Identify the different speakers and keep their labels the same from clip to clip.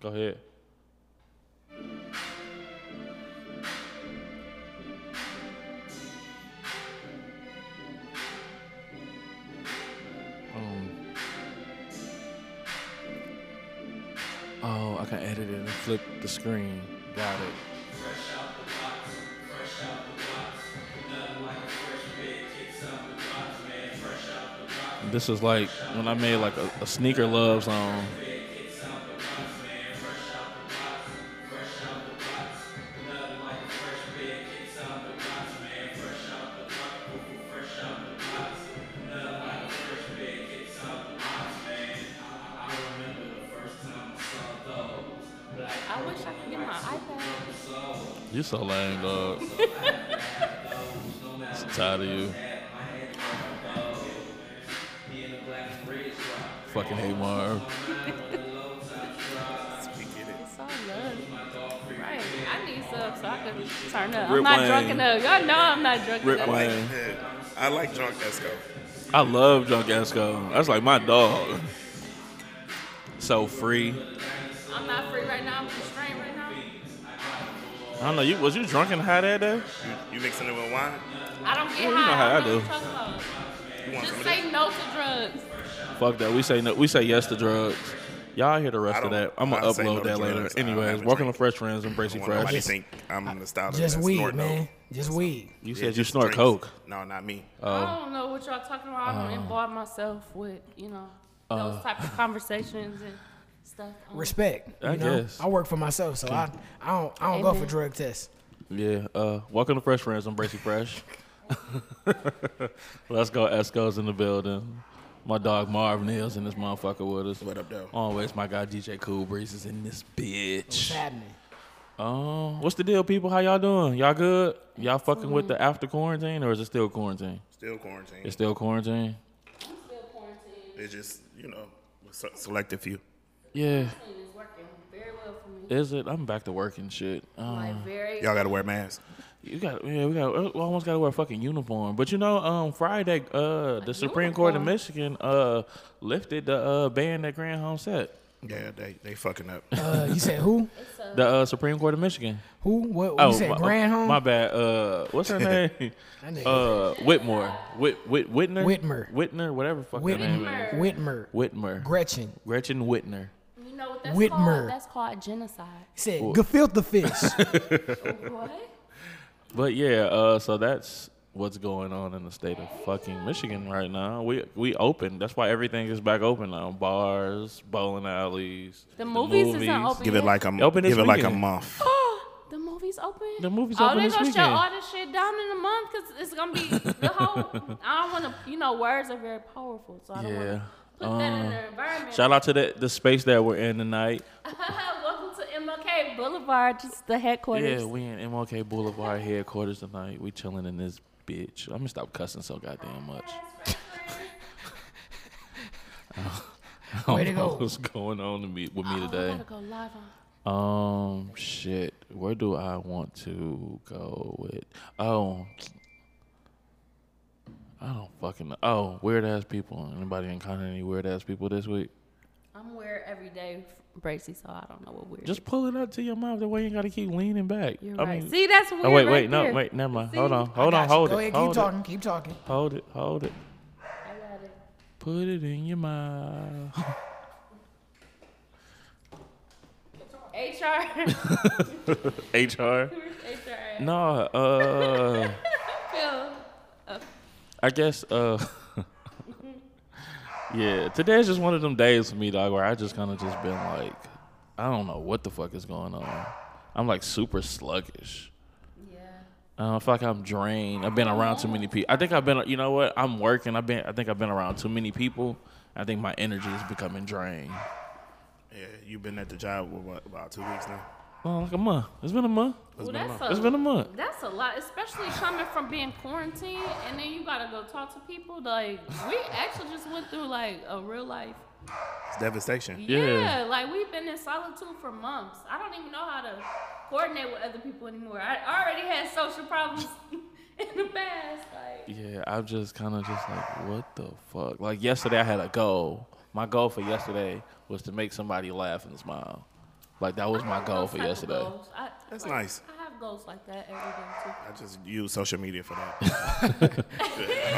Speaker 1: Go ahead. Um. Oh, I can edit it and flip the screen. Got it. This is like when I made like a, a sneaker love song.
Speaker 2: I wish I could get my iPad.
Speaker 1: You so lame, dog. so tired of you. Fucking hate Marv.
Speaker 2: It's all love. Right. I need some so I can turn up. I'm
Speaker 1: Rip
Speaker 2: not
Speaker 1: Wayne.
Speaker 2: drunk enough. Y'all know I'm not drunk
Speaker 1: Rip
Speaker 2: enough.
Speaker 1: Wayne.
Speaker 3: Like, I like drunk Esco.
Speaker 1: I love Drunk Esco. That's like my dog. So free.
Speaker 2: I'm not free right now. I'm constrained right now.
Speaker 1: I don't know. You was you drunk and high that day?
Speaker 3: You, you mixing it with wine?
Speaker 2: I don't get
Speaker 1: you know
Speaker 2: high.
Speaker 1: how I
Speaker 2: I don't know
Speaker 1: do.
Speaker 2: what you're talking
Speaker 3: You
Speaker 2: about.
Speaker 3: want
Speaker 2: Just
Speaker 3: some of this?
Speaker 2: say no to drugs.
Speaker 1: Fuck that. We say no. We say yes to drugs. Y'all hear the
Speaker 3: I
Speaker 1: rest of
Speaker 3: don't-
Speaker 1: that. I'm gonna
Speaker 3: I'll say no
Speaker 1: upload
Speaker 3: to
Speaker 1: that later.
Speaker 3: drugs. I don't have
Speaker 1: Anyways,
Speaker 3: a
Speaker 1: welcome to
Speaker 3: drink.
Speaker 1: Fresh Friends and Bracey
Speaker 3: Don't want nobody
Speaker 1: Fresh.
Speaker 3: to think I'm the style
Speaker 4: Just
Speaker 3: that's
Speaker 4: weed,
Speaker 3: snorting dope.
Speaker 4: man. Just weed.
Speaker 1: You
Speaker 3: Yeah,
Speaker 1: said you
Speaker 3: just
Speaker 1: snort
Speaker 3: drinks.
Speaker 1: coke. Uh,
Speaker 3: No, not me.
Speaker 1: Oh.
Speaker 2: I don't know what y'all talking about. I
Speaker 1: Um.
Speaker 2: don't involve myself with, you know, those
Speaker 1: Uh.
Speaker 2: type of conversations and stuff. Um,
Speaker 4: Respect.
Speaker 1: I
Speaker 4: you know?
Speaker 1: guess.
Speaker 4: I work for myself, so I, I don't I don't go for
Speaker 2: Amen.
Speaker 4: drug tests.
Speaker 1: Yeah. Uh, welcome to Fresh Friends. I'm Bracey Fresh. Let's go. Esco's in the building. My dog Marv Nails in this motherfucker with us.
Speaker 3: What up, though?
Speaker 1: Always my guy DJ Cool Breeze is in this
Speaker 4: What's
Speaker 1: bitch.
Speaker 4: happening?
Speaker 1: Um, what's the deal, people? How y'all doing? Y'all good? Y'all fucking with the after quarantine, or is it still quarantine?
Speaker 3: Still quarantine.
Speaker 1: It's
Speaker 3: It's,
Speaker 1: still quarantine.
Speaker 2: still quarantined.
Speaker 3: just you know, se- select a few.
Speaker 1: Yeah.
Speaker 2: Quarantine is working very well for me.
Speaker 1: Is it? I'm back to work and shit. Um,
Speaker 2: Like very.
Speaker 3: Y'all gotta wear masks.
Speaker 1: you got, yeah, we got, we almost got to wear a fucking uniform. But you know, um, Friday, uh, the Supreme Court of
Speaker 2: uniform?
Speaker 1: Michigan, uh, lifted the uh ban that Grand Home set.
Speaker 3: Yeah, they they fucking up.
Speaker 4: Uh, you said who?
Speaker 1: The uh, Supreme Court of Michigan. Oh,
Speaker 4: Who? What? You said
Speaker 1: my,
Speaker 4: Grand Home?
Speaker 1: My bad. Uh, what's her name?
Speaker 4: That nigga-
Speaker 1: uh, Whitmore. Whit, Whit, Whitner.
Speaker 4: Whitmer.
Speaker 1: Whitner. Whatever. Fuck her name. is.
Speaker 4: Whitmer. Whitmer.
Speaker 1: Whitmer.
Speaker 4: Gretchen.
Speaker 1: Gretchen Whitner.
Speaker 2: You know what that's
Speaker 4: Whitmer.
Speaker 2: called? That's called genocide.
Speaker 4: He said gefilte fish.
Speaker 2: what?
Speaker 1: But yeah, uh, so that's what's going on in the state of fucking Michigan right now. We we open. That's why everything is back open now. Bars, bowling alleys.
Speaker 2: The movies isn't open.
Speaker 3: Give it like a
Speaker 1: Open this
Speaker 3: give it like a
Speaker 1: weekend.
Speaker 3: month.
Speaker 2: The movie's open.
Speaker 1: The movie's
Speaker 2: oh,
Speaker 1: open
Speaker 2: they're
Speaker 1: this
Speaker 2: gonna shut
Speaker 1: weekend.
Speaker 2: all this shit down in a month because it's gonna be the whole. I don't want to. You know, words are very powerful, so I don't want
Speaker 1: Yeah. um,
Speaker 2: to put that in their environment.
Speaker 1: Shout out to the the space that we're in tonight.
Speaker 2: Welcome to MLK Boulevard, just the headquarters.
Speaker 1: Yeah, we in MLK Boulevard headquarters tonight. We chilling in this bitch. I'm gonna stop cussing so goddamn much. I don't
Speaker 4: Way to
Speaker 1: know
Speaker 4: go.
Speaker 1: What's going on to me, with me
Speaker 2: Oh, I
Speaker 1: today?
Speaker 2: gotta go live on.
Speaker 1: Um, shit. Where do I want to go with? Oh, I don't fucking know. Oh, weird ass people. Anybody encounter any weird ass people this week?
Speaker 2: I'm weird every day, Bracy, so I don't know what weird.
Speaker 1: Just pull it up to your mouth. That way you ain't gotta keep leaning back.
Speaker 2: you're
Speaker 1: I
Speaker 2: right.
Speaker 1: mean,
Speaker 2: See, that's weird.
Speaker 1: oh wait,
Speaker 2: right
Speaker 1: wait, no,
Speaker 2: there.
Speaker 1: wait, never mind.
Speaker 2: See?
Speaker 1: Hold on, hold
Speaker 4: Got
Speaker 1: on,
Speaker 4: you.
Speaker 1: hold
Speaker 4: Go
Speaker 1: it,
Speaker 4: ahead,
Speaker 1: hold
Speaker 4: keep
Speaker 1: it,
Speaker 4: talking. Keep talking.
Speaker 1: hold it, hold it.
Speaker 2: I got it.
Speaker 1: Put it in your mouth.
Speaker 2: HR.
Speaker 1: HR.
Speaker 2: HR.
Speaker 1: No, uh.
Speaker 2: Phil.
Speaker 1: I guess uh Yeah, today's just one of them days for me, dog, where I just kinda just been like I don't know what the fuck is going on. I'm like super sluggish.
Speaker 2: Yeah.
Speaker 1: I don't feel like I'm drained. I've been around too many people. I think I've been you know what? I'm working. I've been I think I've been around too many people. I think my energy is becoming drained.
Speaker 3: Yeah, you've been at the job for what, about two weeks now.
Speaker 1: Oh, like a month. It's been a month.
Speaker 2: Well, that's a,
Speaker 1: It's been a month.
Speaker 2: That's a lot, especially coming from being quarantined, and then you gotta go talk to people. Like we actually just went through like a real life.
Speaker 3: It's devastation.
Speaker 1: Yeah.
Speaker 2: Yeah, like we've been in solitude for months. I don't even know how to coordinate with other people anymore. I already had social problems in the past. Like
Speaker 1: Yeah, I'm just kind of just like, what the fuck? Like yesterday, I had a goal. My goal for yesterday was to make somebody laugh and smile. Like that was my goal for yesterday.
Speaker 3: That's nice.
Speaker 2: I have goals like that every day too.
Speaker 3: I just use social media for that. I don't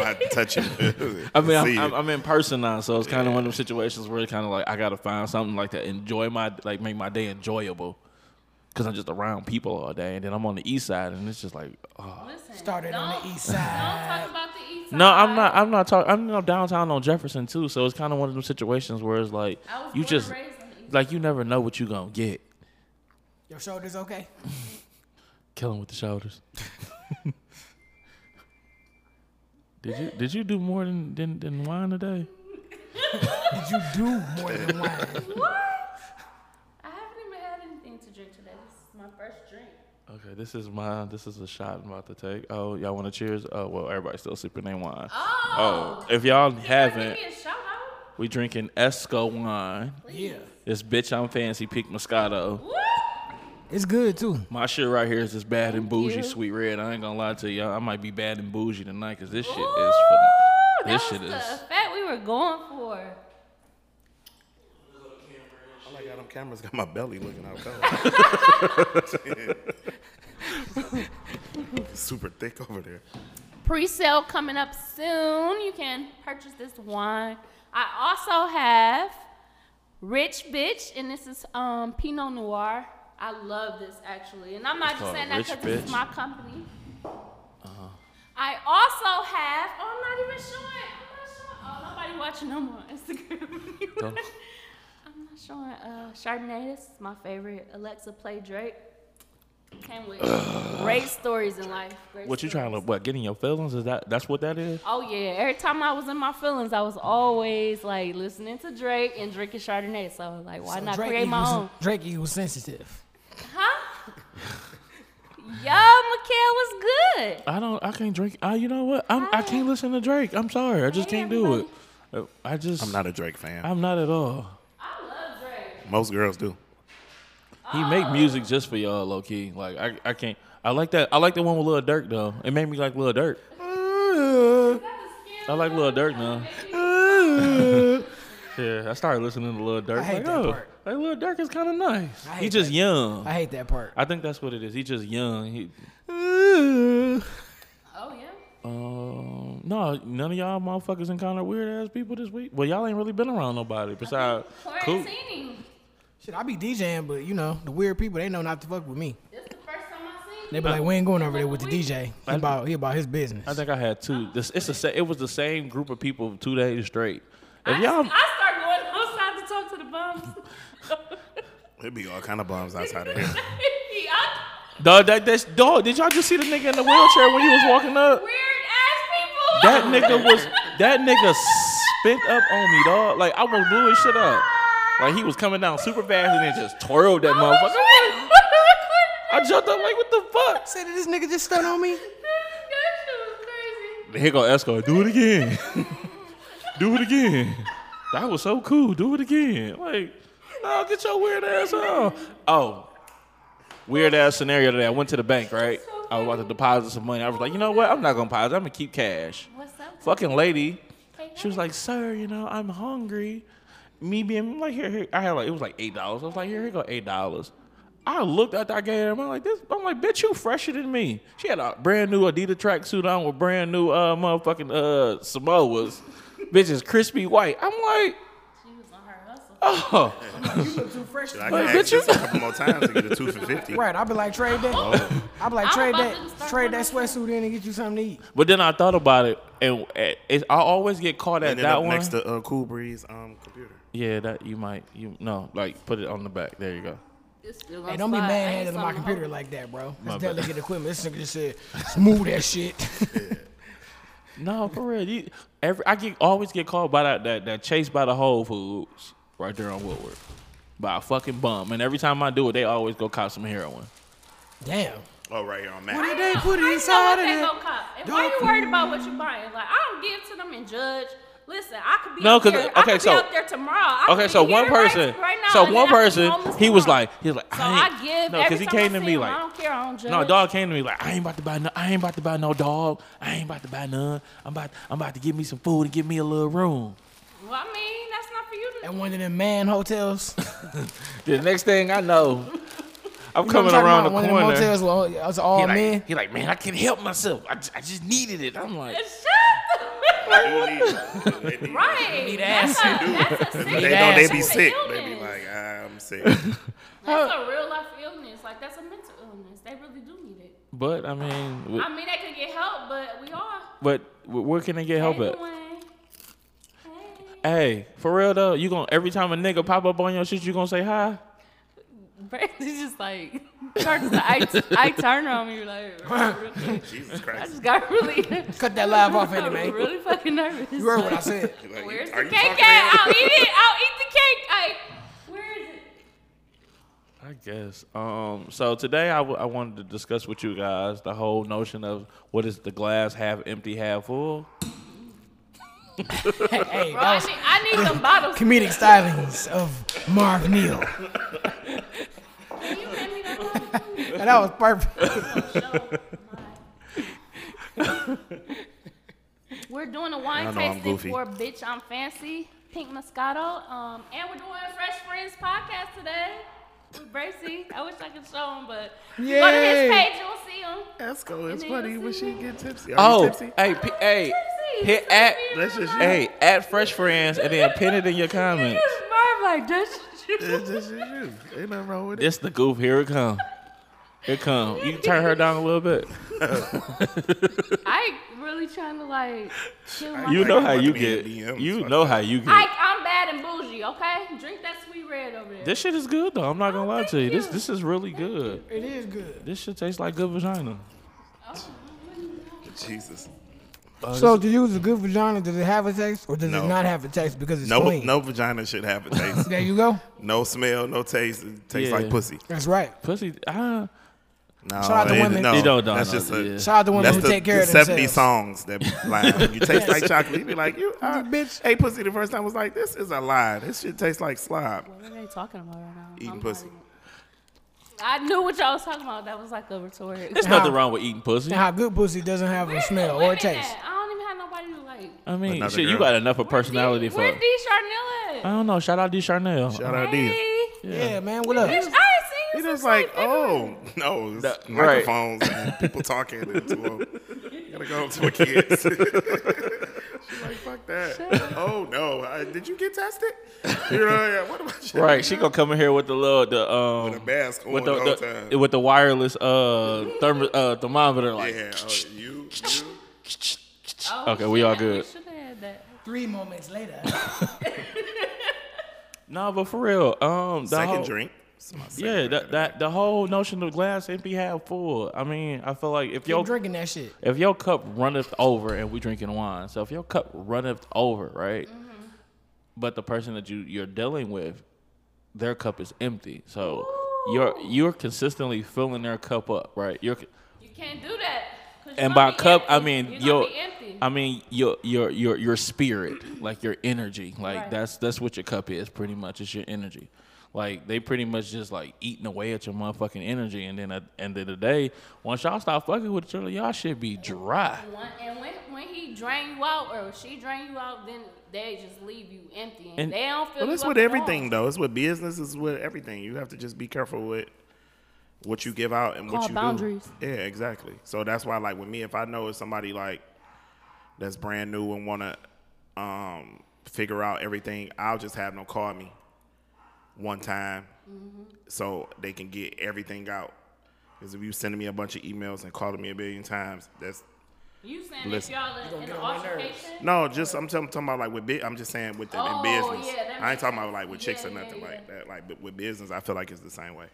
Speaker 3: have to touch it.
Speaker 1: I mean,
Speaker 3: See
Speaker 1: I'm,
Speaker 3: it.
Speaker 1: I'm, I'm in person now, so it's kind of one of those situations where it's kind of like I gotta find something like to enjoy my like make my day enjoyable, because I'm just around people all day, and then I'm on the east side, and it's just like, oh.
Speaker 2: Listen,
Speaker 4: Started on the
Speaker 2: don't-
Speaker 4: east
Speaker 2: Don't
Speaker 4: side.
Speaker 2: talk about the east side.
Speaker 1: no, I'm not. I'm not talking. I'm you know, downtown on Jefferson too, so it's kind of one of those situations where it's like
Speaker 2: I was
Speaker 1: you
Speaker 2: born
Speaker 1: just
Speaker 2: and raised on the east
Speaker 1: like you never know what you gonna get.
Speaker 4: Your shoulders okay?
Speaker 1: Kill him with the shoulders. did you did you do more than than, than wine today?
Speaker 4: Did you do more than one?
Speaker 2: I haven't even had anything to drink today. This is my first drink.
Speaker 1: Okay, this is my this is a shot I'm about to take. Oh, y'all want to cheers? Oh, well, everybody's still sipping their wine.
Speaker 2: Oh,
Speaker 1: if y'all
Speaker 2: Can
Speaker 1: haven't,
Speaker 2: Give me a shout out,
Speaker 1: we drinking Esco wine.
Speaker 2: please.
Speaker 4: Yeah.
Speaker 1: This bitch I'm fancy pink Moscato.
Speaker 2: Woo!
Speaker 4: It's good too.
Speaker 1: My shit right here is just bad and bougie
Speaker 2: you.
Speaker 1: sweet red. I ain't gonna lie to y'all. I might be bad and bougie tonight because this shit is for
Speaker 2: Ooh,
Speaker 1: This
Speaker 2: that
Speaker 1: shit
Speaker 2: was
Speaker 1: is-
Speaker 2: the effect we were going for.
Speaker 3: All I got on camera's got my belly looking out cold. Super thick over there.
Speaker 2: Pre-sale coming up soon. You can purchase this wine. I also have Rich Bitch, and this is um, Pinot Noir. I love this actually, and I'm not just
Speaker 1: called
Speaker 2: saying that
Speaker 1: Rich
Speaker 2: because this is
Speaker 1: Bitch? Uh-huh.
Speaker 2: my company. I also have. Oh, I'm not even showing. I'm not showing. Oh, nobody watching no more on Instagram.
Speaker 1: Don't-
Speaker 2: I'm not showing. Uh, Chardonnay. This is my favorite. Alexa, play Drake. Came with great stories in life. Great
Speaker 1: what you
Speaker 2: stories.
Speaker 1: trying to what getting your feelings? Is that that's what that is?
Speaker 2: Oh yeah. Every time I was in my feelings, I was always like listening to Drake and drinking Chardonnay. So like, why
Speaker 4: So
Speaker 2: not
Speaker 4: Drake
Speaker 2: create my
Speaker 4: equals-
Speaker 2: own?
Speaker 4: Drake equals sensitive.
Speaker 2: Huh? Yo, Mikael was good.
Speaker 1: I don't. I can't drink. I, you know what? I'm, I
Speaker 4: Ah.
Speaker 1: can't listen to Drake. I'm sorry. I just
Speaker 2: Hey,
Speaker 1: can't do it. Uh, I just.
Speaker 3: I'm not a Drake fan.
Speaker 1: I'm not at all.
Speaker 2: I love Drake.
Speaker 3: Most girls do.
Speaker 1: He make
Speaker 4: Ah.
Speaker 1: music just for y'all, low key. Like I, I can't. I like that. I like the one with Lil Durk though. It made me like Lil Durk.
Speaker 4: Ah.
Speaker 1: I like Lil Durk now. yeah, I started listening to Lil Durk.
Speaker 4: Ah. I hate
Speaker 1: like,
Speaker 4: that
Speaker 1: oh,
Speaker 4: part.
Speaker 1: like Lil Durk is kind of nice.
Speaker 4: I
Speaker 1: He
Speaker 4: hate
Speaker 1: just
Speaker 4: that.
Speaker 1: young.
Speaker 4: I hate that part.
Speaker 1: I think that's what it is. He just young. He.
Speaker 4: Ah.
Speaker 2: Oh yeah.
Speaker 1: Um, no, none of y'all motherfuckers encountered weird ass people this week. Well, y'all ain't really been around nobody besides Coop.
Speaker 2: Quarantining.
Speaker 4: Shit, I be DJing, but you know the weird people they know not to fuck with me.
Speaker 2: This the first time I seen
Speaker 4: They be like, we ain't going over there with the DJ. He about he about his business.
Speaker 1: I think I had two. This it's the sa- it was the same group of people two days straight. If
Speaker 2: I,
Speaker 1: y'all,
Speaker 2: I start going outside to talk to the bums.
Speaker 3: It'd be all kind of bums outside of here.
Speaker 2: Yup.
Speaker 1: dog, that, that's dog. Did y'all just see the nigga in the wheelchair when you was walking up?
Speaker 2: Weird ass people.
Speaker 1: That nigga was that nigga spent up on me, dog. Like I was blue as shit up. Like he was coming down super fast and then just twirled that motherfucker.
Speaker 2: That
Speaker 1: I jumped up like, what the fuck?
Speaker 4: Say that this nigga just stunned on me.
Speaker 2: shit was crazy.
Speaker 1: Here go Esco. Do it again. Do it again. That was so cool. Do it again. Like, no, get your weird ass off. Oh, weird ass scenario today. I went to the bank, right? I was about to deposit some money. I was like, you know what? I'm not gonna deposit. I'm gonna keep cash.
Speaker 2: What's up?
Speaker 1: Fucking lady.
Speaker 2: Hey,
Speaker 1: She was like, sir, you know, I'm hungry. Me being like, here, here. I had like, it was like eight dollars. I was like, here, here go eight dollars. I looked at that game. I'm like, this. I'm like, bitch, you fresher than me. She had a brand new Adidas tracksuit on with brand new uh motherfucking uh Samoas. bitch is crispy white. I'm like,
Speaker 2: She was on her hustle.
Speaker 1: oh,
Speaker 3: I can
Speaker 1: Wait,
Speaker 3: ask
Speaker 1: bitch, you-
Speaker 3: this a couple more times to get a two for fifty.
Speaker 4: Right, I be like trade that.
Speaker 1: Oh.
Speaker 4: I be like
Speaker 2: I'm
Speaker 4: trade
Speaker 2: about
Speaker 4: that,
Speaker 2: to start
Speaker 4: trade that
Speaker 2: running.
Speaker 4: sweatsuit in and get you something to eat.
Speaker 1: but then I thought about it, and it, it- I always get caught at
Speaker 3: Ended
Speaker 1: that
Speaker 3: up
Speaker 1: one.
Speaker 3: next to uh, Cool Breeze um, computer.
Speaker 1: yeah, that you might, you no, like put it on the back. There you go.
Speaker 2: It's still
Speaker 4: Hey,
Speaker 2: on
Speaker 4: don't be
Speaker 2: slide. I ain't
Speaker 4: manhandling my
Speaker 2: something
Speaker 4: computer
Speaker 2: to
Speaker 4: like that, bro. That's
Speaker 1: bad.
Speaker 4: delicate equipment. This nigga just said, smooth that shit.
Speaker 1: No, for real. You, every I get always get called by that that, that chase by the Whole Foods right there on Woodward by a fucking bum, and every time I do it, they always go cop some heroin.
Speaker 4: Damn.
Speaker 3: Oh, right here on
Speaker 4: What
Speaker 3: Mac.
Speaker 4: did they
Speaker 2: hold.
Speaker 4: put
Speaker 2: I
Speaker 4: inside
Speaker 2: know what
Speaker 4: of
Speaker 2: they
Speaker 4: it?
Speaker 2: go cop. And why
Speaker 4: Dog
Speaker 2: you worried about what you buying? Like, I don't give to them and judge. Listen, I could be
Speaker 1: No,
Speaker 2: up
Speaker 1: 'cause-
Speaker 2: here. I
Speaker 1: okay,
Speaker 2: could
Speaker 1: so-
Speaker 2: be up there tomorrow. I could
Speaker 1: Okay,
Speaker 2: be
Speaker 1: so
Speaker 2: here
Speaker 1: one
Speaker 2: right-
Speaker 1: person,
Speaker 2: right now,
Speaker 1: so
Speaker 2: and
Speaker 1: one
Speaker 2: then I could be
Speaker 1: person,
Speaker 2: homeless
Speaker 1: he was
Speaker 2: tomorrow.
Speaker 1: like, he was like,
Speaker 2: So
Speaker 1: I,
Speaker 2: I,
Speaker 1: ain't-
Speaker 2: give.
Speaker 1: no,
Speaker 2: every
Speaker 1: he
Speaker 2: time
Speaker 1: came
Speaker 2: I
Speaker 1: to
Speaker 2: see
Speaker 1: me
Speaker 2: him,
Speaker 1: like,
Speaker 2: I don't care. I don't judge.
Speaker 1: No, dog came to me like, I ain't about to buy no, I ain't about to buy no dog. I ain't about to buy none. I'm about, I'm about to give me some food and give me a little room.
Speaker 2: Well, I mean, that's not for you to
Speaker 4: At one of them man hotels.
Speaker 1: The next thing I know, I'm
Speaker 4: You know
Speaker 1: coming
Speaker 4: what I'm talking
Speaker 1: around
Speaker 4: about?
Speaker 1: the
Speaker 4: one
Speaker 1: corner.
Speaker 4: of them hotels where it's all
Speaker 1: he,
Speaker 4: men.
Speaker 1: like, he like, man, I can't help myself. I, ju- I just needed it. I'm like,
Speaker 3: I
Speaker 2: Shut the
Speaker 3: do need- they need-
Speaker 2: Right.
Speaker 4: Need
Speaker 2: that's,
Speaker 4: ass.
Speaker 2: a, that's a sick.
Speaker 3: They know they
Speaker 4: ass.
Speaker 3: be
Speaker 2: That's a
Speaker 3: sick. They be
Speaker 2: illness.
Speaker 3: like, I'm sick.
Speaker 2: That's a real life illness. Like that's a mental illness. They really do need it.
Speaker 1: but I mean, w-
Speaker 2: I mean, they could get help, but we are.
Speaker 1: but w- where can they get help at?
Speaker 2: Anyway. Hey.
Speaker 1: Hey, for real though, you gonna every time a nigga pop up on your shit, you gonna say hi?
Speaker 2: Brandon's just like starts to I, I turn on me like I
Speaker 3: Jesus Christ.
Speaker 2: just got really
Speaker 4: Cut that live off, Eddie, man.
Speaker 2: really fucking nervous.
Speaker 4: You heard what I said.
Speaker 3: Like,
Speaker 2: Where's the
Speaker 3: are you
Speaker 2: cake
Speaker 3: talking to him?
Speaker 2: at? I'll eat it. I'll eat the cake. I, where is it?
Speaker 1: I guess. Um. So today I, w- I wanted to discuss with you guys the whole notion of what is the glass half empty, half full.
Speaker 4: Hey,
Speaker 2: I
Speaker 4: that was
Speaker 2: need, I need some bottles.
Speaker 4: comedic stylings of Marv Neal.
Speaker 2: Can you hand me that bottle?
Speaker 4: And that was perfect.
Speaker 2: We're doing a wine
Speaker 3: Y'all know I'm
Speaker 2: tasting
Speaker 3: goofy.
Speaker 2: for Bitch I'm Fancy, Pink Moscato. Um, and we're doing Fresh Friends podcast today with Bracy. I wish I could show him, but go to
Speaker 4: Yay.
Speaker 2: his page, you'll see him.
Speaker 3: That's cool. It's
Speaker 2: And then
Speaker 3: funty
Speaker 2: you'll
Speaker 3: when
Speaker 2: see
Speaker 3: she
Speaker 2: me.
Speaker 3: get tipsy. Are
Speaker 1: Oh,
Speaker 3: you tipsy?
Speaker 1: hey, p- hey,
Speaker 2: Tipsy,
Speaker 1: hit
Speaker 2: so
Speaker 1: at
Speaker 2: cute.
Speaker 3: That's just you.
Speaker 1: hey at Fresh Friends and then pin it in your
Speaker 2: He
Speaker 1: comments.
Speaker 2: just Marv like that's
Speaker 3: It's just you. Ain't nothing wrong with it.
Speaker 1: This the goof. Here it come. Here it come. You can turn her down a little bit.
Speaker 2: I really trying to like kill my
Speaker 1: You
Speaker 3: You
Speaker 1: know
Speaker 3: know
Speaker 1: how
Speaker 3: I'm
Speaker 1: you
Speaker 3: about to
Speaker 1: get.
Speaker 3: be in DMs,
Speaker 1: You
Speaker 3: so-
Speaker 1: know how you get.
Speaker 2: Ike, I'm bad and bougie, okay? Drink that sweet red over there.
Speaker 1: This shit is good though. I'm not gonna lie to you. This
Speaker 2: you.
Speaker 1: this is really good.
Speaker 4: It is good.
Speaker 1: This shit tastes like good vagina.
Speaker 3: Jesus.
Speaker 4: So, to use a good vagina, does it have a taste or does
Speaker 3: Uh, No.
Speaker 4: it not have a taste because it's
Speaker 3: No,
Speaker 4: clean?
Speaker 3: no vagina should have a taste.
Speaker 4: There you go.
Speaker 3: No smell, no taste. It tastes
Speaker 1: Yeah.
Speaker 3: like pussy.
Speaker 4: That's right.
Speaker 1: Pussy. Ah.
Speaker 3: No,
Speaker 4: Shout out to
Speaker 3: it-
Speaker 4: women.
Speaker 3: No,
Speaker 1: You don't- don't
Speaker 3: that's
Speaker 1: know,
Speaker 3: just a,
Speaker 1: yeah.
Speaker 4: Shout out to women
Speaker 3: that's
Speaker 4: who
Speaker 3: the,
Speaker 4: take care
Speaker 3: the
Speaker 4: of
Speaker 3: 70
Speaker 4: themselves.
Speaker 3: songs that be lying. You taste like chocolate. You be like, you, uh,
Speaker 4: Bitch.
Speaker 3: Hey, pussy. The first time was like, this is a lie. This shit tastes like slob.
Speaker 2: What are they talking about right now?
Speaker 3: Eating
Speaker 2: I'm not
Speaker 3: pussy.
Speaker 2: even- I knew what y'all was talking about. That was like a rhetoric.
Speaker 1: There's nothing wrong with eating pussy.
Speaker 4: And how good pussy doesn't have a
Speaker 2: Where's the
Speaker 4: smell or a
Speaker 2: women
Speaker 4: taste.
Speaker 2: at? I don't even have nobody to like.
Speaker 1: I mean,
Speaker 3: Another
Speaker 1: shit, you
Speaker 3: girl.
Speaker 1: got enough of personality for.
Speaker 2: Where's
Speaker 1: I
Speaker 2: D Charnilla?
Speaker 1: don't know. Shout out D Charnel.
Speaker 3: Shout out to
Speaker 2: hey,
Speaker 3: you.
Speaker 2: bitch,
Speaker 4: Yeah, man, what up?
Speaker 2: I ain't seen you.
Speaker 3: He
Speaker 2: since
Speaker 3: was like,
Speaker 2: February.
Speaker 3: oh, no, it's
Speaker 1: That- right.
Speaker 3: microphones and people talking into them. Gotta go to a kid. She's like, fuck that. Oh, no. I, did you get tested? You know, yeah, what about you?
Speaker 1: Right, she gonna come in here with the little the um
Speaker 3: With a mask on
Speaker 1: with
Speaker 3: the whole
Speaker 1: the,
Speaker 3: time.
Speaker 1: with the wireless uh, thermo, uh thermometer like
Speaker 3: Yeah, oh, you, you.
Speaker 2: Oh,
Speaker 1: Okay, we all
Speaker 2: shit,
Speaker 1: good.
Speaker 2: shoulda had that.
Speaker 4: Three moments later.
Speaker 1: no, but for real um the
Speaker 3: Second
Speaker 1: whole-
Speaker 3: drink. It's my second
Speaker 1: yeah
Speaker 3: drink of
Speaker 1: that,
Speaker 3: the night.
Speaker 1: that the whole notion of glass empty half full I mean I feel like if
Speaker 4: Keep
Speaker 1: your
Speaker 4: drinking that shit.
Speaker 1: if your cup runneth over and we drinking wine so if your cup runneth over right
Speaker 2: Mm-hmm.
Speaker 1: but the person that you you're dealing with their cup is empty so you're you're consistently filling their cup up right you're
Speaker 2: You can't do that. 'cause you're
Speaker 1: And
Speaker 2: gonna
Speaker 1: by
Speaker 2: be
Speaker 1: cup, I
Speaker 2: empty.
Speaker 1: mean
Speaker 2: You're gonna
Speaker 1: your,
Speaker 2: be empty.
Speaker 1: I mean your your your your spirit, like your energy, like
Speaker 2: Right.
Speaker 1: that's that's what your cup is pretty much. It's your energy. Like they pretty much just like eating away at your motherfucking energy, and then at the end of the day, once y'all stop fucking with each other, y'all should be dry.
Speaker 2: One, and when, when he drain you out or she drain you out, then they just leave you empty. And,
Speaker 1: And-
Speaker 2: they don't feel
Speaker 3: Well,
Speaker 2: you
Speaker 3: it's
Speaker 2: up
Speaker 3: with
Speaker 2: at
Speaker 3: everything,
Speaker 2: all.
Speaker 3: though. It's with business. It's with everything. You have to just be careful with what you give out and
Speaker 2: Called
Speaker 3: what you
Speaker 2: boundaries.
Speaker 3: do. Yeah, exactly. So that's why, like with me, if I know it's somebody like that's brand new and want to um, figure out everything, I'll just have them call me one time so they can get everything out. Because if you sending me a bunch of emails and calling me a billion times, that's
Speaker 2: You saying
Speaker 3: Listen.
Speaker 2: if y'all in, in an altercation?
Speaker 3: no. Just I'm, t- I'm talking about like with bi- I'm just saying with the, in
Speaker 2: Oh,
Speaker 3: business.
Speaker 2: yeah, that
Speaker 3: I ain't
Speaker 2: makes
Speaker 3: talking about
Speaker 2: sense.
Speaker 3: like with chicks
Speaker 2: Yeah,
Speaker 3: or
Speaker 2: yeah,
Speaker 3: nothing
Speaker 2: yeah.
Speaker 3: like that. Like but with business, I feel like it's the same way.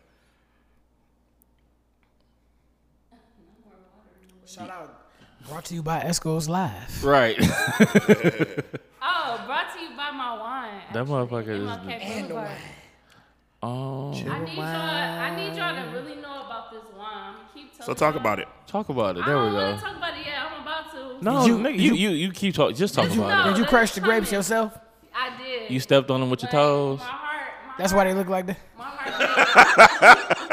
Speaker 4: Shout out. Brought to you by Esco's Live.
Speaker 1: Right.
Speaker 2: Oh, brought to you by my wine.
Speaker 1: That motherfucker is
Speaker 2: MLK
Speaker 4: And the
Speaker 2: Boulevard.
Speaker 4: wine.
Speaker 1: um,
Speaker 2: I need y'all. I need y'all to really know about this wine. I'm gonna keep telling
Speaker 3: So talk
Speaker 2: y'all.
Speaker 3: about it.
Speaker 1: talk about it.
Speaker 2: I
Speaker 1: There we
Speaker 2: don't want
Speaker 1: go.
Speaker 2: to talk about it yet. I'm about to.
Speaker 1: No,
Speaker 4: You-
Speaker 1: you nigga, you, you you keep talking. Just talk
Speaker 2: you
Speaker 1: about
Speaker 2: know-
Speaker 1: it.
Speaker 4: Did you
Speaker 2: that's
Speaker 4: crush the grapes
Speaker 2: coming.
Speaker 4: yourself?
Speaker 2: I did.
Speaker 1: You stepped on them with your
Speaker 2: But
Speaker 1: toes.
Speaker 2: My heart. My
Speaker 4: That's why
Speaker 2: heart,
Speaker 4: they look like that.
Speaker 2: My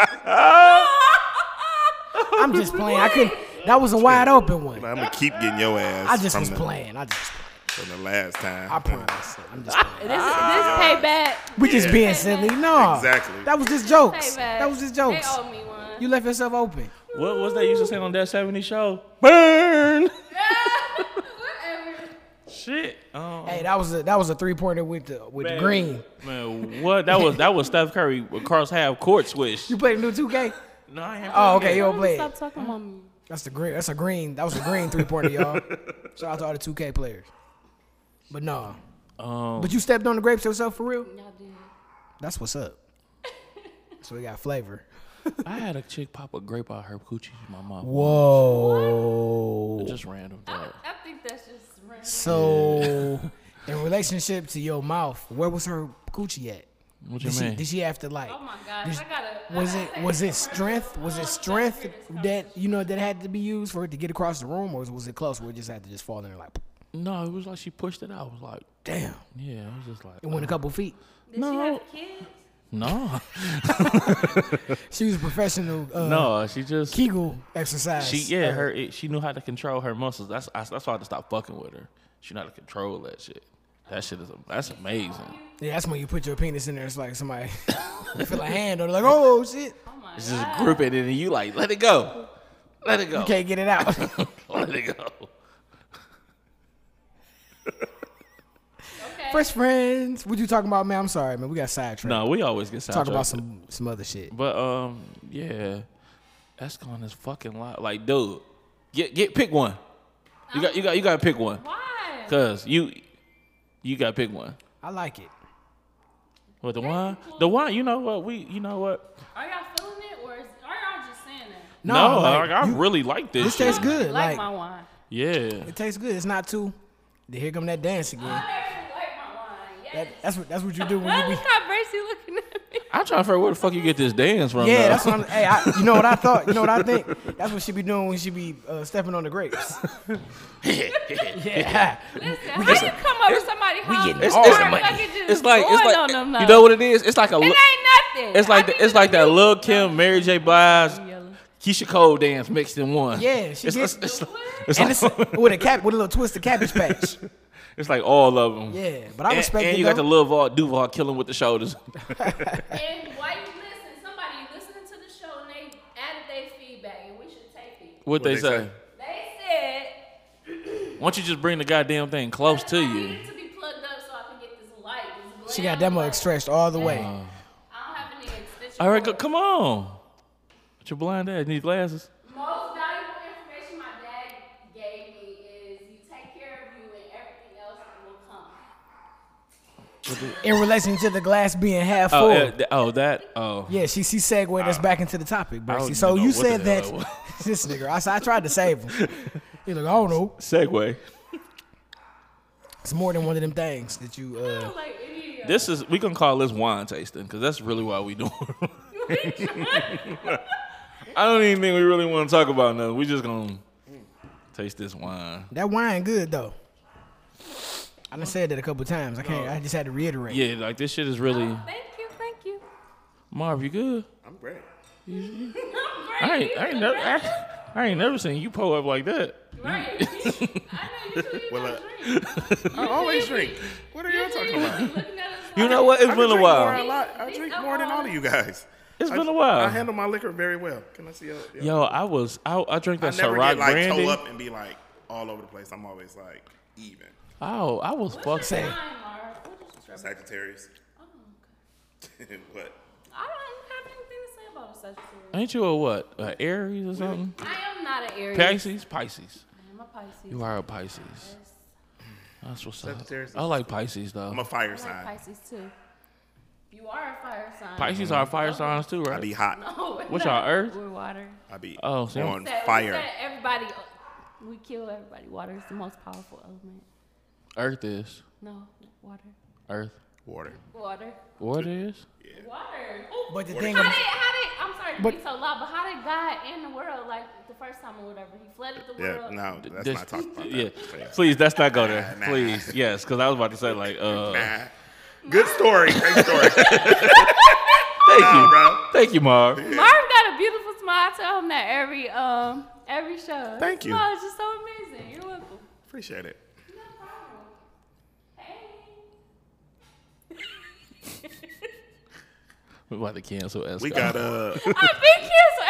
Speaker 2: heart.
Speaker 4: I'm just playing. I couldn't. That was a wide open one.
Speaker 3: I'm gonna keep getting your ass.
Speaker 4: I just
Speaker 3: from
Speaker 4: was
Speaker 3: the-
Speaker 4: playing. I just.
Speaker 3: from the last time.
Speaker 4: I promise. I'm just
Speaker 2: This, this payback.
Speaker 4: we just being silly. No.
Speaker 3: Exactly.
Speaker 4: That was just jokes.
Speaker 2: Payback.
Speaker 4: That was just
Speaker 2: They
Speaker 4: jokes.
Speaker 2: owe me one.
Speaker 4: You left yourself open.
Speaker 1: What was they used to say on that 70 show? Burn!
Speaker 2: Whatever.
Speaker 1: Shit. Um,
Speaker 4: Hey, that was a that was a three pointer with the with the
Speaker 1: man,
Speaker 4: green.
Speaker 1: Man, what? That was that was Steph Curry across half court swish.
Speaker 4: You played the new 2K?
Speaker 1: No, I ain't
Speaker 4: Oh, okay, you
Speaker 2: Y'all
Speaker 4: don't play. it.
Speaker 2: Stop talking about me.
Speaker 4: That's the green. That's a green. That was a green three pointer, y'all. Shout out to all the 2K players. But no.
Speaker 1: Um,
Speaker 4: But you stepped on the grapes yourself for real?
Speaker 2: Y'all did.
Speaker 4: That's what's up. So we got flavor.
Speaker 1: I had a chick pop a grape out her coochie in my mouth.
Speaker 4: Whoa.
Speaker 1: Just random. dog.
Speaker 2: I think that's just random.
Speaker 4: So in relationship to your mouth, where was her coochie at?
Speaker 1: What you
Speaker 4: Did she,
Speaker 1: mean?
Speaker 4: did she have to like
Speaker 2: Oh my gosh, I gotta.
Speaker 4: was
Speaker 2: I
Speaker 4: it
Speaker 2: gotta
Speaker 4: was
Speaker 2: take
Speaker 4: it strength? Was it strength that you know that had to be used for it to get across the room, or was- was it close where it just had to just fall in there like
Speaker 1: no, it was like she pushed it out. I was like,
Speaker 4: damn?
Speaker 1: yeah, I was just like,
Speaker 4: It went a couple feet.
Speaker 2: Did she have kids?
Speaker 1: no,
Speaker 4: She was a professional uh,
Speaker 1: no, she just
Speaker 4: Kegel exercise.
Speaker 1: she yeah
Speaker 4: uh,
Speaker 1: her it, she knew how to control her muscles. That's I, that's why I had to stop fucking with her. She know how to control that shit. That shit is that's amazing.
Speaker 4: Yeah, that's when you put your penis in there. It's like somebody feel a hand or like oh shit,
Speaker 2: Oh my
Speaker 1: It's just grip it and you like let it go, let it go,
Speaker 4: can't get it out.
Speaker 1: let it go.
Speaker 2: Okay.
Speaker 4: First friends, what you talking about, man? I'm sorry, man. We got sidetracked.
Speaker 1: No, we always get sidetracked.
Speaker 4: Talk about some some other shit.
Speaker 1: But um, yeah, that's going this fucking lot. Like, dude, get get pick one. You got you got you got to pick one,
Speaker 2: Why?
Speaker 1: cause you you got to pick one.
Speaker 4: I like it.
Speaker 1: Well, the wine, the wine. You know what? We, you know what?
Speaker 2: Are y'all feeling it, or is, are y'all just saying that?
Speaker 1: No,
Speaker 4: like,
Speaker 1: like, I
Speaker 4: you-
Speaker 1: really like this.
Speaker 4: this
Speaker 1: shit.
Speaker 4: tastes good.
Speaker 2: Like,
Speaker 4: Like,
Speaker 2: my wine.
Speaker 1: Yeah,
Speaker 4: it tastes good. It's not too. Here come that dance again.
Speaker 2: I actually like my wine. Yes.
Speaker 4: That, that's what that's what you do when
Speaker 2: Why
Speaker 4: you
Speaker 2: look
Speaker 4: be.
Speaker 2: how Bracy looking at me?
Speaker 1: I'm trying to figure out where the fuck you get this dance from.
Speaker 4: Yeah,
Speaker 1: though.
Speaker 4: that's what I'm. Hey, I, you know what I thought? You know what I think? That's what she be doing when she be uh, stepping on the grapes. yeah.
Speaker 2: Listen, how you come up with somebody house
Speaker 4: getting
Speaker 2: and
Speaker 1: It's, it's,
Speaker 2: start
Speaker 1: like,
Speaker 2: fucking just
Speaker 1: it's like
Speaker 2: going
Speaker 1: it's
Speaker 2: on them
Speaker 1: like
Speaker 2: though?
Speaker 1: you know what it is. It's like a
Speaker 2: It
Speaker 1: li-
Speaker 2: ain't nothing.
Speaker 1: it's like
Speaker 2: I
Speaker 1: the,
Speaker 2: think
Speaker 1: it's like that
Speaker 2: a-
Speaker 1: Lil Kim, Mary J. Blige,
Speaker 2: Yelling.
Speaker 1: Keisha Cole dance mixed in one.
Speaker 4: Yeah, she
Speaker 1: it's,
Speaker 4: did.
Speaker 1: it's, it's, it's
Speaker 4: And it's
Speaker 1: like,
Speaker 4: with a cap with a little twist of cabbage patch.
Speaker 1: it's like all of them.
Speaker 4: Yeah, but I
Speaker 1: And-
Speaker 4: respect
Speaker 1: and,
Speaker 4: it,
Speaker 1: you got
Speaker 4: though.
Speaker 1: the Lil Vol Duval killing with the shoulders.
Speaker 2: And while you listen, somebody listening to the show and they added their feedback, and we should take it.
Speaker 1: What they,
Speaker 3: they
Speaker 1: say?
Speaker 3: say?
Speaker 2: They said
Speaker 1: Why don't you just bring the goddamn thing close to
Speaker 2: I
Speaker 1: you?
Speaker 2: need it to be plugged up so I can get this light. This
Speaker 4: She got
Speaker 2: glam
Speaker 4: demo
Speaker 2: light.
Speaker 4: stretched all the way.
Speaker 1: Uh-huh.
Speaker 2: I don't have any extension.
Speaker 1: All right, go,
Speaker 2: cords.
Speaker 1: come on. Put your blind ass need glasses.
Speaker 2: Most valuable information my dad gave me is you take care of you and everything else will come.
Speaker 4: In relation to the glass being half full.
Speaker 1: Oh, uh, th- oh, that. Oh,
Speaker 4: Yeah, she she segued us back into the topic,
Speaker 1: don't
Speaker 4: Bracy.
Speaker 1: even
Speaker 4: So
Speaker 1: know
Speaker 4: you
Speaker 1: what the
Speaker 4: said
Speaker 1: hell
Speaker 4: that
Speaker 1: that was.
Speaker 4: this nigga. I, s- I tried to save him. He's like, I don't know.
Speaker 1: segue.
Speaker 4: It's more than one of them things that you. uh
Speaker 2: Like any of
Speaker 1: This is we gonna call this wine tasting because that's really why we doing. it. I don't even think we really want to talk about nothing. We just gonna taste this wine.
Speaker 4: That wine good though. I done said that a couple times. I can't. I just had to reiterate.
Speaker 1: Yeah, like this shit is really.
Speaker 2: Thank you, thank you.
Speaker 1: Marv, you good?
Speaker 3: I'm great.
Speaker 1: I ain't, I ain't never, I, I ain't never seen you pull up like that.
Speaker 2: Right. I know you two, you
Speaker 3: Well,
Speaker 2: don't
Speaker 3: uh,
Speaker 2: drink.
Speaker 3: I always drink. What are y'all
Speaker 2: You
Speaker 3: talking
Speaker 2: two,
Speaker 3: about?
Speaker 2: you looking at us
Speaker 1: You
Speaker 2: like-
Speaker 1: know what? It's
Speaker 3: I
Speaker 1: been a
Speaker 3: drink More,
Speaker 1: while.
Speaker 3: a lot. I drink more than all of you guys.
Speaker 1: It's
Speaker 3: I-
Speaker 1: been a while.
Speaker 3: I handle my liquor very well. Can I see your? your
Speaker 1: Yo, I was I, I drank
Speaker 3: I
Speaker 1: that
Speaker 3: never
Speaker 1: Ciroc
Speaker 3: get like
Speaker 1: brandy.
Speaker 3: toe up and be like all over the place. I'm always like even.
Speaker 1: Oh, I was fucked
Speaker 4: Say,
Speaker 2: Fine, Laura. What is trouble?
Speaker 3: Sagittarius.
Speaker 2: Oh, okay.
Speaker 3: what?
Speaker 2: I don't have anything to say about a Sagittarius.
Speaker 1: Ain't you a what? A Aries or something?
Speaker 2: I am not an Aries.
Speaker 1: Pisces, Pisces.
Speaker 2: I'm a Pisces.
Speaker 1: You are a Pisces. That's what's up.
Speaker 3: Sagittarius is
Speaker 1: I like Pisces though.
Speaker 3: I'm a fire
Speaker 2: I like
Speaker 3: sign.
Speaker 2: Pisces too. You are a fire sign.
Speaker 1: Pisces are fire signs too,
Speaker 3: I
Speaker 1: right?
Speaker 3: be hot.
Speaker 2: No, we're
Speaker 1: What's
Speaker 2: not.
Speaker 1: y'all, Earth?
Speaker 2: We're water.
Speaker 3: I be
Speaker 1: Oh, so-
Speaker 3: on
Speaker 2: We said- we
Speaker 3: fire.
Speaker 2: said everybody, we kill everybody. Water is the most powerful element.
Speaker 1: Earth is.
Speaker 2: No, water.
Speaker 1: Earth.
Speaker 3: Water.
Speaker 2: Water.
Speaker 1: What is?
Speaker 2: Water. Ooh.
Speaker 4: but the
Speaker 2: how
Speaker 4: thing,
Speaker 2: did, how did, I'm sorry to
Speaker 4: But-
Speaker 2: be so loud, but how did God end the world like the first time or whatever? He flooded the
Speaker 3: Yeah.
Speaker 2: world.
Speaker 3: No, that's
Speaker 1: This-
Speaker 3: not talking about
Speaker 1: Yeah.
Speaker 3: that.
Speaker 1: Please, that's not go there.
Speaker 3: Nah, nah.
Speaker 1: Please. Yes, because I was about to say like uh
Speaker 3: Yeah. Nah. Good story. Great story.
Speaker 1: Thank
Speaker 3: Nah,
Speaker 1: you.
Speaker 3: bro.
Speaker 1: Thank you, Marv.
Speaker 2: Marv got a beautiful smile. I tell him that every um every show.
Speaker 3: Thank
Speaker 2: His
Speaker 3: you.
Speaker 2: Smile is just so amazing. You're welcome.
Speaker 3: Appreciate it.
Speaker 2: No problem.
Speaker 1: We about to cancel Esco.
Speaker 3: We got uh
Speaker 2: I've been canceled.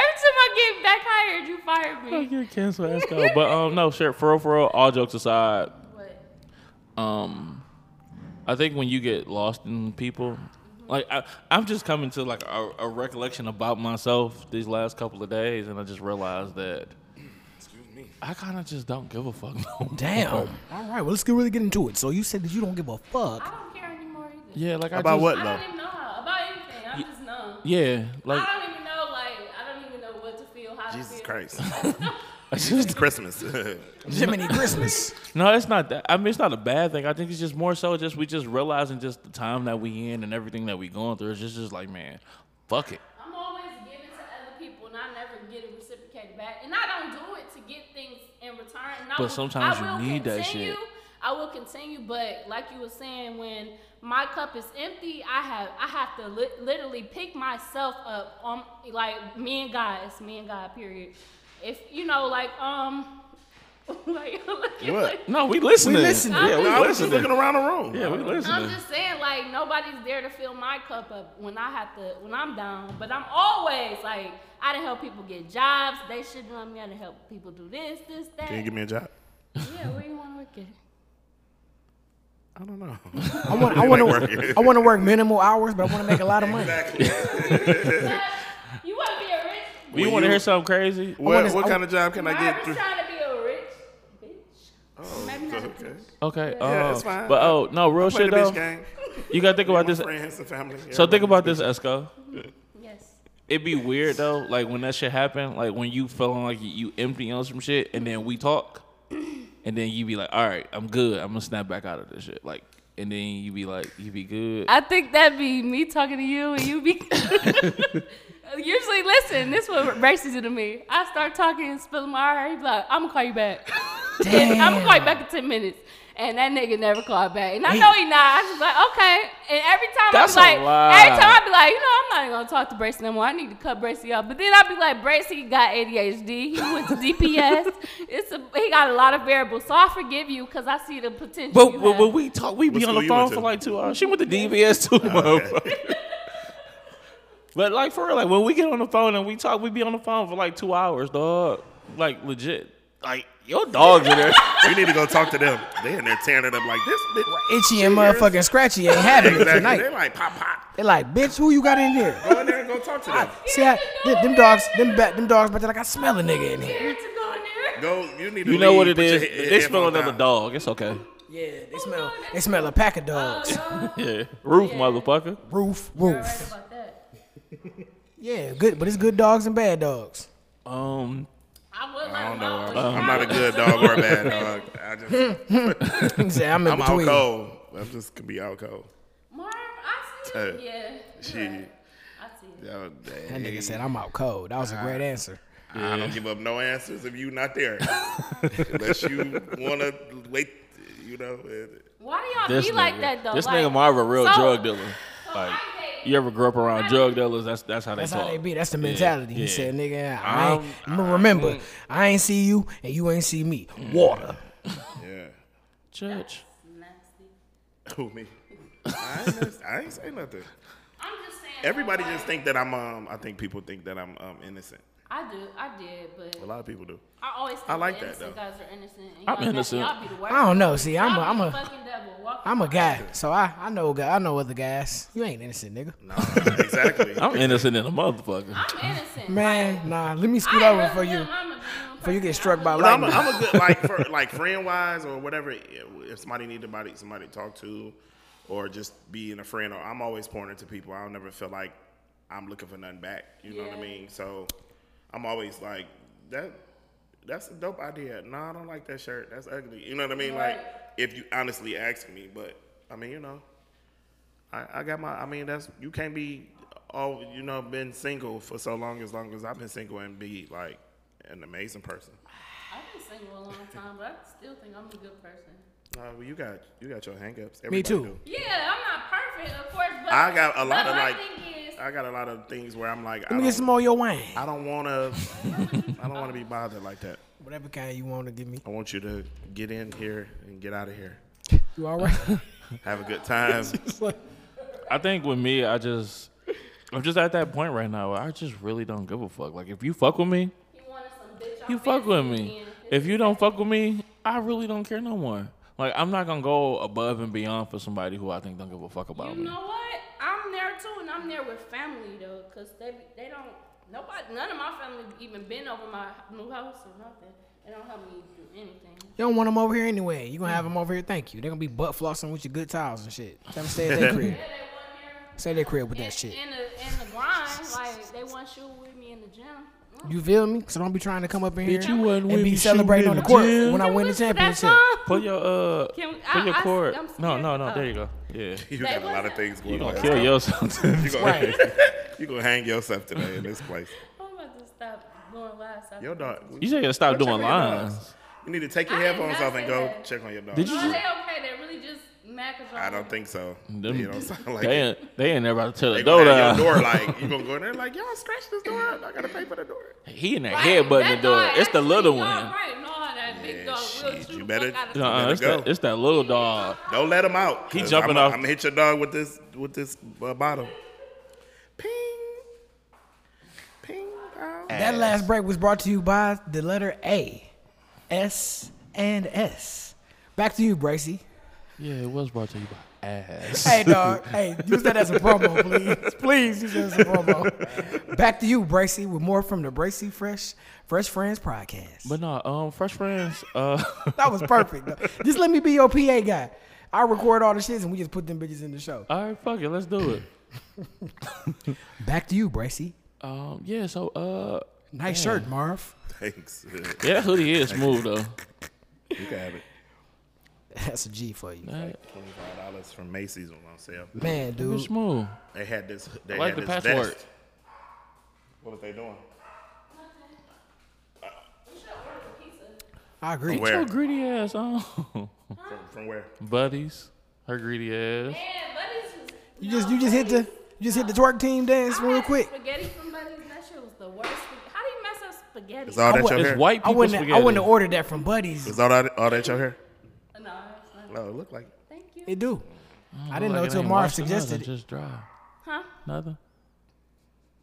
Speaker 2: Every time I get back hired, you fire me.
Speaker 1: Fucking cancel Esco. But um, no, sure. For real, for real. All jokes aside,
Speaker 2: What?
Speaker 1: um, I think when you get lost in people, like I, I'm just coming to like a, a recollection about myself these last couple of days, and I just realized that I kind of just don't give a fuck. No more.
Speaker 4: Damn. All right, well, let's get really get into it. So you said that you don't give a
Speaker 2: I
Speaker 4: fuck.
Speaker 2: don't care anymore either.
Speaker 1: Yeah, like I
Speaker 3: about
Speaker 1: just-
Speaker 3: what
Speaker 2: I
Speaker 3: though?
Speaker 2: don't even know how about anything. I'm just numb.
Speaker 1: Yeah, like
Speaker 2: I don't even know. Like I don't even know what to feel. How to
Speaker 3: Jesus
Speaker 2: feel.
Speaker 3: Christ.
Speaker 1: I just
Speaker 3: It's Christmas.
Speaker 4: Jiminy Christmas.
Speaker 1: No, it's not that. I mean, it's not a bad thing. I think it's just more so just we just realizing just the time that we in and everything that we going through. It's just just like man, fuck it.
Speaker 2: I'm always giving to other people, and I never get it reciprocated back. And I don't do it to get things in return. And I
Speaker 1: But
Speaker 2: will-
Speaker 1: sometimes
Speaker 2: I
Speaker 1: you
Speaker 2: will
Speaker 1: need that
Speaker 2: continue,
Speaker 1: shit.
Speaker 2: I will continue, but like you were saying, when my cup is empty, I have I have to li- literally pick myself up. Um, like me and God, it's me and God. Period. If you know, like um, like
Speaker 3: What?
Speaker 1: No, we listening.
Speaker 4: We listening.
Speaker 1: Yeah,
Speaker 3: I
Speaker 1: we
Speaker 3: was just looking
Speaker 1: listening.
Speaker 3: around the room.
Speaker 1: Yeah, we listening.
Speaker 2: I'm just saying, like nobody's there to fill my cup up when I have to, when I'm down. But I'm always like, I done help people get jobs. They should know me. I done help people do this, this, that.
Speaker 3: Can you give me a job?
Speaker 2: yeah, where you want to work at?
Speaker 3: I don't know.
Speaker 4: I want, I
Speaker 3: Like
Speaker 4: want to,
Speaker 3: working.
Speaker 4: I want to work minimal hours, but I want to make a lot of money.
Speaker 3: Exactly.
Speaker 2: you want to be a rich?
Speaker 1: We
Speaker 3: Will
Speaker 1: want to
Speaker 3: you-
Speaker 1: hear something crazy.
Speaker 3: What,
Speaker 4: wanna-
Speaker 3: what
Speaker 4: I-
Speaker 3: kind of job can I get
Speaker 2: Marvin's
Speaker 3: through?
Speaker 2: trying to be a rich bitch.
Speaker 3: Oh,
Speaker 2: Maybe not a
Speaker 3: okay.
Speaker 2: bitch.
Speaker 1: Okay.
Speaker 3: Yeah,
Speaker 1: uh,
Speaker 3: it's fine.
Speaker 1: But oh no, real
Speaker 3: Play
Speaker 1: shit
Speaker 3: the bitch
Speaker 1: though.
Speaker 3: game.
Speaker 1: You gotta think about
Speaker 3: My
Speaker 1: this.
Speaker 3: friends and family.
Speaker 1: So think
Speaker 3: everybody.
Speaker 1: about this, Esco.
Speaker 2: Yes.
Speaker 1: It'd be weird though, like when that shit happened, like when you feeling like you, you empty on some shit, and then we talk, and then you be like, "All right, I'm good. I'm gonna snap back out of this shit." Like, and then you be like, "You be good."
Speaker 2: I think that'd be me talking to you and you be. Usually, listen, this what racism to me. I start talking and spilling my heart. He be like, I'm gonna call you back. I'm gonna call you back in 10 minutes. And that nigga never called back. And I know he not. I just like, okay. And every time
Speaker 1: That's a
Speaker 2: I be
Speaker 1: lie.
Speaker 2: like, every time I be like, you know, I'm not even gonna talk to Bracy no more. I need to cut Bracy off. But then I be like, Bracy got ADHD. He went to DPS. it's a, he got a lot of variables. So I forgive you because I see the potential.
Speaker 1: But
Speaker 2: you
Speaker 1: when,
Speaker 2: have.
Speaker 1: when we talk, we
Speaker 3: What
Speaker 1: be on
Speaker 3: school
Speaker 1: the
Speaker 3: you went
Speaker 1: phone
Speaker 3: to?
Speaker 1: for like two hours. She went to DVS too, motherfucker. But like for real, like when we get on the phone and we talk, we be on the phone for like two hours, dog. Like legit. Like your dogs in there.
Speaker 3: We need to go talk to them. They in there tearing it up like this. Bitch.
Speaker 4: Itchy and motherfucking scratchy ain't having it
Speaker 3: Exactly. They
Speaker 4: tonight.
Speaker 3: like pop pop.
Speaker 4: They're like, bitch, who you got in here?
Speaker 3: Go in there and go talk to them.
Speaker 4: See, I, them, them dogs, them ba- them dogs, but they're like, I smell a nigga in here.
Speaker 2: Here to go in there.
Speaker 3: Go. You need to.
Speaker 1: You know
Speaker 3: leave,
Speaker 1: what it
Speaker 3: put your
Speaker 1: is?
Speaker 3: he-
Speaker 1: They smell
Speaker 3: headphones
Speaker 1: another
Speaker 3: down.
Speaker 1: dog. It's okay.
Speaker 4: Yeah, they smell, they smell a pack of dogs.
Speaker 1: Yeah. Roof, motherfucker.
Speaker 4: Roof,
Speaker 2: Right
Speaker 4: roof.
Speaker 2: about that.
Speaker 4: Yeah, good, but it's good dogs and bad dogs.
Speaker 1: Um,
Speaker 2: I would
Speaker 3: I
Speaker 2: like
Speaker 3: don't
Speaker 2: my
Speaker 3: know.
Speaker 2: own.
Speaker 1: Uh-huh.
Speaker 3: I'm not a good dog or a bad dog. I just,
Speaker 4: Hmm, You say, I'm in
Speaker 3: I'm out
Speaker 4: between.
Speaker 3: cold. I'm just could be out cold.
Speaker 2: Marv, I see it.
Speaker 3: Uh,
Speaker 2: Yeah.
Speaker 3: She,
Speaker 2: you're right. I see it.
Speaker 3: oh,
Speaker 4: That
Speaker 3: dang.
Speaker 4: nigga said, I'm out cold. That was a great answer.
Speaker 3: I don't give up no answers if you not there, unless you wanna wait. You know, uh,
Speaker 2: Why do y'all
Speaker 1: this
Speaker 2: be
Speaker 1: nigga,
Speaker 2: like that though?
Speaker 1: this
Speaker 2: like,
Speaker 1: nigga Marv a real
Speaker 2: so-
Speaker 1: drug dealer.
Speaker 2: so I
Speaker 1: Like,
Speaker 2: say-
Speaker 1: you ever grew up around drug dealers? That's that's how they
Speaker 4: That's
Speaker 1: talk.
Speaker 4: how they be. That's the mentality. He
Speaker 1: yeah.
Speaker 4: said, nigga, I ain't,
Speaker 1: I'm-
Speaker 4: m- remember, I ain't see you and you ain't see me. Water.
Speaker 3: yeah.
Speaker 1: Church.
Speaker 2: Nasty.
Speaker 3: Who me? I ain't, I ain't say nothing.
Speaker 2: I'm just saying.
Speaker 3: Everybody
Speaker 2: like,
Speaker 3: just think that I'm. Um, I think people think that I'm um, innocent.
Speaker 2: I do. I did, but
Speaker 3: A lot of people do.
Speaker 2: I always. Think
Speaker 3: I like
Speaker 2: the
Speaker 3: that,
Speaker 2: innocent
Speaker 3: though.
Speaker 2: Guys are innocent. And
Speaker 1: I'm
Speaker 2: y'all be-
Speaker 1: innocent.
Speaker 2: Y'all be the worst.
Speaker 4: I don't know. See, I'm a,
Speaker 2: Y'all
Speaker 4: I'm
Speaker 2: be the
Speaker 4: a,
Speaker 2: fucking devil. Walk
Speaker 4: I'm a guy. So I, I know, guy. I know other guys. You ain't innocent, nigga.
Speaker 3: No, exactly.
Speaker 1: I'm innocent in a motherfucker.
Speaker 2: I'm innocent.
Speaker 4: Man, nah. Let me
Speaker 2: I
Speaker 4: scoot over
Speaker 2: really
Speaker 4: before you,
Speaker 2: am. I'm a genuine
Speaker 4: before you get
Speaker 2: person.
Speaker 4: struck by
Speaker 2: I'm
Speaker 3: But I'm a,
Speaker 4: lightning.
Speaker 3: I'm a good like for like friend wise or whatever. If somebody need somebody somebody to talk to, or just being a friend, or I'm always pouring into people. I don't never feel like I'm looking for nothing back. You know what I
Speaker 2: Yeah.
Speaker 3: mean? So I'm always like that. That's a dope idea. No, I don't like that shirt. That's ugly. You know what I mean? Like
Speaker 2: Right.
Speaker 3: if you honestly ask me, but I mean, you know, I, I got my. I mean, that's you can't be all you know been single for so long as long as I've been single and be like an amazing person.
Speaker 2: I've been single a long time, but I still think I'm a good person.
Speaker 3: Uh, well, you got you got your hangups.
Speaker 4: Me
Speaker 3: Everybody
Speaker 4: too.
Speaker 3: do.
Speaker 2: Yeah, I'm not perfect, of course, but
Speaker 3: I got a lot
Speaker 2: but
Speaker 3: of,
Speaker 2: my
Speaker 3: like-
Speaker 2: thing is,
Speaker 3: I got a lot of things where I'm like, I
Speaker 4: Let me get
Speaker 3: don't,
Speaker 4: some more of your wine.
Speaker 3: I don't want to, I don't want to be bothered like that.
Speaker 4: Whatever kind you want to give me.
Speaker 3: I want you to get in here and get out of here.
Speaker 4: You all right?
Speaker 3: Have a good time.
Speaker 1: I think with me, I just I'm just at that point right now. Where I just really don't give a fuck. Like if you fuck with me,
Speaker 2: He wanted some bitch
Speaker 1: you
Speaker 2: off
Speaker 1: fuck
Speaker 2: his
Speaker 1: with me.
Speaker 2: hand.
Speaker 1: If you don't fuck with me, I really don't care no more. Like I'm not gonna go above and beyond for somebody who I think don't give a fuck about
Speaker 2: You
Speaker 1: me.
Speaker 2: know what? I'm there too, and I'm there with family though, cause they they don't nobody none of my family even been over my new house or nothing. They don't help me do anything.
Speaker 4: You don't want them over here anyway. You gonna have them over here. Thank you. They're gonna be butt flossing with your good towels and shit. Tell them stay at their crib.
Speaker 2: Yeah, they want there
Speaker 4: Stay at their crib with that
Speaker 2: in,
Speaker 4: shit.
Speaker 2: in the in the grind, like they want you with me in the gym. Mm.
Speaker 4: You feel me? So don't be trying to come up in
Speaker 1: Bitch,
Speaker 4: here
Speaker 1: you wasn't with
Speaker 4: and be
Speaker 1: me
Speaker 4: celebrating on
Speaker 1: shooting
Speaker 4: the
Speaker 1: in the
Speaker 4: court
Speaker 1: gym.
Speaker 4: when I
Speaker 2: Can we
Speaker 4: win the
Speaker 2: whisper that
Speaker 4: championship.
Speaker 2: song?
Speaker 1: Put your uh,
Speaker 2: Can we-
Speaker 1: put
Speaker 2: I-
Speaker 1: your
Speaker 2: I-
Speaker 1: cord.
Speaker 2: I'm
Speaker 1: No, no, no.
Speaker 2: scared. Oh.
Speaker 1: There you go. Yeah,
Speaker 3: You
Speaker 2: They
Speaker 3: got a lot of
Speaker 2: wasn't-
Speaker 3: things going
Speaker 1: you
Speaker 3: on.
Speaker 1: gonna kill yourself.
Speaker 3: You gonna, you gonna hang yourself today in this place.
Speaker 2: I'm about to stop going last.
Speaker 3: Your dog.
Speaker 1: You said you gotta stop
Speaker 3: Go check
Speaker 1: doing
Speaker 3: on your dogs.
Speaker 1: lines.
Speaker 3: You need to take your
Speaker 2: I did
Speaker 3: headphones
Speaker 2: not
Speaker 3: off and
Speaker 2: say
Speaker 3: go
Speaker 2: that.
Speaker 3: check on your dog.
Speaker 1: Did you-
Speaker 2: Are they okay? They really just mad 'cause y'all-
Speaker 3: I don't think so.
Speaker 1: Them-
Speaker 3: you don't sound like
Speaker 1: they
Speaker 3: it.
Speaker 1: ain't, they ain't never about to tell
Speaker 3: They
Speaker 1: the
Speaker 3: go
Speaker 1: door
Speaker 3: down your door
Speaker 1: down.
Speaker 3: like you gonna go in there like y'all scratch this door up. I gotta pay for the door.
Speaker 1: He in there
Speaker 2: Right,
Speaker 1: headbutting
Speaker 2: that
Speaker 1: the door.
Speaker 2: dog
Speaker 1: It's the
Speaker 2: actually
Speaker 1: little
Speaker 2: dog,
Speaker 1: one.
Speaker 2: Right, no, that big
Speaker 3: Yeah,
Speaker 2: dog. will
Speaker 3: shit,
Speaker 2: shoot
Speaker 3: you
Speaker 2: the
Speaker 3: better-
Speaker 2: fuck out of
Speaker 3: you
Speaker 1: Uh-uh,
Speaker 3: better
Speaker 1: it's, that,
Speaker 3: go.
Speaker 1: it's that little dog.
Speaker 3: Don't let him out.
Speaker 1: He jumping
Speaker 3: I'm,
Speaker 1: off-
Speaker 3: I'm gonna hit your dog with this with this uh, bottle. Ping, ping. pow.
Speaker 4: That last break was brought to you by the letter A, S, and S. Back to you, Bracy.
Speaker 1: Yeah, it was brought to you by ass.
Speaker 4: Hey, dog. Hey, use that as a promo, please. Please use that as a promo. Back to you, Bracy, with more from the Bracy Fresh Fresh Friends podcast.
Speaker 1: But no, um, Fresh Friends. Uh,
Speaker 4: that was perfect. though. Just let me be your PA guy. I record all the shits and we just put them bitches in the show.
Speaker 1: all right, fuck it, let's do it.
Speaker 4: Back to you, Bracy.
Speaker 1: Um, yeah, so uh,
Speaker 4: Nice shirt, Marv.
Speaker 3: Thanks. you
Speaker 1: yeah, hoodie is smooth though.
Speaker 3: can have it.
Speaker 4: That's a G for you,
Speaker 3: Twenty five dollars from Macy's was on sale.
Speaker 4: man,
Speaker 1: It's
Speaker 4: dude.
Speaker 1: smooth.
Speaker 3: They had this. They
Speaker 1: like
Speaker 3: had
Speaker 1: the
Speaker 3: this
Speaker 1: patchwork.
Speaker 3: vest. What was they doing?
Speaker 4: I agree.
Speaker 3: Where?
Speaker 1: So greedy ass. Oh,
Speaker 3: From, from where?
Speaker 1: buddies, her greedy ass.
Speaker 2: Man, buddies is-
Speaker 4: You just
Speaker 2: no,
Speaker 4: you just hit the you just hit the twerk team dance
Speaker 2: I
Speaker 4: real
Speaker 2: had
Speaker 4: quick.
Speaker 2: Spaghetti from Buddies. That shit was the worst. spag- How do you mess up spaghetti?
Speaker 3: Is all that
Speaker 4: wa-
Speaker 3: your
Speaker 4: it's
Speaker 3: hair?
Speaker 1: It's white
Speaker 4: I
Speaker 1: people
Speaker 4: wouldn't
Speaker 1: spaghetti.
Speaker 4: I wouldn't have ordered that from buddies.
Speaker 3: Is all that all that your hair?
Speaker 2: no, it's not.
Speaker 3: No, it looked like.
Speaker 2: Thank you.
Speaker 4: It do. I
Speaker 1: Mm, Like
Speaker 4: didn't know
Speaker 1: it
Speaker 4: till
Speaker 1: ain't
Speaker 4: Marv
Speaker 1: washed or nothing,
Speaker 4: suggested it.
Speaker 1: Just dry.
Speaker 2: Huh?
Speaker 1: Nothing.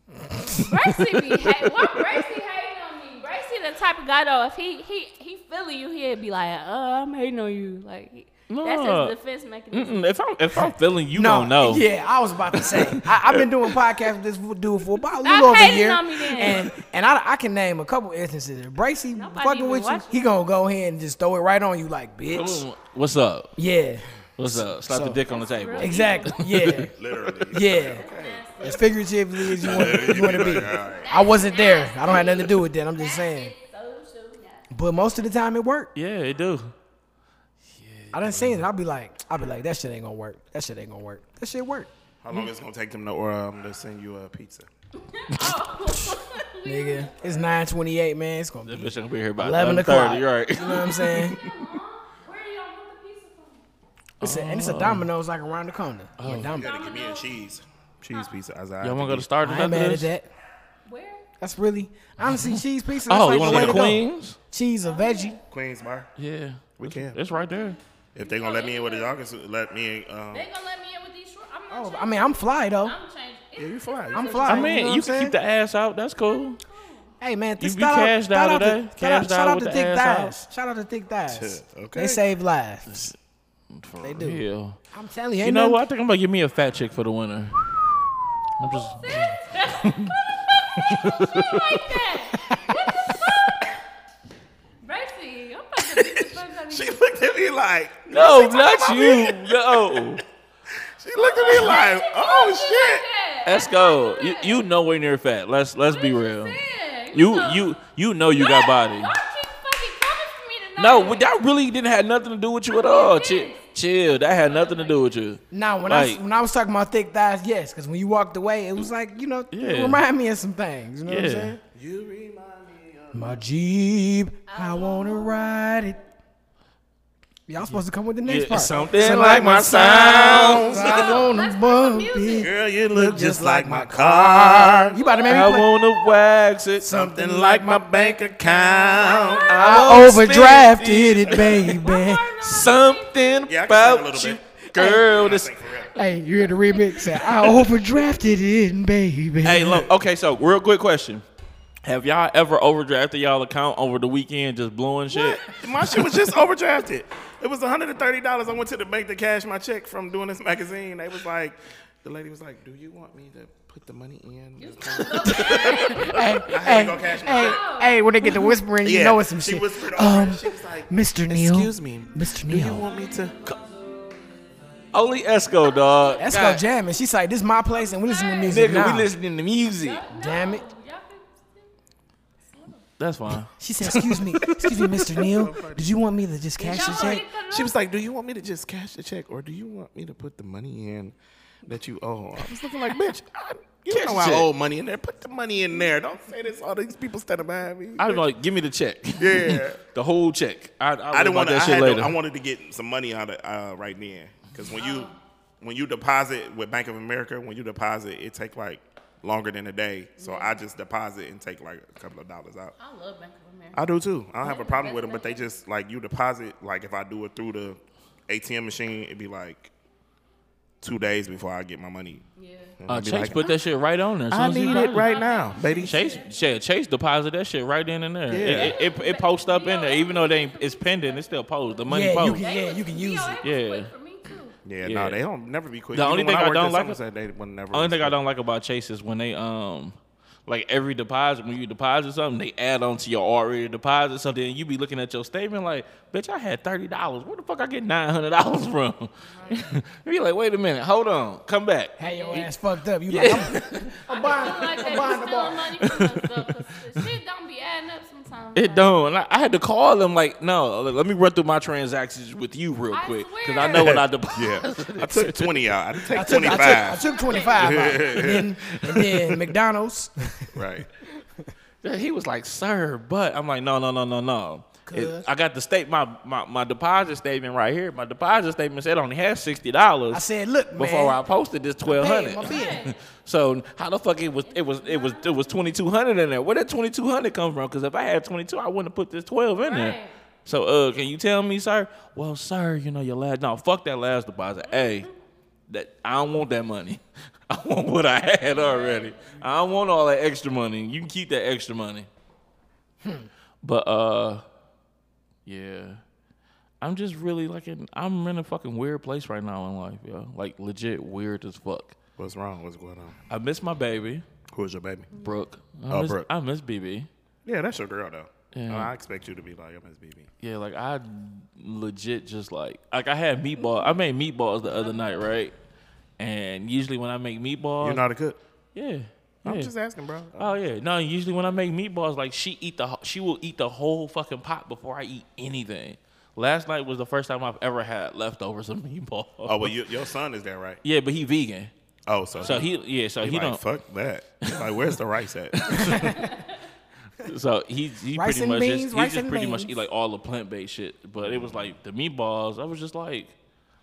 Speaker 2: Bracy be ha- why Bracy hating on me? Bracy the type of guy though, if he he he feeling you, he'd be like, uh, I'm hating on you. Like he-
Speaker 1: No.
Speaker 2: that's his defense mechanism.
Speaker 1: Mm-mm, if I'm if I'm feeling you, don't know.
Speaker 4: Yeah, I was about to say. I, I've been doing podcasts with this dude for about a
Speaker 2: Stop
Speaker 4: little over a
Speaker 2: hating
Speaker 4: year,
Speaker 2: on me then.
Speaker 4: and and I, I can name a couple instances. If Bracy
Speaker 2: Nobody
Speaker 4: fucking
Speaker 2: even
Speaker 4: with you,
Speaker 2: watching.
Speaker 4: he gonna go ahead and just throw it right on you like bitch.
Speaker 1: What's up?
Speaker 4: Yeah,
Speaker 1: What's up? Slap
Speaker 4: So-
Speaker 1: the dick on the table.
Speaker 4: exactly. Yeah,
Speaker 3: Literally.
Speaker 4: yeah. As figuratively as you want, you want
Speaker 3: Like, all
Speaker 4: to be.
Speaker 3: right.
Speaker 4: I wasn't there. I don't have nothing to do with that. I'm just saying.
Speaker 2: It's so true.
Speaker 4: But most of the time it worked.
Speaker 1: Yeah, it do.
Speaker 4: I done seen it. I'll be like, I'll be like, that shit ain't gonna work. That shit ain't gonna work. That shit worked.
Speaker 3: How long
Speaker 1: Mm-hmm.
Speaker 3: is it gonna take them to um to send you a pizza?
Speaker 4: Nigga, it's 9:28, man. It's gonna
Speaker 1: That
Speaker 4: be.
Speaker 1: bitch gonna be here by
Speaker 4: 11
Speaker 1: eleven
Speaker 4: o'clock.
Speaker 1: thirty. Right.
Speaker 4: You know what I'm
Speaker 2: Where
Speaker 4: saying?
Speaker 2: do y'all want the pizza from?
Speaker 4: It's a, and
Speaker 1: Oh.
Speaker 4: it's a Domino's like around the corner. Yeah,
Speaker 3: You
Speaker 4: Domino.
Speaker 3: gotta give me a cheese. Cheese pizza. I was like,
Speaker 1: Y'all
Speaker 3: I
Speaker 1: wanna go
Speaker 3: think
Speaker 1: to Stardust
Speaker 4: I ain't
Speaker 1: after
Speaker 4: mad
Speaker 1: this?
Speaker 4: at that.
Speaker 2: Where?
Speaker 4: That's really honestly cheese pizza. That's
Speaker 1: Oh,
Speaker 4: like
Speaker 1: you
Speaker 4: the
Speaker 1: wanna go to
Speaker 4: way go.
Speaker 1: Queens?
Speaker 4: Cheese or veggie?
Speaker 3: Queens Bar.
Speaker 1: Yeah, we
Speaker 3: can.
Speaker 1: It's right there.
Speaker 3: If they gonna let me in with a dog, it's- let me in. Um,
Speaker 2: They gonna let me in with these shorts? I'm not
Speaker 4: Oh,
Speaker 2: changing.
Speaker 4: I mean, I'm fly though.
Speaker 2: I'm changing.
Speaker 3: yeah, you fly. You
Speaker 4: I'm
Speaker 3: fly.
Speaker 4: fly.
Speaker 1: I
Speaker 4: know
Speaker 1: mean,
Speaker 4: what
Speaker 1: you,
Speaker 4: I'm
Speaker 1: can
Speaker 4: saying?
Speaker 1: keep the ass out. That's cool.
Speaker 4: Hey man,
Speaker 1: You
Speaker 4: th-
Speaker 1: be
Speaker 4: shout
Speaker 1: cashed
Speaker 4: shout
Speaker 1: out
Speaker 4: to-
Speaker 1: today.
Speaker 4: Shout out,
Speaker 1: Cashed
Speaker 4: shout
Speaker 1: out
Speaker 4: out
Speaker 1: with
Speaker 4: to
Speaker 1: the
Speaker 4: thick
Speaker 1: ass out.
Speaker 4: thighs. Shout out to thick thighs.
Speaker 3: Okay.
Speaker 4: They save lives.
Speaker 1: For
Speaker 4: They do.
Speaker 1: real.
Speaker 4: I'm telling you.
Speaker 1: You know what? I think I'm gonna give me a fat chick for the winter. I'm just.
Speaker 2: like that. What the fuck? Bracy, I'm about to beat the fuck out of
Speaker 3: She
Speaker 2: you.
Speaker 3: looked at me like.
Speaker 1: No, not you. No.
Speaker 3: She looked at me like, oh shit.
Speaker 2: Yeah.
Speaker 1: Let's go. You you nowhere near fat. Let's let's be real.
Speaker 2: Yeah,
Speaker 1: You
Speaker 2: know-
Speaker 1: you you know you got body.
Speaker 2: Y'all keep fucking coming for me tonight.
Speaker 1: No, well, that really didn't have nothing to do with you at all. Chill,
Speaker 2: did.
Speaker 1: chill. That had nothing to do with you.
Speaker 4: Now, when I
Speaker 1: Like-
Speaker 4: when I was talking about thick thighs, yes, because when you walked away, it was like you know, it
Speaker 1: Yeah.
Speaker 4: remind me of some things. You know what I'm
Speaker 1: Yeah.
Speaker 4: saying?
Speaker 3: You remind me of.
Speaker 4: My Jeep, I wanna ride it. Y'all supposed to come with the next
Speaker 1: Yeah,
Speaker 4: part.
Speaker 1: something like my sounds.
Speaker 4: I wanna
Speaker 2: Let's put some
Speaker 4: bump
Speaker 2: music.
Speaker 4: it.
Speaker 3: Girl, you look just like my
Speaker 4: car. You about to make
Speaker 1: I
Speaker 4: me play.
Speaker 1: wanna wax it.
Speaker 3: Something like my bank account.
Speaker 4: I overdrafted it, baby.
Speaker 2: Why are y'all-
Speaker 1: Something
Speaker 3: Yeah, I can sing a
Speaker 1: about
Speaker 3: little
Speaker 1: you,
Speaker 3: bit.
Speaker 1: girl.
Speaker 3: I
Speaker 1: This
Speaker 3: sing for real.
Speaker 4: Hey, you hear the remix? I overdrafted it, baby.
Speaker 1: Hey, look. Okay, so real quick question: Have y'all ever overdrafted y'all account over the weekend, just blowing shit?
Speaker 3: My shit was just overdrafted. It was $130. I went to the bank to cash my check from doing this magazine. They was like, the lady was like, do you want me to put the money in? the account?"
Speaker 4: hey,
Speaker 3: had to
Speaker 4: hey,
Speaker 3: go cash my
Speaker 4: hey, hey, when they get to whispering, you
Speaker 3: Yeah,
Speaker 4: know it's some
Speaker 3: she
Speaker 4: shit.
Speaker 3: whispered over
Speaker 4: um,
Speaker 3: and she was like,
Speaker 4: Mr. Neal.
Speaker 3: Excuse me.
Speaker 4: Mr.
Speaker 3: Do you
Speaker 4: Neal.
Speaker 3: want me to?
Speaker 1: Only Esco, dog.
Speaker 4: That's
Speaker 1: God
Speaker 4: go jamming. She's like, this is my place, and we listen to music
Speaker 1: Nigga,
Speaker 4: now.
Speaker 1: we listening to music.
Speaker 4: Damn it.
Speaker 1: That's fine.
Speaker 4: She said, excuse me, excuse me, Mr. Neal. Did you want me to just cash the check?
Speaker 3: She was like, do you want me to just cash the check or do you want me to put the money in that you owe? I was looking like, bitch, I, you
Speaker 1: Cash
Speaker 3: know
Speaker 1: the
Speaker 3: I
Speaker 1: check.
Speaker 3: owe money in there. Put the money in there. Don't say this. All these people standing behind me.
Speaker 1: I'd be like, give me the check,
Speaker 3: yeah.
Speaker 1: the whole check. I, I,
Speaker 3: I didn't
Speaker 1: want
Speaker 3: want to. I,
Speaker 1: that shit
Speaker 3: had to-
Speaker 1: later.
Speaker 3: I wanted to get some money out of uh, right then because when you when you deposit with Bank of America, when you deposit, it take like longer than a day. So I just deposit and take like a couple of dollars out.
Speaker 2: I love Bank of America.
Speaker 3: I do too. I don't have a problem with them, but they just like you deposit. Like if I do it through the ATM machine, it'd be like two days before I get my money.
Speaker 2: Yeah.
Speaker 3: And
Speaker 1: uh,
Speaker 3: I'd be
Speaker 1: Chase
Speaker 3: like,
Speaker 1: put that shit right on there. as
Speaker 3: I
Speaker 1: soon as you
Speaker 3: need
Speaker 1: got
Speaker 3: it right now, baby.
Speaker 1: Chase, Chase, Chase deposited that shit right in and there.
Speaker 3: Yeah.
Speaker 1: It, it, it, it posts up in there, even though they ain't, it's pending. It's still posed. The money
Speaker 4: Yeah, you
Speaker 1: posed.
Speaker 4: can- Yeah, you can use it.
Speaker 2: Yeah.
Speaker 1: Yeah.
Speaker 2: for me too.
Speaker 3: Yeah,
Speaker 1: Yeah.
Speaker 3: no, they don't never be quick.
Speaker 1: The only thing I don't like-
Speaker 3: That they would never.
Speaker 1: Only thing I don't like about Chase is when they um. Like every deposit, when you deposit something, they add on to your already deposit something, and you be looking at your statement like, "Bitch, I had thirty dollars. Where the fuck I get nine hundred dollars from?" you be like, "Wait a minute, hold on, come back."
Speaker 4: Had your ass fucked up. You like, I'm,
Speaker 2: I'm buying, like that. you stealing money from us though, 'cause the shit don't be adding up sometimes.
Speaker 1: It don't. And I, I had to call them like, "No, let me run through my transactions with you real
Speaker 2: I
Speaker 1: quick because
Speaker 2: swear.
Speaker 1: I know what I deposit."
Speaker 3: Yeah, I took twenty out. I take
Speaker 4: I took,
Speaker 3: twenty
Speaker 4: I took,
Speaker 3: five.
Speaker 4: I took 25 out. And then, and then McDonald's.
Speaker 3: Right.
Speaker 1: Yeah, He was like, "Sir, but I'm like, no, no, no, no, no." It-
Speaker 4: Cuz.
Speaker 1: I got the state my, my my deposit statement right here. My deposit statement said I only had sixty dollars.
Speaker 4: I said, look, man.
Speaker 1: before I posted this twelve
Speaker 4: Hey, my
Speaker 1: hundred.
Speaker 4: bill.
Speaker 1: So how the fuck it was it was it was it was twenty two hundred in there? Where did twenty two hundred come from? Because if I had twenty two, I wouldn't have put this twelve in
Speaker 2: Right.
Speaker 1: there. So uh, can you tell me, sir? Well, sir, you know your last no fuck that last deposit. Hey, that I don't want that money. I want what I had already. I don't want all that extra money. You can keep that extra money. But uh, yeah. I'm just really like in, I'm in a fucking weird place right now in life, yo. Like legit weird as fuck.
Speaker 3: What's wrong? What's going on?
Speaker 1: I miss my baby,
Speaker 3: Who is your baby?
Speaker 1: Brooke. I
Speaker 3: Oh,
Speaker 1: miss,
Speaker 3: Brooke.
Speaker 1: I miss BB.
Speaker 3: Yeah, that's your girl though.
Speaker 1: Yeah.
Speaker 3: Uh, I expect you to be like, I'm his BB.
Speaker 1: Yeah, like I legit just like like I had meatball. I made meatballs the other night, right? And usually when I make meatballs,
Speaker 3: You're not a cook.
Speaker 1: yeah, Oh. yeah.
Speaker 3: I'm just asking, bro.
Speaker 1: Oh yeah, no. Usually when I make meatballs, like she eat the wh- she will eat the whole fucking pot before I eat anything. Last night was the first time I've ever had leftovers of meatballs.
Speaker 3: Oh, well, you, your son is there, right?
Speaker 1: yeah, but he vegan,
Speaker 3: Oh, so,
Speaker 1: so he yeah, so he,
Speaker 3: like,
Speaker 1: don't.
Speaker 3: fuck that. He's like, where's the rice at?
Speaker 1: So he he
Speaker 4: Rice
Speaker 1: pretty
Speaker 4: and
Speaker 1: much
Speaker 4: beans,
Speaker 1: just, he
Speaker 4: rice
Speaker 1: just
Speaker 4: and
Speaker 1: pretty much
Speaker 4: beans.
Speaker 1: eat like all the plant based shit. But it was like the meatballs. I was just like,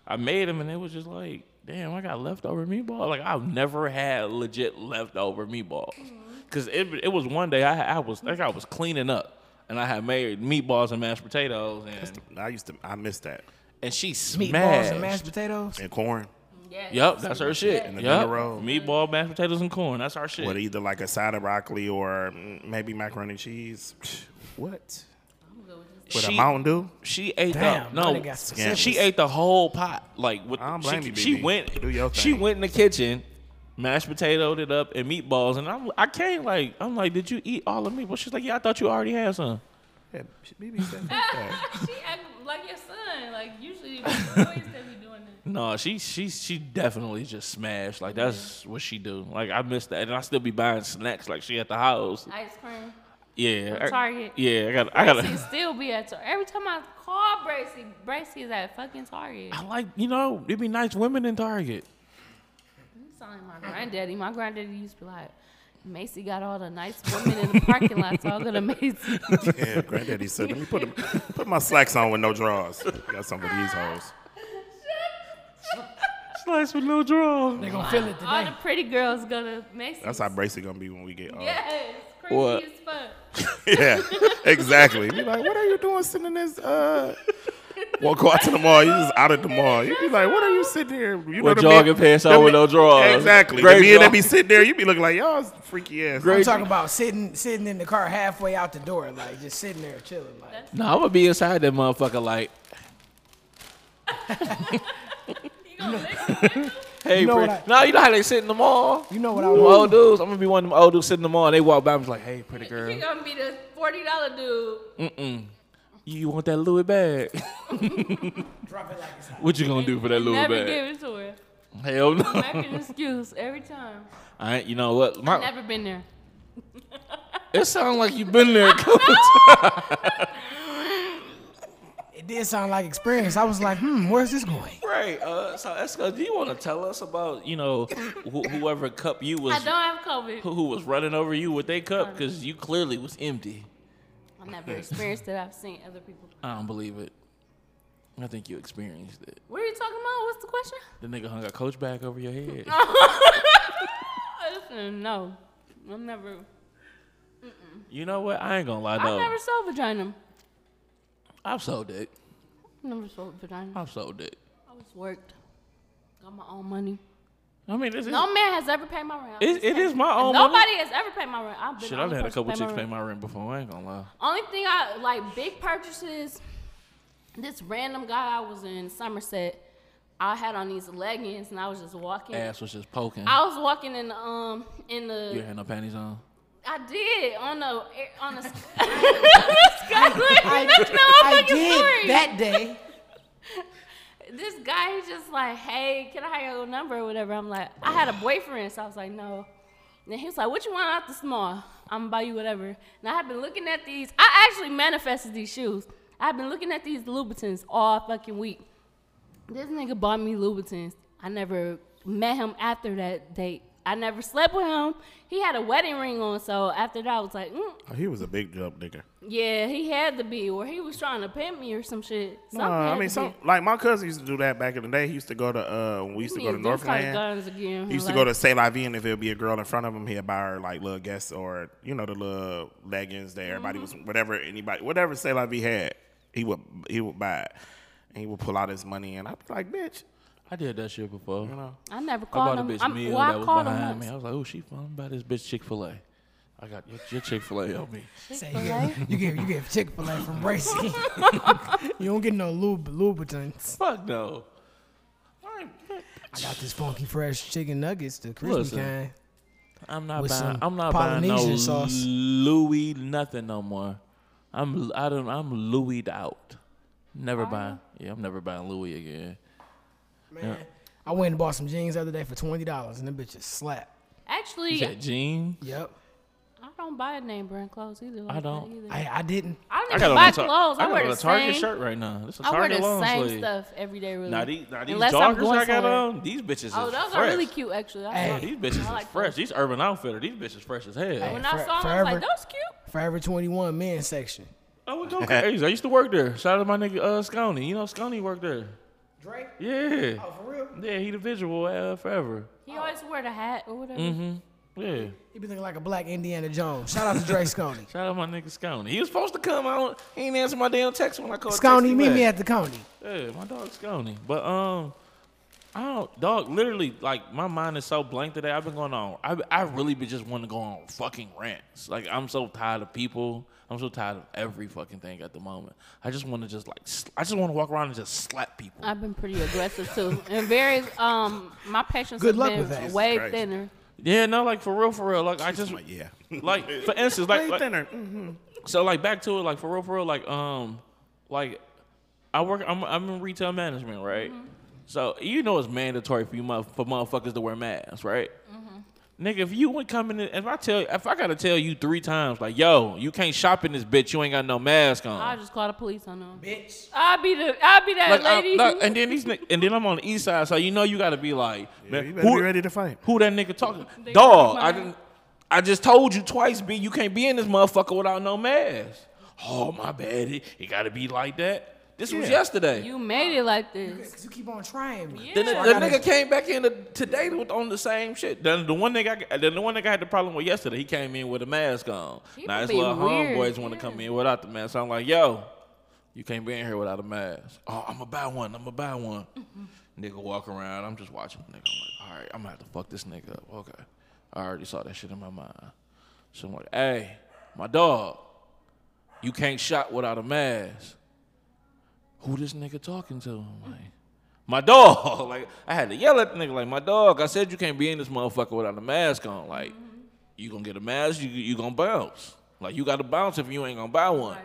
Speaker 1: I made them and it was just like, damn, I got leftover meatball. Like I've never had legit leftover meatballs.
Speaker 4: Mm-hmm.
Speaker 1: Cause it it was one day I I was like I was cleaning up and I had made meatballs and mashed potatoes and
Speaker 3: I used to, I miss that.
Speaker 1: and she
Speaker 4: Meatballs
Speaker 1: smashed.
Speaker 4: and mashed potatoes.
Speaker 3: And corn
Speaker 2: Yes.
Speaker 1: Yep, that's her shit.
Speaker 3: And a dinner
Speaker 1: Yep.
Speaker 3: roll.
Speaker 1: Meatball, mashed potatoes, and corn. That's our shit.
Speaker 3: with either like a side of broccoli or mm, maybe macaroni and cheese. What?
Speaker 2: I'm good with this.
Speaker 3: With
Speaker 1: She-
Speaker 3: a Mountain Dew?
Speaker 1: She ate the
Speaker 4: Damn, my
Speaker 1: no.
Speaker 4: nigga got
Speaker 3: specific.
Speaker 1: She ate the whole pot. Like with
Speaker 3: I don't
Speaker 1: she,
Speaker 3: blame you,
Speaker 1: she
Speaker 3: BB.
Speaker 1: went.
Speaker 3: Do your
Speaker 1: She
Speaker 3: thing.
Speaker 1: went in the kitchen, mashed potatoed it up and meatballs. And I'm I can't like I'm like, did you eat all of me? But she's like, yeah, I thought you already had some.
Speaker 3: Yeah, BB said that.
Speaker 2: she act like your son. Like usually the boys that be doing this.
Speaker 1: No, she she she definitely just smashed. Like that's what she do. Like I miss that, and I still be buying snacks like she at the house.
Speaker 2: Ice cream.
Speaker 1: Yeah,
Speaker 2: From
Speaker 1: I-
Speaker 2: Target.
Speaker 1: Yeah, I got I got.
Speaker 2: Bracy still be at Target. Every time I call Bracy, Bracy is at fucking Target.
Speaker 1: I like you know it'd be nice women in Target.
Speaker 2: You sound like my granddaddy. My granddaddy used to be like, Macy got all the nice women in the parking lot, so I'll go to Macy.
Speaker 3: Yeah, granddaddy said, let me put, them, put my slacks on with no drawers. Got some of these hoes.
Speaker 1: Slice with no draw.
Speaker 4: They're going to feel it
Speaker 2: all the
Speaker 4: today.
Speaker 2: pretty girls go to Macy.
Speaker 3: That's how Bracy gonna be when we get old.
Speaker 2: Yes, crazy
Speaker 1: What?
Speaker 2: as fuck.
Speaker 3: Yeah, exactly. Be like, what are you doing sending this uh walk out to the mall. You just out at the mall. You be like, what are you sitting here? You
Speaker 1: With
Speaker 3: the
Speaker 1: jogging pants on
Speaker 3: the
Speaker 1: with
Speaker 3: men-
Speaker 1: no drawers.
Speaker 3: Exactly.
Speaker 1: Great
Speaker 3: the men
Speaker 1: job.
Speaker 3: that be sitting there, you be looking like, y'all is freaky ass.
Speaker 1: Great.
Speaker 4: I'm talking about sitting sitting in the car halfway out the door, like just sitting there chilling. Like,
Speaker 1: No, I'm gonna be inside that motherfucker like,
Speaker 2: You gonna lick me?
Speaker 1: hey,
Speaker 4: You know
Speaker 1: Bri-
Speaker 4: what I-
Speaker 1: no, you know how they sit in the mall.
Speaker 4: you know what I
Speaker 1: Them
Speaker 4: want?
Speaker 1: old dudes. I'm gonna be one of them old dudes sitting in the mall. And they walk by. I'm just like, hey, pretty girl,
Speaker 2: You gonna be the forty dollar dude?
Speaker 1: you want that Louis bag?
Speaker 4: Drop it like it's hot.
Speaker 1: what you gonna do for that Louis
Speaker 2: Never
Speaker 1: bag?
Speaker 2: give it to her.
Speaker 1: Hell no.
Speaker 2: Make an excuse every time.
Speaker 1: I ain't, you know what? My,
Speaker 2: Never been there.
Speaker 1: It sounds like you've been there. a couple times.
Speaker 4: It did sound like experience. I was like, hmm, where's this going?
Speaker 1: right. Uh, so, Esco, do you want to tell us about you know wh- whoever cup you was
Speaker 2: I don't have COVID.
Speaker 1: who who was running over you with their cup because you clearly was empty.
Speaker 2: I never experienced it. I've seen other people.
Speaker 1: I don't believe it. I think you experienced it.
Speaker 2: What are you talking about? What's the question?
Speaker 1: The nigga hung a coach bag over your head.
Speaker 2: Listen, no, I'm never.
Speaker 1: You know what? I ain't gonna lie
Speaker 2: I
Speaker 1: though.
Speaker 2: never saw vagina.
Speaker 1: I've sold it.
Speaker 2: Never sold vagina.
Speaker 4: Oh.
Speaker 1: I've sold it.
Speaker 2: I was worked. Got my own money.
Speaker 1: I mean, this is
Speaker 2: No man has ever paid my rent.
Speaker 1: It- it is my own
Speaker 2: Nobody
Speaker 1: money.
Speaker 2: has ever paid my rent. I've been
Speaker 1: shit.
Speaker 2: the
Speaker 1: I've
Speaker 2: only
Speaker 1: had a
Speaker 2: person
Speaker 1: couple
Speaker 2: to
Speaker 1: chicks
Speaker 2: my
Speaker 1: pay
Speaker 2: rent.
Speaker 1: my rent before. I ain't gonna lie.
Speaker 2: Only thing I like big purchases. This random guy I was in Somerset. I had on these leggings and I was just walking.
Speaker 1: Ass was just poking.
Speaker 2: I was walking in the um in the
Speaker 1: you had no panties on.
Speaker 2: I did on a on a skyline. That's the whole
Speaker 4: I
Speaker 2: fucking story.
Speaker 4: did that day.
Speaker 2: this guy he's just like, hey, can I have your number or whatever? I'm like, I had a boyfriend, so I was like, no. And he was like, what you want out the small? I'm gonna buy you whatever. And I had been looking at these. I actually manifested these shoes. I've been looking at these Louboutins all fucking week. This nigga bought me Louboutins. I never met him after that date. I never slept with him. He had a wedding ring on, so after that, I was like, mm,
Speaker 3: Oh, He was a big jump nigga.
Speaker 2: yeah, he had to be, or he was trying to pimp me or some shit.
Speaker 3: Uh,
Speaker 2: Something had
Speaker 3: I
Speaker 2: to be.
Speaker 3: mean, some like my cousin used to do that back in the day. He used to go to uh, when we used to go to
Speaker 2: Niggas, them kind
Speaker 3: Northland.
Speaker 2: of guns again,
Speaker 3: He used to
Speaker 2: like-
Speaker 3: go to Say La Vie, and if it'd be a girl in front of him, he'd buy her like little guests or you know the little leggings that everybody
Speaker 2: Mm-hmm.
Speaker 3: was whatever anybody whatever Say La Vie had, he would he would buy it, and he would pull out his money, and I'd be like, bitch,
Speaker 1: I did that shit before.
Speaker 3: you know,
Speaker 2: I never
Speaker 1: I bought
Speaker 2: called
Speaker 1: a
Speaker 2: him.
Speaker 1: bitch
Speaker 2: I'm,
Speaker 1: meal
Speaker 2: well, I
Speaker 1: that was
Speaker 2: called him
Speaker 1: behind
Speaker 2: once.
Speaker 1: me. I was like, oh, she fun about this bitch Chick Fil A. I got your, your Chick Fil A on me.
Speaker 4: Say, you get you get Chick Fil A from Bracy. you don't get no Lub- Louboutins.
Speaker 1: Fuck no. I ain't-
Speaker 4: I got this funky fresh chicken nuggets, the crispy
Speaker 1: Listen.
Speaker 4: kind.
Speaker 1: I'm not
Speaker 4: With
Speaker 1: buying.
Speaker 4: some
Speaker 1: I'm not buying no
Speaker 4: Polynesian sauce.
Speaker 1: Louis nothing no more. I'm I don't I'm Louis out. Never buying. Yeah, I'm never buying Louis again.
Speaker 4: Man, I went and bought some jeans the other day for twenty dollars, and them bitches slap.
Speaker 1: You
Speaker 2: Actually,
Speaker 1: said jean.
Speaker 4: Yep,
Speaker 2: I don't buy name brand clothes either. like that
Speaker 1: don't.
Speaker 2: Either.
Speaker 4: I I didn't.
Speaker 2: I don't
Speaker 1: I
Speaker 2: even
Speaker 1: got on
Speaker 2: buy
Speaker 1: a Tar-
Speaker 2: clothes. I,
Speaker 1: I got
Speaker 2: wear
Speaker 1: on
Speaker 2: the
Speaker 1: a Target
Speaker 2: same,
Speaker 1: shirt right now. This a
Speaker 2: I wear
Speaker 1: Target
Speaker 2: the
Speaker 1: long
Speaker 2: same
Speaker 1: sleeve.
Speaker 2: stuff every day, really.
Speaker 1: Now these, now these
Speaker 2: Unless I'm
Speaker 1: joggers
Speaker 2: going
Speaker 1: I got
Speaker 2: somewhere.
Speaker 1: on, these bitches
Speaker 2: Oh,
Speaker 1: is
Speaker 2: those
Speaker 1: fresh.
Speaker 2: are really cute, actually. I
Speaker 4: Hey.
Speaker 2: love
Speaker 1: These bitches
Speaker 2: I
Speaker 1: is
Speaker 2: like
Speaker 1: fresh. These Urban Outfitter, these bitches fresh as hell.
Speaker 2: When
Speaker 4: Hey.
Speaker 2: I saw
Speaker 4: For-
Speaker 2: them, I was
Speaker 4: forever.
Speaker 2: like, those cute.
Speaker 4: Forever Twenty One men's section.
Speaker 1: I would go crazy. I used to work there. Shout out to my nigga uh, Sconey. You know Sconey worked there.
Speaker 4: Drake, oh,
Speaker 1: Yeah.
Speaker 2: Oh,
Speaker 4: for real?
Speaker 1: Yeah, he the visual uh, forever.
Speaker 2: He always wear the hat or whatever.
Speaker 1: Yeah.
Speaker 4: He be looking like a black Indiana Jones. Shout out to Drake Sconey.
Speaker 1: Shout out my nigga Sconey. He was supposed to come. I don't, he ain't answer my damn text when I called.
Speaker 4: Sconey, meet me at the county.
Speaker 1: Yeah, my dog Sconey. But um, I don't dog. Literally, like my mind is so blank today. I've been going on. I I really be just want to go on fucking rants. Like I'm so tired of people. I'm so tired of every fucking thing at the moment. I just want to just like sl- I just want to walk around and just slap people.
Speaker 2: I've been pretty aggressive too, and very um, my patience
Speaker 4: Good
Speaker 2: has
Speaker 4: luck
Speaker 2: been
Speaker 4: with that.
Speaker 2: way
Speaker 3: Christ.
Speaker 2: thinner.
Speaker 1: yeah, no, like for real, for real. Like I just
Speaker 3: like yeah,
Speaker 1: like for instance,
Speaker 3: Way
Speaker 1: like, like
Speaker 3: thinner. Mm.
Speaker 1: So like back to it, like for real, for real, like um, like I work, I'm I'm in retail management, right?
Speaker 2: Mm-hmm.
Speaker 1: So you know it's mandatory for you mother- for motherfuckers to wear masks, right?
Speaker 2: Mm-hmm.
Speaker 1: Nigga, if you would come in, and- if I tell, if I gotta tell you three times, like yo, you can't shop in this bitch, you ain't got no mask on.
Speaker 2: I just call the police on them.
Speaker 4: Bitch.
Speaker 2: I'll be the, I'll be that
Speaker 1: Like, I-
Speaker 2: lady.
Speaker 1: look, and then these, ni- and then I'm on the east side, so you know you gotta be like, man,
Speaker 3: you better
Speaker 1: who,
Speaker 3: be ready to fight.
Speaker 1: who that nigga talking?
Speaker 2: They
Speaker 1: Dog,
Speaker 2: gotta
Speaker 1: I
Speaker 2: find-
Speaker 1: didn't. I just told you twice, B. You can't be in this motherfucker without no mask. Oh my bad, it, it gotta be like that. This was
Speaker 3: Yeah.
Speaker 1: yesterday.
Speaker 2: you made it like this.
Speaker 4: Cause you keep on trying me.
Speaker 1: the,
Speaker 2: Yeah.
Speaker 1: the nigga came back in the, today with, on the same shit. The, the one nigga, I, the, the one nigga I had the problem with yesterday. He came in with a mask on.
Speaker 2: People
Speaker 1: now his
Speaker 2: be
Speaker 1: little
Speaker 2: weird,
Speaker 1: homeboys want to come
Speaker 2: yeah.
Speaker 1: in without the mask. I'm like, yo, You can't be in here without a mask. Oh, I'm gonna buy one. I'm gonna buy one.
Speaker 2: Mm-hmm.
Speaker 1: nigga walk around. I'm just watching. Nigga, I'm like, all right, I'm gonna have to fuck this nigga up. Okay, I already saw that shit in my mind. So I'm like, hey, my dog, you can't shot without a mask. Who this nigga talking to? I'm like, my dog. Like I had to yell at the nigga. Like my dog. I said you can't be in this motherfucker without a mask on. Like you gonna get a mask. You you gonna bounce. Like you got to bounce if you ain't gonna buy one.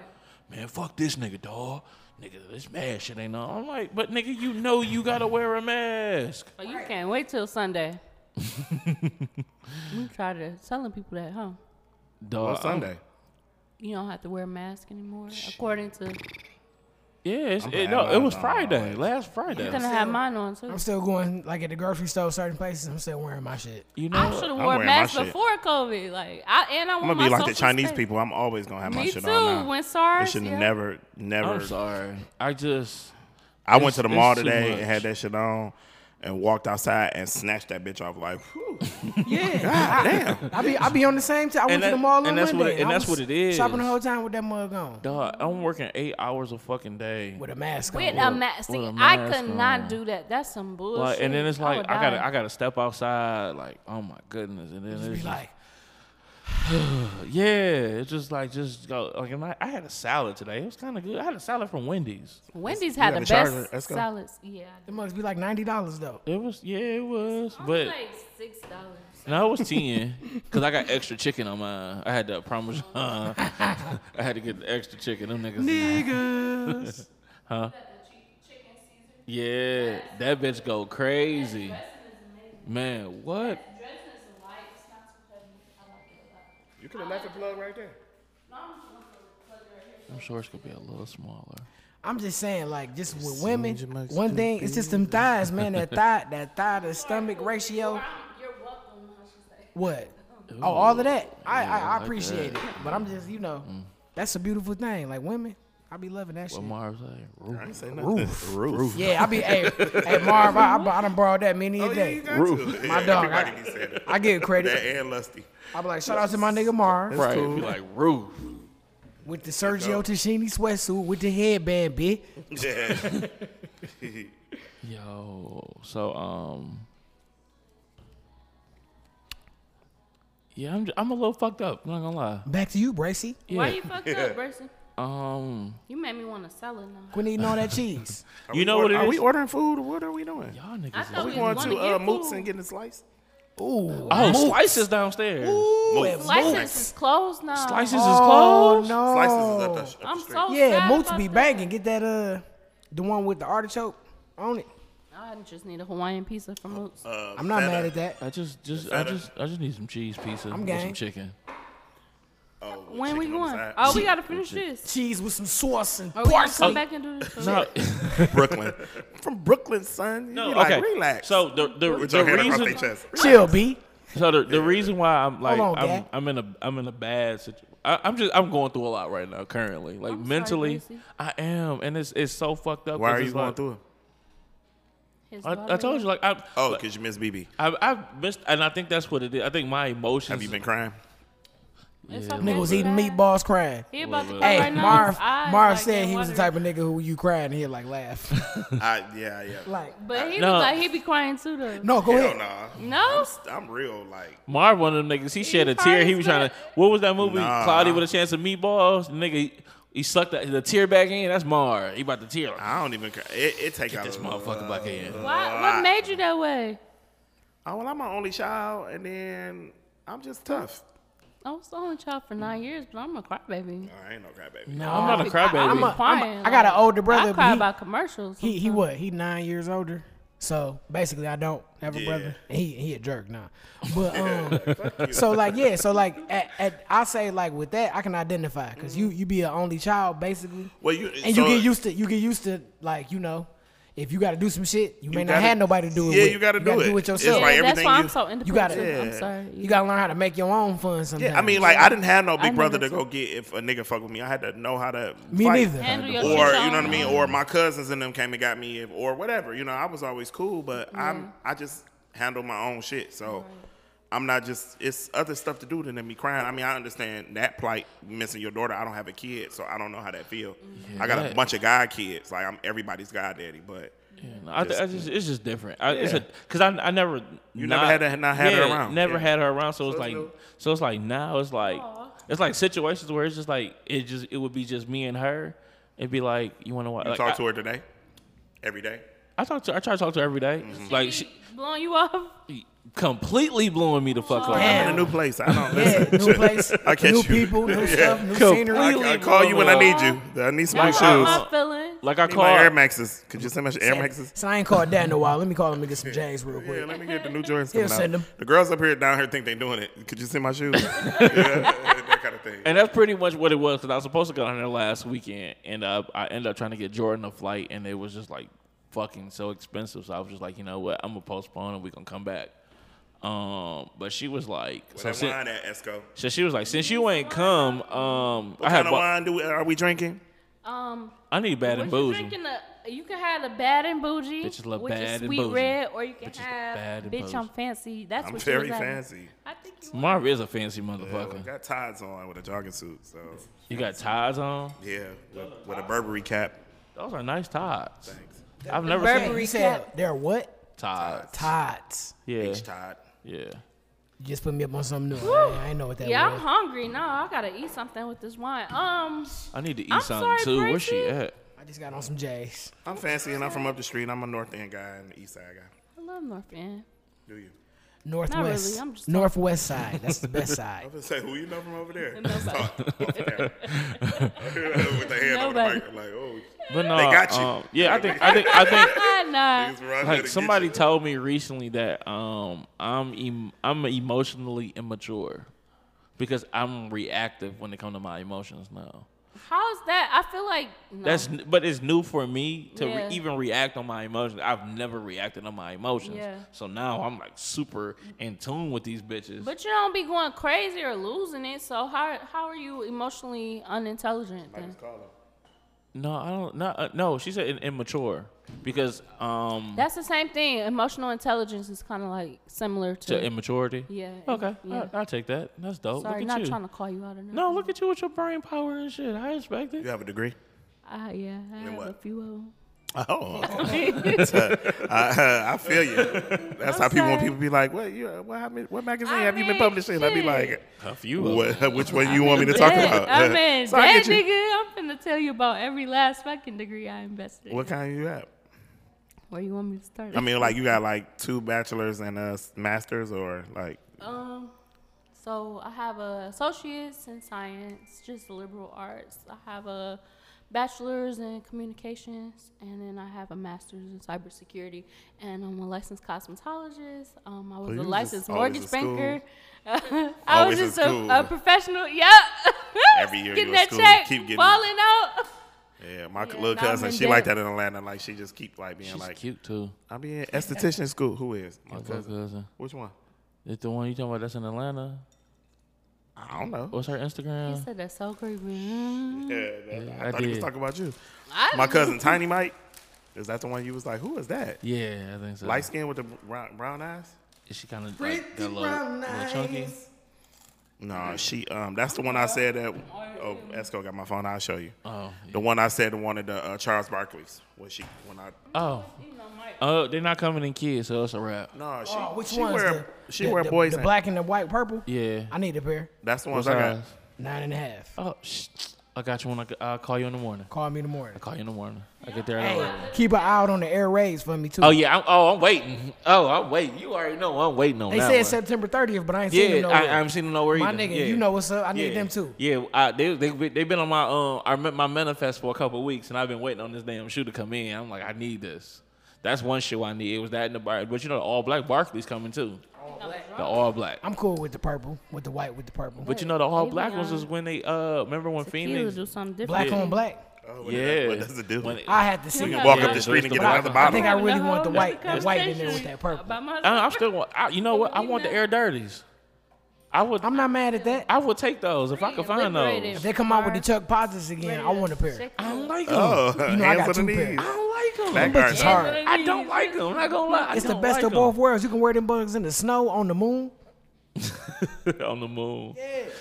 Speaker 1: Man, fuck this nigga, dog. Nigga, this mask shit ain't on. I'm like, but nigga, you know you gotta wear a mask.
Speaker 2: But you can't wait till Sunday. we try to telling people that, huh?
Speaker 1: Dog,
Speaker 3: on
Speaker 1: I'm-
Speaker 3: Sunday.
Speaker 2: You don't have to wear a mask anymore, according to.
Speaker 1: Yeah, it's,
Speaker 3: I'm
Speaker 1: it,
Speaker 3: glad
Speaker 1: no, it
Speaker 3: I'm
Speaker 1: was
Speaker 3: not
Speaker 1: Friday,
Speaker 3: always.
Speaker 1: last Friday.
Speaker 2: I'm gonna have mine on too.
Speaker 4: I'm still going like at the grocery store, certain places. I'm still wearing my shit.
Speaker 1: You know,
Speaker 2: I should have
Speaker 3: I'm
Speaker 2: wore
Speaker 3: wearing
Speaker 2: masks
Speaker 3: my shit.
Speaker 2: before COVID. Like I and I
Speaker 3: I'm
Speaker 2: want
Speaker 3: gonna
Speaker 2: my
Speaker 3: be like the
Speaker 2: social
Speaker 3: Chinese
Speaker 2: space.
Speaker 3: people. I'm always gonna have my
Speaker 2: Me
Speaker 3: shit
Speaker 2: too.
Speaker 3: on. now.
Speaker 2: When
Speaker 3: It
Speaker 2: SARS,
Speaker 3: should
Speaker 2: yeah.
Speaker 3: never, never.
Speaker 1: I'm sorry. I just
Speaker 3: I went to the
Speaker 1: It's-
Speaker 3: mall
Speaker 1: it's too
Speaker 3: today
Speaker 1: much.
Speaker 3: and had that shit on and walked outside and snatched that bitch off. Like, whew,
Speaker 4: Yeah,
Speaker 3: Oh damn.
Speaker 4: I, I be I be on the same time. I went
Speaker 1: And
Speaker 4: to the
Speaker 1: that-
Speaker 4: mall on
Speaker 1: and that's what
Speaker 4: Monday.
Speaker 1: it- and
Speaker 4: I
Speaker 1: that's
Speaker 4: was
Speaker 1: what it is.
Speaker 4: Shopping the whole time with that mug on,
Speaker 1: dog. I'm working eight hours a fucking day.
Speaker 4: with a mask on.
Speaker 2: With
Speaker 1: With
Speaker 2: a
Speaker 1: a-
Speaker 2: mask, see,
Speaker 1: with a
Speaker 2: I
Speaker 1: mask
Speaker 2: could not
Speaker 1: on.
Speaker 2: do that. That's some bullshit.
Speaker 1: Like, and then it's
Speaker 2: I
Speaker 1: like
Speaker 2: would
Speaker 1: I, gotta
Speaker 2: die.
Speaker 1: I gotta step outside. Like, oh my goodness. And then
Speaker 4: Just
Speaker 1: it's
Speaker 4: be
Speaker 1: just- uh,
Speaker 4: like,
Speaker 1: yeah, it's just like just go. Like, and I, I had a salad today. It was kind of good. I had a salad from Wendy's.
Speaker 2: Wendy's had the
Speaker 3: got
Speaker 2: best
Speaker 3: the charger. Let's go.
Speaker 2: salads. Yeah, I
Speaker 4: it must be like ninety dollars though.
Speaker 1: It was yeah, it was.
Speaker 2: do.
Speaker 1: But
Speaker 2: like six dollars.
Speaker 1: no, it was ten because I got extra chicken on mine. I had the parmesan. I had to get the extra chicken. Them niggas.
Speaker 4: Niggas.
Speaker 1: Yeah, that bitch go crazy. Man, what?
Speaker 3: You could have left the plug right there.
Speaker 1: I'm sure it's gonna be a little smaller.
Speaker 4: I'm just saying, like, just with women,
Speaker 3: you must
Speaker 4: one thing it's just them thighs, man. That thigh, that thigh to stomach ratio.
Speaker 2: You're welcome. I should say.
Speaker 4: What? Oh, all of that. I I,
Speaker 1: I
Speaker 4: I
Speaker 1: like Mm.
Speaker 4: appreciate it, but I'm just you know, that's a beautiful thing. Like women, I be loving that shit.
Speaker 1: What Marv say? Roof.
Speaker 3: I ain't say nothing. Roof. Roof.
Speaker 4: Yeah, I be hey, hey Marv, I, I, bu- I done borrowed that many a
Speaker 3: Oh, yeah, you
Speaker 4: day.
Speaker 3: got
Speaker 1: Roof.
Speaker 3: to.
Speaker 4: My
Speaker 3: Yeah,
Speaker 4: dog,
Speaker 3: everybody
Speaker 4: I-
Speaker 3: be saying that.
Speaker 4: I give
Speaker 3: That
Speaker 4: credit.
Speaker 3: and Lusty.
Speaker 4: I be like, shout out to my nigga Marv
Speaker 1: Right. Be like roof.
Speaker 4: with the Sergio Tashini sweatsuit with the headband, bitch.
Speaker 3: Yeah.
Speaker 1: Yo. So um. Yeah, I'm j- I'm a little fucked up. I'm not gonna lie.
Speaker 4: Back to you, Bracy.
Speaker 2: Why
Speaker 1: Yeah.
Speaker 2: you fucked up, Bracy?
Speaker 1: um.
Speaker 2: You made me want to sell it now.
Speaker 4: Quit eating all that cheese.
Speaker 1: You know what it
Speaker 3: are we
Speaker 1: is?
Speaker 3: ordering food or what are we doing?
Speaker 1: Y'all
Speaker 2: I
Speaker 1: niggas.
Speaker 2: thought
Speaker 1: Is,
Speaker 2: we
Speaker 3: Going
Speaker 2: wanted to
Speaker 3: to
Speaker 2: get
Speaker 3: uh, Moots
Speaker 2: food.
Speaker 3: and getting a slice?
Speaker 4: Ooh,
Speaker 1: oh, slices downstairs.
Speaker 4: ooh,
Speaker 3: Moose.
Speaker 4: and
Speaker 2: Slices
Speaker 4: Moots.
Speaker 2: is closed now.
Speaker 1: Slices is
Speaker 4: Oh
Speaker 1: closed.
Speaker 4: no,
Speaker 3: Slices is up the, up the
Speaker 2: I'm
Speaker 3: street.
Speaker 2: so
Speaker 4: Yeah,
Speaker 2: sad
Speaker 4: Moots
Speaker 2: about
Speaker 4: be
Speaker 2: that.
Speaker 4: banging. Get that uh, the one with the artichoke on it.
Speaker 2: I just need a Hawaiian pizza from Moots.
Speaker 3: Uh,
Speaker 4: I'm not
Speaker 3: feta.
Speaker 4: mad at that.
Speaker 1: I just just I
Speaker 3: feta.
Speaker 1: just I just need some cheese pizza with
Speaker 4: game.
Speaker 1: some chicken.
Speaker 3: Oh, with
Speaker 2: when we
Speaker 3: chicken on the side.
Speaker 2: going? Oh, we gotta finish this.
Speaker 4: Cheese with some sauce and
Speaker 2: Are we gonna
Speaker 4: parsley.
Speaker 2: come back and do this?
Speaker 1: No.
Speaker 3: Brooklyn. From Brooklyn, son. You
Speaker 1: No,
Speaker 3: be like,
Speaker 1: okay.
Speaker 3: relax.
Speaker 1: So the the,
Speaker 3: With
Speaker 1: the
Speaker 3: your hand across
Speaker 1: reason
Speaker 3: their chest.
Speaker 4: Chill, B.
Speaker 1: So the, the reason why I'm like
Speaker 4: on,
Speaker 1: I'm,
Speaker 4: Dad.
Speaker 1: I'm in a I'm in a bad situation. I'm just I'm going through a lot right now currently. Like
Speaker 2: I'm sorry,
Speaker 1: mentally,
Speaker 2: Lucy.
Speaker 1: I am, and it's it's so fucked up.
Speaker 3: Why
Speaker 1: 'cause
Speaker 3: are you
Speaker 1: it's
Speaker 3: going
Speaker 1: like-
Speaker 3: through it?
Speaker 2: His
Speaker 1: I, I
Speaker 2: daughter-
Speaker 1: told you like I
Speaker 3: Oh,
Speaker 1: like,
Speaker 3: because you miss BB.
Speaker 1: I I've missed, and I think that's what it is. I think my emotions.
Speaker 3: Have you been crying?
Speaker 2: It's
Speaker 1: Yeah.
Speaker 2: okay,
Speaker 4: Nigga was eating
Speaker 2: Dad.
Speaker 4: meatballs crying.
Speaker 2: He about to
Speaker 1: Well,
Speaker 2: cry
Speaker 4: Hey,
Speaker 2: right now.
Speaker 4: Marv,
Speaker 2: His eyes,
Speaker 4: Marv
Speaker 2: like,
Speaker 4: said
Speaker 2: getting
Speaker 4: he was the
Speaker 2: watery.
Speaker 4: type of nigga who when you crying he'd like laugh.
Speaker 3: I, yeah, yeah.
Speaker 4: like,
Speaker 2: But he
Speaker 1: No.
Speaker 2: looked like he be crying too though.
Speaker 4: no, go
Speaker 3: Hell
Speaker 4: ahead.
Speaker 3: nah.
Speaker 2: No?
Speaker 3: I'm, st- I'm real, like.
Speaker 1: Marv, one of them niggas, he shed a
Speaker 2: probably
Speaker 1: tear. He was trying to.
Speaker 2: said-
Speaker 1: What was that movie?
Speaker 3: Nah.
Speaker 1: Cloudy with a Chance of Meatballs. The nigga, he, he sucked the, the tear back in. That's Marv. He about to tear. Like,
Speaker 3: I don't even care. It, it take out
Speaker 1: this
Speaker 3: a-
Speaker 1: motherfucker back in.
Speaker 2: Why, what made you that way?
Speaker 3: Oh, well, I'm my only child, and then I'm just tough.
Speaker 2: I was the only child for nine years, but I'm a crybaby.
Speaker 3: I ain't no crybaby.
Speaker 1: No, I'm not a crybaby.
Speaker 2: I'm
Speaker 4: I'm a-
Speaker 2: crying.
Speaker 4: I got an
Speaker 2: like,
Speaker 4: older brother,
Speaker 2: I cry
Speaker 4: but he-
Speaker 2: about commercials.
Speaker 4: He he
Speaker 2: sometimes.
Speaker 4: what? He nine years older. So basically, I don't have a
Speaker 3: Yeah.
Speaker 4: brother. He he a jerk now, but um, so like yeah, so like at, at I say like with that I can identify because you you be an only child basically,
Speaker 3: Well, you
Speaker 4: and
Speaker 3: so-
Speaker 4: you get used to you get used to like you know if you got to do some shit you, may not
Speaker 3: gotta-
Speaker 4: have nobody to do it.
Speaker 3: Yeah,
Speaker 4: with.
Speaker 3: you gotta do
Speaker 4: gotta
Speaker 3: it.
Speaker 4: do it
Speaker 3: It's
Speaker 4: yourself.
Speaker 2: Yeah,
Speaker 3: like
Speaker 2: that's
Speaker 3: everything
Speaker 2: why I'm
Speaker 3: you-
Speaker 2: so independent.
Speaker 4: gotta-
Speaker 2: I'm
Speaker 3: Yeah.
Speaker 2: sorry.
Speaker 4: You gotta learn how to make your own fun sometimes.
Speaker 3: Yeah, I mean, like I didn't have no
Speaker 2: I
Speaker 3: big brother to
Speaker 2: never
Speaker 3: go get if a nigga fuck with me. I had to know how to
Speaker 4: me
Speaker 3: fight.
Speaker 4: neither.
Speaker 2: handle your
Speaker 3: Or you
Speaker 2: shit
Speaker 3: know
Speaker 2: your
Speaker 3: what I
Speaker 2: own
Speaker 3: mean?
Speaker 2: way.
Speaker 3: Or my cousins and them came and got me, if, or whatever. You know, I was always cool, but I'm I just handle my own shit. So I'm not just. It's other stuff to do than me crying. I mean, I understand that plight, missing your daughter. I don't have a kid, so I don't know how that feel.
Speaker 4: Mm-hmm.
Speaker 3: I got
Speaker 1: that-
Speaker 3: a bunch of god kids. Like I'm everybody's god daddy, but
Speaker 1: Yeah, no, I, just, I just it's just different. I, It's a because I, I never
Speaker 3: You never had to- not had her
Speaker 1: yeah,
Speaker 3: around.
Speaker 1: Never
Speaker 3: Yeah.
Speaker 1: had her around, so, it's
Speaker 3: it's
Speaker 1: like
Speaker 3: new.
Speaker 1: so it's like now it's like
Speaker 2: Aw.
Speaker 1: it's like situations where it's just like it just it would be just me and her. It'd be like you want to watch.
Speaker 3: you
Speaker 1: Like,
Speaker 3: talk
Speaker 1: I,
Speaker 3: to her today, every day.
Speaker 1: I talk to I try to talk to her every day.
Speaker 3: Mm-hmm.
Speaker 1: Like she
Speaker 2: blowing you off.
Speaker 1: completely blowing me the fuck up.
Speaker 3: I'm in a new place. I don't
Speaker 4: Yeah,
Speaker 3: listen.
Speaker 4: new place,
Speaker 3: I catch
Speaker 4: new
Speaker 3: you.
Speaker 4: people, new stuff, new
Speaker 1: Completely.
Speaker 3: I,
Speaker 4: scenery.
Speaker 3: I call you when I need
Speaker 2: Uh-huh.
Speaker 3: you. I need some new
Speaker 2: That
Speaker 3: shoes.
Speaker 1: shoes.
Speaker 2: hurt my feelings.
Speaker 1: Like I
Speaker 3: Need my Air
Speaker 1: call.
Speaker 3: Maxes. Could you send me some Air Maxes?
Speaker 4: So I ain't called that in a while. Let me call him and get some J's real quick.
Speaker 3: Yeah, let me get the new Jordans
Speaker 4: He'll
Speaker 3: coming out.
Speaker 4: send them.
Speaker 3: The girls up here down here think they doing it. Could you see my shoes? yeah, that kind of thing.
Speaker 1: And that's pretty much what it was because I was supposed to go down there last weekend, and uh, I ended up trying to get Jordan a flight, and it was just like fucking so expensive. So I was just like, you know what, I'm gonna postpone and we gonna come back. Um, but she was like, so,
Speaker 3: Where that
Speaker 1: si-
Speaker 3: wine at, Esco?
Speaker 1: so she was like, since you ain't come, um, I
Speaker 3: What
Speaker 1: had
Speaker 3: kind of
Speaker 1: bought-
Speaker 3: wine do we, are we drinking?
Speaker 2: Um,
Speaker 1: I need bad and
Speaker 2: what you
Speaker 1: bougie.
Speaker 2: drinking? The, you can have the bad and bougie,
Speaker 1: Bitches love
Speaker 2: which
Speaker 1: bad
Speaker 2: is
Speaker 1: and
Speaker 2: sweet
Speaker 1: bougie.
Speaker 2: red, or you can
Speaker 1: Bitches love bad
Speaker 2: have
Speaker 1: and
Speaker 2: bitch.
Speaker 1: bougie.
Speaker 2: I'm fancy. That's
Speaker 3: I'm
Speaker 2: what you was
Speaker 3: very
Speaker 2: having.
Speaker 3: fancy.
Speaker 2: I think you. want-
Speaker 1: Marv is a fancy
Speaker 3: Yeah,
Speaker 1: motherfucker.
Speaker 3: I got ties on with a jogging suit, so
Speaker 1: you got ties on.
Speaker 3: yeah, with, with a Burberry cap.
Speaker 1: Those are nice ties.
Speaker 3: Thanks.
Speaker 1: I've never
Speaker 4: Hey,
Speaker 1: seen
Speaker 2: Burberry
Speaker 4: you said
Speaker 2: cap.
Speaker 4: they're what?
Speaker 1: ties.
Speaker 4: Tots.
Speaker 1: Yeah,
Speaker 3: H Todd.
Speaker 1: yeah.
Speaker 4: You just put me up on something new. I, I ain't know what that
Speaker 2: Yeah, I'm
Speaker 4: was.
Speaker 2: hungry now. I gotta eat something with this wine. Um,
Speaker 1: I need to eat
Speaker 2: I'm
Speaker 1: something
Speaker 2: sorry,
Speaker 1: too. Where's
Speaker 2: Percy.
Speaker 1: she at?
Speaker 4: I just got on some J's.
Speaker 3: I'm fancy and I'm from up the street. I'm a North End guy and the East Side guy.
Speaker 2: I love North End.
Speaker 3: Do you?
Speaker 4: Northwest.
Speaker 2: I'm just
Speaker 4: Northwest side. That's the best
Speaker 3: I
Speaker 4: side.
Speaker 3: was gonna say, who you know from over there? Talk off the camera. with the hand over the
Speaker 2: Nobody.
Speaker 3: mic, I'm like, oh,
Speaker 1: But no,
Speaker 3: got you.
Speaker 1: um, yeah, I think I think I think
Speaker 2: nah.
Speaker 3: niggas around here to
Speaker 1: like
Speaker 3: get
Speaker 1: somebody
Speaker 3: you.
Speaker 1: told me recently that um I'm em- I'm emotionally immature because I'm reactive when it comes to my emotions now.
Speaker 2: How's that? I feel like no.
Speaker 1: That's n- but it's new for me to
Speaker 2: Yeah.
Speaker 1: re- even react on my emotions. I've never reacted on my emotions,
Speaker 2: Yeah.
Speaker 1: so now I'm like super in tune with these bitches.
Speaker 2: But you don't be going crazy or losing it. So how how are you emotionally unintelligent then?
Speaker 3: call him.
Speaker 1: no, I don't. No, uh, no, she said in- immature because um
Speaker 2: That's the same thing. Emotional intelligence is kind of like similar to.
Speaker 1: to immaturity.
Speaker 2: yeah.
Speaker 1: Okay,
Speaker 2: Yeah.
Speaker 1: I, will take that. That's dope. look
Speaker 2: Sorry,
Speaker 1: at
Speaker 2: not
Speaker 1: you.
Speaker 2: trying to call you out or nothing.
Speaker 1: no, look at you with your brain power and shit. I expect it.
Speaker 3: You have a degree?
Speaker 2: Uh, yeah, I have
Speaker 3: what?
Speaker 2: a few of them.
Speaker 3: Oh, I, I feel you. That's how people when
Speaker 2: sorry.
Speaker 3: people be like, "What you? What, how many- what magazine
Speaker 2: I
Speaker 3: have you been
Speaker 2: mean,
Speaker 3: publishing?" I be
Speaker 2: shit.
Speaker 3: like,
Speaker 1: A few of
Speaker 3: what, "Which one you want me to talk about?" uh,
Speaker 2: I mean,
Speaker 3: So I
Speaker 2: that
Speaker 3: get you.
Speaker 2: nigga, I'm finna tell you about every last fucking degree I invested.
Speaker 3: What kind you have?
Speaker 2: Where you want me to start?
Speaker 3: I mean, like you got like two bachelors and a s- masters, or like
Speaker 2: Um, so I have a associate's in science, just liberal arts. I have a bachelor's in communications, and then I have a master's in cybersecurity. And I'm a licensed cosmetologist. Um, I was
Speaker 3: Oh, you
Speaker 2: a
Speaker 3: was
Speaker 2: licensed
Speaker 3: just always
Speaker 2: mortgage
Speaker 3: in school.
Speaker 2: banker. I was
Speaker 3: Always in
Speaker 2: just a,
Speaker 3: school.
Speaker 2: a professional. Yep.
Speaker 3: Every year you
Speaker 2: getting
Speaker 3: in
Speaker 2: that
Speaker 3: school,
Speaker 2: check,
Speaker 3: keep getting-
Speaker 2: falling out.
Speaker 3: yeah, my
Speaker 2: Yeah,
Speaker 3: little
Speaker 2: now I'm
Speaker 3: cousin,
Speaker 2: in
Speaker 3: she like
Speaker 2: debt.
Speaker 3: that in Atlanta. Like she just keep like being
Speaker 1: She's
Speaker 3: like,
Speaker 1: cute too.
Speaker 3: "I'll be in esthetician school." Who is my
Speaker 1: That's her
Speaker 3: cousin?
Speaker 1: cousin.
Speaker 3: Which one?
Speaker 1: It's the one you talking about that's in Atlanta.
Speaker 3: I don't know.
Speaker 1: What's her
Speaker 2: You
Speaker 1: Instagram?
Speaker 2: said that's so
Speaker 3: Yeah,
Speaker 2: creepy.
Speaker 3: that-
Speaker 1: Yeah,
Speaker 3: I,
Speaker 1: I
Speaker 3: thought he was
Speaker 1: did.
Speaker 3: talking about you.
Speaker 2: I-
Speaker 3: My cousin Tiny Mike. Is that the one you was like, "Who is that?"
Speaker 1: Yeah, I think so.
Speaker 3: Light skin with the brown, brown eyes?
Speaker 1: Is she kind of like that little, little chunky?
Speaker 3: No, she. Um, that's the one I said that. Oh, Esco got my phone. I'll show you.
Speaker 1: Oh,
Speaker 3: The one I said wanted the uh, Charles Barkley's. When she, when I.
Speaker 1: oh,
Speaker 2: You know, my
Speaker 1: oh, they're not coming in kids, so it's a wrap.
Speaker 3: No, she.
Speaker 4: Oh, which
Speaker 3: she
Speaker 4: one's
Speaker 3: wear,
Speaker 4: the,
Speaker 3: She
Speaker 4: the,
Speaker 3: wear
Speaker 4: the-
Speaker 3: boys.
Speaker 4: The
Speaker 3: and-
Speaker 4: black and the white purple?
Speaker 1: Yeah.
Speaker 4: I need a pair.
Speaker 3: That's the ones
Speaker 1: What's
Speaker 3: I got.
Speaker 1: ours?
Speaker 4: Nine and a half.
Speaker 1: Oh, sh- I got you when I g- I'll call you in the morning.
Speaker 4: Call me in the morning.
Speaker 1: I call you in the morning. I get there.
Speaker 4: Hey,
Speaker 1: Hey.
Speaker 4: keep an eye out on the air raids for me too.
Speaker 1: Oh yeah. I'm, oh, I'm waiting. Oh, I'm waiting. You already know I'm waiting on
Speaker 4: They
Speaker 1: that
Speaker 4: said
Speaker 1: one.
Speaker 4: September 30th, but I ain't seen them
Speaker 1: Yeah,
Speaker 4: nowhere.
Speaker 1: I, I haven't seen them nowhere
Speaker 4: My
Speaker 1: either.
Speaker 4: nigga,
Speaker 1: yeah.
Speaker 4: you know what's up. I need
Speaker 1: yeah.
Speaker 4: them too.
Speaker 1: Yeah, I, they they they been on my um I met my manifest for a couple of weeks and I've been waiting on this damn shoe to come in. I'm like, I need this. That's one shoe I need. It was that in the bar, but you know the all black Barclays coming too. The all black.
Speaker 4: I'm cool with the purple, with the white, with the purple.
Speaker 1: But you know the all
Speaker 2: Leave
Speaker 1: black
Speaker 2: me
Speaker 1: ones
Speaker 2: on.
Speaker 1: was when they uh remember when
Speaker 2: Kila
Speaker 1: Phoenix
Speaker 2: do something different.
Speaker 4: black on black.
Speaker 3: Oh, what does-
Speaker 1: yeah
Speaker 3: What does it do?
Speaker 1: When
Speaker 4: I had to see.
Speaker 3: you
Speaker 4: it.
Speaker 3: can walk
Speaker 1: Yeah,
Speaker 3: up the
Speaker 1: it's
Speaker 3: street
Speaker 1: the
Speaker 3: and get
Speaker 1: black
Speaker 3: another
Speaker 1: one.
Speaker 4: I
Speaker 3: bottle.
Speaker 4: think I really
Speaker 2: Having a
Speaker 4: want the
Speaker 2: whole
Speaker 4: white,
Speaker 2: different
Speaker 4: the white in there with
Speaker 2: conversation
Speaker 4: that purple.
Speaker 2: about my-
Speaker 1: I, I'm still want- I, you know what I want the air dirties. I would
Speaker 4: I'm not mad at that.
Speaker 1: I would take those if I could find
Speaker 2: Liberated.
Speaker 1: those.
Speaker 4: If they come out with the Chuck Posits again, I want a pair.
Speaker 2: Shake
Speaker 1: I don't like them.
Speaker 3: Oh,
Speaker 4: You know I got
Speaker 3: hands on the
Speaker 4: two pairs.
Speaker 3: knees.
Speaker 1: I don't like
Speaker 3: That
Speaker 1: them.
Speaker 3: guard.
Speaker 4: It's hard.
Speaker 1: I don't like them. I'm not gonna lie. I
Speaker 4: It's the
Speaker 1: don't
Speaker 4: best
Speaker 1: like
Speaker 4: of
Speaker 1: 'em.
Speaker 4: both worlds. You can wear them bugs in the snow, on the moon.
Speaker 1: on the moon.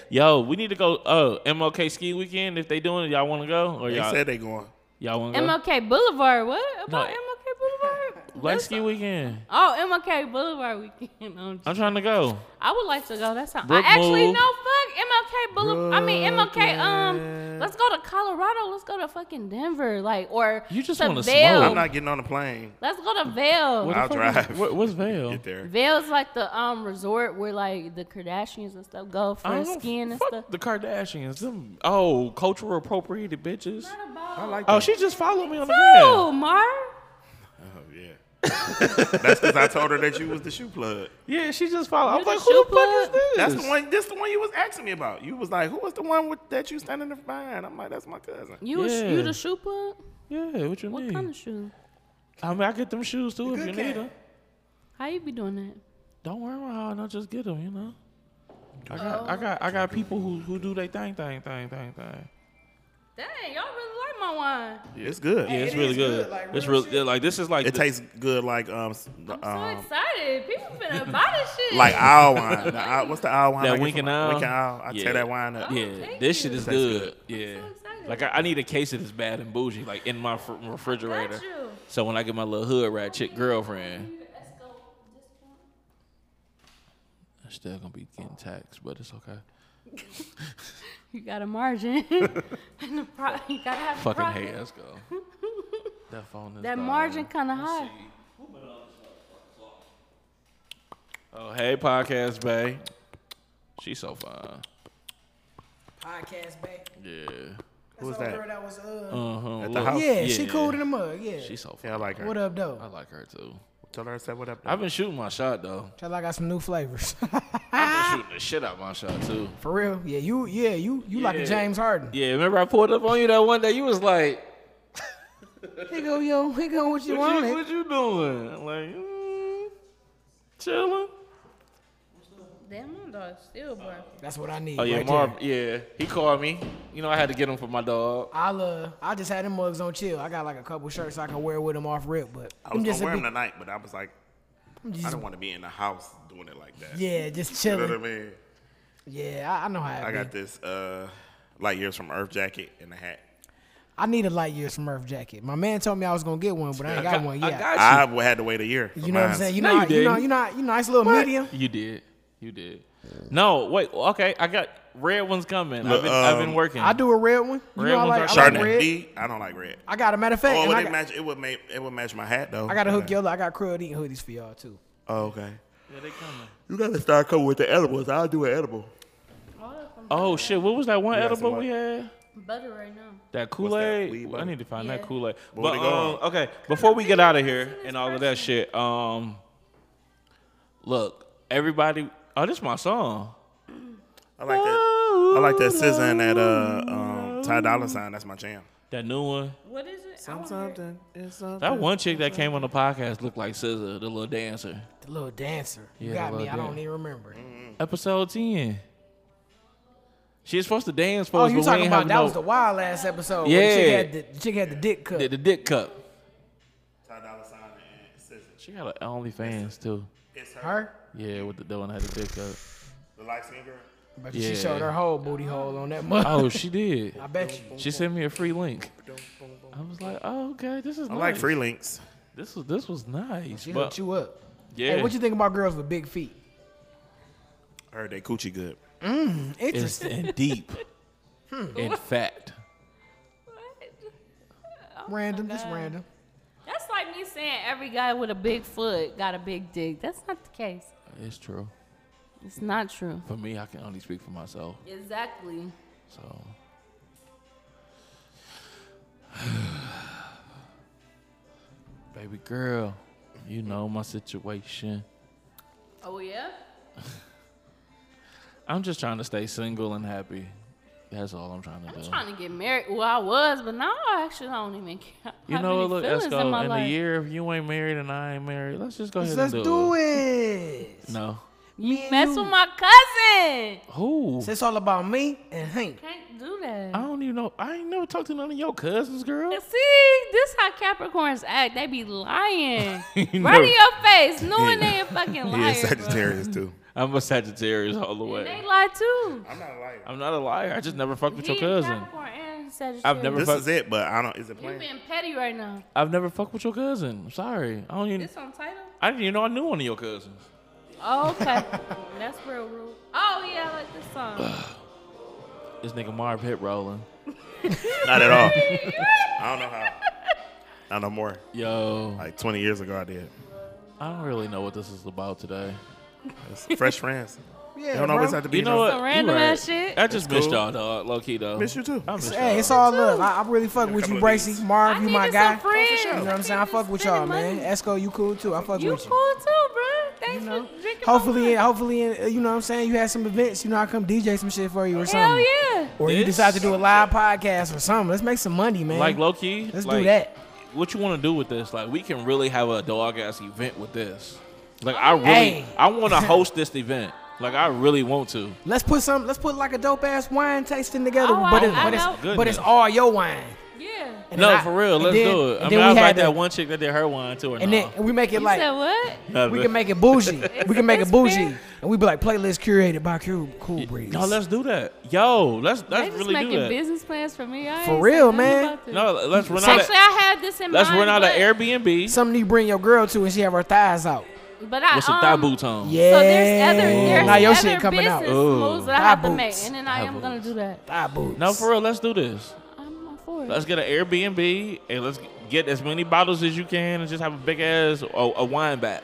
Speaker 1: Yo, we need to go. Uh, MLK Ski Weekend. If they doing it, y'all want to go or
Speaker 3: They
Speaker 1: y'all
Speaker 3: said they going.
Speaker 1: y'all want to go?
Speaker 2: MLK Boulevard. What about
Speaker 1: No.
Speaker 2: MLK Boulevard?
Speaker 1: Black
Speaker 2: That's-
Speaker 1: Ski Weekend.
Speaker 2: Oh, MLK Boulevard weekend. I'm just-
Speaker 1: I'm trying to go.
Speaker 2: I would like to go. That's how.
Speaker 1: Brook
Speaker 2: I actually
Speaker 1: move.
Speaker 2: no fuck MLK Boulevard. I mean MLK. Um, let's go to Colorado. Let's go to fucking Denver. Like or
Speaker 1: You just
Speaker 2: to
Speaker 1: wanna
Speaker 2: Vail.
Speaker 1: smoke.
Speaker 3: I'm not getting on the plane.
Speaker 2: Let's go to Vail.
Speaker 1: What the
Speaker 3: I'll
Speaker 1: fuck is-
Speaker 3: drive.
Speaker 1: what- what's Vail?
Speaker 3: Get there.
Speaker 2: Vail's like the um resort where like the Kardashians and stuff go
Speaker 1: I
Speaker 2: for
Speaker 1: don't-
Speaker 2: skiing and
Speaker 1: Oh, fuck
Speaker 2: stuff.
Speaker 1: The Kardashians. Them oh, cultural appropriated bitches.
Speaker 3: I like
Speaker 1: Oh,
Speaker 3: that.
Speaker 1: she just followed me on the gram.
Speaker 2: Ooh, Mar.
Speaker 3: Oh, yeah. That's because I told her that you was the shoe plug.
Speaker 1: Yeah, she just followed. I'm
Speaker 2: You the
Speaker 1: like, who the
Speaker 2: shoe
Speaker 1: fuck is
Speaker 2: plug?
Speaker 1: this?
Speaker 3: That's the one. That's the one you was asking me about. You was like, "Who was the one with, that you standing in behind?" I'm like, "That's my cousin."
Speaker 2: You
Speaker 1: Yeah.
Speaker 2: a, you the shoe put?
Speaker 1: Yeah, what you
Speaker 2: What
Speaker 1: need?
Speaker 2: kind of shoe?
Speaker 1: I mean, I get them shoes too if you
Speaker 3: good
Speaker 1: need
Speaker 3: cat.
Speaker 1: them.
Speaker 2: How you be doing that?
Speaker 1: Don't worry about how I know. Just get them. You know. I got,
Speaker 2: Oh.
Speaker 1: I got, I got people who who do they thing, thing, thing, thing, thing.
Speaker 2: Dang, y'all really like my wine.
Speaker 3: It's good.
Speaker 1: Yeah, it's
Speaker 4: it
Speaker 1: really
Speaker 4: is
Speaker 1: good.
Speaker 4: good, like,
Speaker 1: it's
Speaker 4: real
Speaker 1: really yeah, like this is like
Speaker 3: It
Speaker 1: the-
Speaker 3: tastes good, like um, s- the,
Speaker 2: I'm so
Speaker 3: um
Speaker 2: excited. People finna buy this shit.
Speaker 3: like owl wine. The owl- what's the owl wine?
Speaker 1: That
Speaker 3: I get
Speaker 1: Winkin'
Speaker 3: from-
Speaker 1: Owl?
Speaker 3: Winkin' owl. I
Speaker 1: Yeah.
Speaker 3: tear that wine up.
Speaker 1: Yeah,
Speaker 2: Oh, thank
Speaker 1: this
Speaker 2: you.
Speaker 1: shit is
Speaker 3: Tastes
Speaker 1: good.
Speaker 3: good.
Speaker 1: Yeah,
Speaker 2: excited.
Speaker 1: like I, I need a case of this bad and bougie, like in my fr- refrigerator.
Speaker 2: you.
Speaker 1: So when I get my little hood rat chick girlfriend, I'm still gonna be getting taxed, but it's okay.
Speaker 2: You got a margin. and the pro- you gotta have a
Speaker 1: Fucking
Speaker 2: profit.
Speaker 1: hate us go. That phone is
Speaker 2: That
Speaker 1: gone.
Speaker 2: margin kind of high.
Speaker 1: Oh hey, podcast bae. She's so fine.
Speaker 4: Podcast back.
Speaker 1: Yeah.
Speaker 4: Who
Speaker 3: was that? Oh,
Speaker 4: Girl that was, uh,
Speaker 1: Uh huh.
Speaker 3: At the house.
Speaker 4: yeah, she
Speaker 1: yeah.
Speaker 4: cooled in the mug. Yeah.
Speaker 1: She's Oh. so fine.
Speaker 3: Yeah, I like her.
Speaker 4: what up, though?
Speaker 1: I like her too.
Speaker 3: Tell her I said what up.
Speaker 1: I've been shooting my shot though.
Speaker 4: Tell her I got some new flavors. Ah.
Speaker 1: I've been shooting the shit out my shot too.
Speaker 4: For real. Yeah, you. Yeah, you. You like
Speaker 1: Yeah.
Speaker 4: a James Harden.
Speaker 1: Yeah, remember I pulled up on you that one day. You was like,
Speaker 4: Here go yo. Here go what you
Speaker 1: "What
Speaker 4: wanted.
Speaker 1: you, what you doing?" I'm like, mm, chilling.
Speaker 2: Damn, my dog still, bro.
Speaker 4: That's what I need.
Speaker 1: Oh yeah,
Speaker 4: right
Speaker 1: Marv.
Speaker 4: there.
Speaker 1: Yeah, he called me. You know, I had to get him for my dog.
Speaker 4: I'll uh, I just had them mugs on chill. I got like a couple shirts I can wear with them off rip, but
Speaker 3: I
Speaker 4: I'm
Speaker 3: was
Speaker 4: just
Speaker 3: gonna
Speaker 4: a
Speaker 3: wear them
Speaker 4: big-
Speaker 3: tonight, but I was like,
Speaker 4: I'm
Speaker 3: I
Speaker 4: just
Speaker 3: don't want to be in the house doing it like that.
Speaker 4: yeah, just
Speaker 3: You know what I
Speaker 4: chilling.
Speaker 3: mean?
Speaker 4: Yeah, I, I know how. It
Speaker 3: I got
Speaker 4: be.
Speaker 3: this uh, light years from Earth jacket and a hat.
Speaker 4: I need a light year Smurf jacket. My man told me I was gonna get one, but I ain't got one
Speaker 1: I
Speaker 4: yet.
Speaker 1: got
Speaker 3: I had to wait a year. for
Speaker 4: you know what I'm
Speaker 3: mine.
Speaker 4: saying? You
Speaker 1: No,
Speaker 4: know,
Speaker 1: you
Speaker 4: how- you, know,
Speaker 1: didn't.
Speaker 4: you know, how- you know, nice little medium.
Speaker 1: you. You did. You did. No, wait. Okay, I got red ones coming. I've
Speaker 3: Look,
Speaker 1: been, I've
Speaker 3: um,
Speaker 1: been working.
Speaker 4: I do a red one. You
Speaker 1: Red
Speaker 4: know, I
Speaker 1: ones
Speaker 4: like,
Speaker 1: are
Speaker 4: I like
Speaker 1: shiny.
Speaker 3: Chardonnay.
Speaker 4: red.
Speaker 3: D, I don't like red.
Speaker 4: I got a matter of fact.
Speaker 3: Oh,
Speaker 4: and
Speaker 3: would
Speaker 4: I,
Speaker 3: it
Speaker 4: got,
Speaker 3: match? It would make it would match my hat though.
Speaker 4: I gotta hook you up. I got crud eating hoodies for y'all too.
Speaker 3: Oh, okay.
Speaker 1: Yeah, they coming.
Speaker 3: You gotta start coming with the edibles. I'll do an edible.
Speaker 1: Oh shit! What was that one
Speaker 3: got
Speaker 1: edible
Speaker 3: some
Speaker 1: we had?
Speaker 2: Butter right now.
Speaker 1: That Kool Aid.
Speaker 3: weed
Speaker 1: I
Speaker 3: butter?
Speaker 1: need to find that
Speaker 2: Yeah.
Speaker 1: Kool Aid.
Speaker 3: What
Speaker 1: But
Speaker 3: they
Speaker 1: um,
Speaker 3: got?
Speaker 1: okay, before we get out of here and all of that shit, um, look, everybody. Oh, this is my song.
Speaker 3: I like that. I like that scissor and that uh um Ty Dolla Sign. That's my jam.
Speaker 1: That new one.
Speaker 2: What is it?
Speaker 3: It's something.
Speaker 1: That one chick that came on the podcast looked like Scissor, the little dancer.
Speaker 4: The little dancer. You
Speaker 1: Yeah, the
Speaker 4: got me.
Speaker 1: little Mm.
Speaker 4: I don't
Speaker 1: dan-
Speaker 4: even remember.
Speaker 1: Episode ten. She's supposed to dance for
Speaker 4: Oh,
Speaker 1: us,
Speaker 4: you
Speaker 1: but we
Speaker 4: talking
Speaker 1: ain't
Speaker 4: about
Speaker 1: have
Speaker 4: that
Speaker 1: no,
Speaker 4: was the wild ass episode? Yeah, where the
Speaker 1: Yeah.
Speaker 4: chick had the, the chick had the dick cut.
Speaker 1: the, the dick cup.
Speaker 3: Ty Dolla Sign and Scissor.
Speaker 1: She got an OnlyFans too.
Speaker 3: It's her.
Speaker 4: Her,
Speaker 1: Yeah, with the, the one that had the dick cup.
Speaker 3: The light skin girl.
Speaker 4: but
Speaker 1: Yeah.
Speaker 4: she showed her whole booty hole on that mug.
Speaker 1: Oh, she did.
Speaker 4: I bet you.
Speaker 1: She sent me a free link. I was like, oh, okay, this is
Speaker 3: I like
Speaker 1: nice.
Speaker 3: free links.
Speaker 1: This was this was nice.
Speaker 4: She
Speaker 1: but
Speaker 4: hooked you up.
Speaker 1: yeah,
Speaker 4: Hey, what you think about girls with big feet?
Speaker 3: I heard they coochie good.
Speaker 1: it's
Speaker 4: Interesting.
Speaker 1: and deep
Speaker 4: Hmm.
Speaker 1: and fat.
Speaker 4: random, just random.
Speaker 2: That's like me saying every guy with a big foot got a big dick. That's not the case.
Speaker 1: It's true.
Speaker 2: It's not true.
Speaker 1: For me, I can only speak for myself.
Speaker 2: Exactly.
Speaker 1: So baby girl, you know my situation.
Speaker 2: Oh yeah.
Speaker 1: I'm just trying to stay single and happy. That's all I'm trying to
Speaker 2: I'm
Speaker 1: do.
Speaker 2: trying to get married. Well, I was, but now I actually don't even care.
Speaker 1: you
Speaker 2: have
Speaker 1: know
Speaker 2: any
Speaker 1: what, look,
Speaker 2: feelings
Speaker 1: Esco,
Speaker 2: my
Speaker 1: in a
Speaker 2: life.
Speaker 1: year if you ain't married and I ain't married, let's just go ahead
Speaker 4: Let's
Speaker 1: and
Speaker 4: do it.
Speaker 1: No.
Speaker 4: Me and
Speaker 2: Mess
Speaker 4: you.
Speaker 2: with my cousin.
Speaker 1: Who?
Speaker 4: So It's all about me and Hank.
Speaker 2: Can't do that.
Speaker 1: I don't even know. I ain't never talked to none of your cousins, girl.
Speaker 2: And See, this how Capricorns act. They be lying.
Speaker 1: You
Speaker 2: right
Speaker 1: know.
Speaker 2: in your face. Knowing they a fucking liar.
Speaker 3: Yeah,
Speaker 2: bro.
Speaker 3: Sagittarius too.
Speaker 1: I'm a Sagittarius all the way.
Speaker 2: They lie too.
Speaker 3: I'm not lying.
Speaker 1: I'm not a liar. I just never fucked with your
Speaker 2: He
Speaker 1: cousin.
Speaker 2: Capricorn and Sagittarius.
Speaker 1: I've never
Speaker 3: This
Speaker 1: fucked.
Speaker 3: is it, but I don't. Is it
Speaker 2: You
Speaker 3: playing?
Speaker 2: being petty right now.
Speaker 1: I've never fucked with your cousin. I'm sorry. I don't even.
Speaker 2: This on title?
Speaker 1: I didn't even know I knew one of your cousins.
Speaker 2: Oh, okay. That's real rude. Oh yeah, I like this song.
Speaker 1: This nigga Marv hit rolling.
Speaker 3: Not at all. I don't know how. Not no more.
Speaker 1: Yo,
Speaker 3: Like 20 years ago, I did.
Speaker 1: I don't really know what this is about today.
Speaker 3: It's fresh friends.
Speaker 4: Yeah,
Speaker 3: They don't
Speaker 4: bro.
Speaker 3: always have to be.
Speaker 1: You know what?
Speaker 2: Some
Speaker 1: You
Speaker 2: random
Speaker 1: right.
Speaker 2: ass shit.
Speaker 1: I just
Speaker 3: It's
Speaker 1: missed
Speaker 3: cool.
Speaker 1: y'all, dog. Low key though.
Speaker 3: Miss you too.
Speaker 1: I miss
Speaker 4: Hey,
Speaker 1: y'all.
Speaker 4: it's all love. I, I really fuck with you,
Speaker 3: couple of
Speaker 4: Bracy,
Speaker 3: these.
Speaker 4: Marv,
Speaker 2: I
Speaker 4: you
Speaker 2: needed
Speaker 4: my
Speaker 2: some
Speaker 4: guy.
Speaker 2: friends.
Speaker 4: You know what I'm saying? I fuck with
Speaker 2: Spending
Speaker 4: y'all, man.
Speaker 2: money.
Speaker 4: Esco, you cool too. I fuck
Speaker 2: You
Speaker 4: with you.
Speaker 2: cool too, bro. Thanks for drinking. my
Speaker 4: Hopefully,
Speaker 2: wine.
Speaker 4: hopefully, uh, you know what I'm saying. You had some events. You know, I come DJ some shit for you or
Speaker 2: Hell
Speaker 4: something.
Speaker 2: yeah.
Speaker 4: Or you
Speaker 1: This-
Speaker 4: decide to do a live podcast or something. Let's make some money, man.
Speaker 1: Like low key.
Speaker 4: Let's
Speaker 1: like,
Speaker 4: do that.
Speaker 1: What you want to do with this? Like we can really have a dog ass event with this. Like I really,
Speaker 4: Hey.
Speaker 1: I want to host this event. Like I really want to.
Speaker 4: Let's put some. Let's put like a dope ass wine tasting together.
Speaker 2: Oh,
Speaker 4: but,
Speaker 2: I-
Speaker 4: it's,
Speaker 2: I
Speaker 4: but, it's,
Speaker 1: know.
Speaker 4: but it's
Speaker 1: Goodness.
Speaker 4: all your wine.
Speaker 2: Yeah.
Speaker 4: And
Speaker 1: No,
Speaker 4: then I-
Speaker 1: for real.
Speaker 4: and
Speaker 1: Let's
Speaker 4: then-
Speaker 1: do it. I
Speaker 4: and
Speaker 1: mean,
Speaker 4: then
Speaker 1: I
Speaker 4: we had
Speaker 1: like
Speaker 4: the-
Speaker 1: that one chick that did her wine too, or
Speaker 4: And
Speaker 1: no?
Speaker 4: then we make
Speaker 2: You
Speaker 4: it like
Speaker 2: said what?
Speaker 4: we can make it bougie. we can make it
Speaker 2: It's
Speaker 4: bougie,
Speaker 2: fair.
Speaker 4: and we be like playlist curated by Cool Cool Breeze.
Speaker 1: No, let's do that. Yo, let's
Speaker 2: They
Speaker 1: let's
Speaker 2: just
Speaker 1: really do
Speaker 2: making
Speaker 1: that.
Speaker 2: business plans for me. I
Speaker 4: For
Speaker 2: ain't
Speaker 4: real,
Speaker 2: said nothing
Speaker 4: man.
Speaker 2: about this.
Speaker 1: No, let's run out. Of,
Speaker 2: Actually, I had this in
Speaker 1: let's
Speaker 2: mind.
Speaker 1: run out of
Speaker 2: but-
Speaker 1: Airbnb
Speaker 4: Something you bring your girl to, and she have her thighs out.
Speaker 2: But I
Speaker 1: with some
Speaker 2: um,
Speaker 1: thigh boots on.
Speaker 4: Yeah.
Speaker 2: So there's other there's
Speaker 4: now your
Speaker 2: other
Speaker 4: shit coming
Speaker 2: business
Speaker 4: out.
Speaker 1: Ooh.
Speaker 2: moves that I
Speaker 4: Thigh
Speaker 2: have to make,
Speaker 4: boots.
Speaker 2: and then I
Speaker 1: Thigh
Speaker 2: am gonna
Speaker 1: boots.
Speaker 2: do that.
Speaker 4: Thigh boots.
Speaker 1: No, for real, let's do this.
Speaker 2: I'm all for it.
Speaker 1: Let's get an Airbnb and let's get as many bottles as you can and just have a big ass a, a wine back,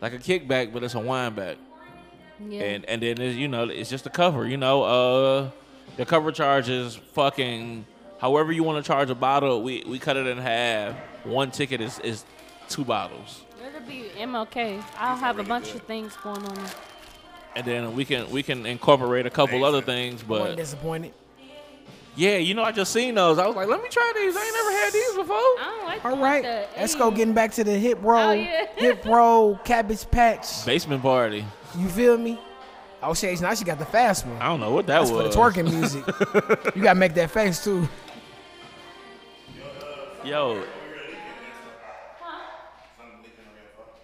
Speaker 1: like a kickback, but it's a wine back.
Speaker 2: yeah.
Speaker 1: And and then it's, you know it's just a cover. You know, uh, the cover charge is fucking however you want to charge a bottle. We we cut it in half. One ticket is is two bottles,
Speaker 2: It'll be MLK. I'll have a bunch of things going on. there.
Speaker 1: and then we can we can incorporate a couple other things.
Speaker 4: Wasn't
Speaker 1: But
Speaker 4: disappointed.
Speaker 1: yeah, you know, I just seen those. I was like, let me try these. I ain't never had these before.
Speaker 2: Oh, I don't like
Speaker 4: All
Speaker 2: that,
Speaker 4: right,
Speaker 2: the
Speaker 4: let's go.
Speaker 2: egg.
Speaker 4: Getting back to the hip roll,
Speaker 2: Oh, yeah.
Speaker 4: hip roll, cabbage patch.
Speaker 1: Basement party.
Speaker 4: You feel me? Oh, shit, now she got the fast one.
Speaker 1: I don't know what that
Speaker 4: That's for
Speaker 1: was.
Speaker 4: the twerking music. you gotta make that face too.
Speaker 1: Yo,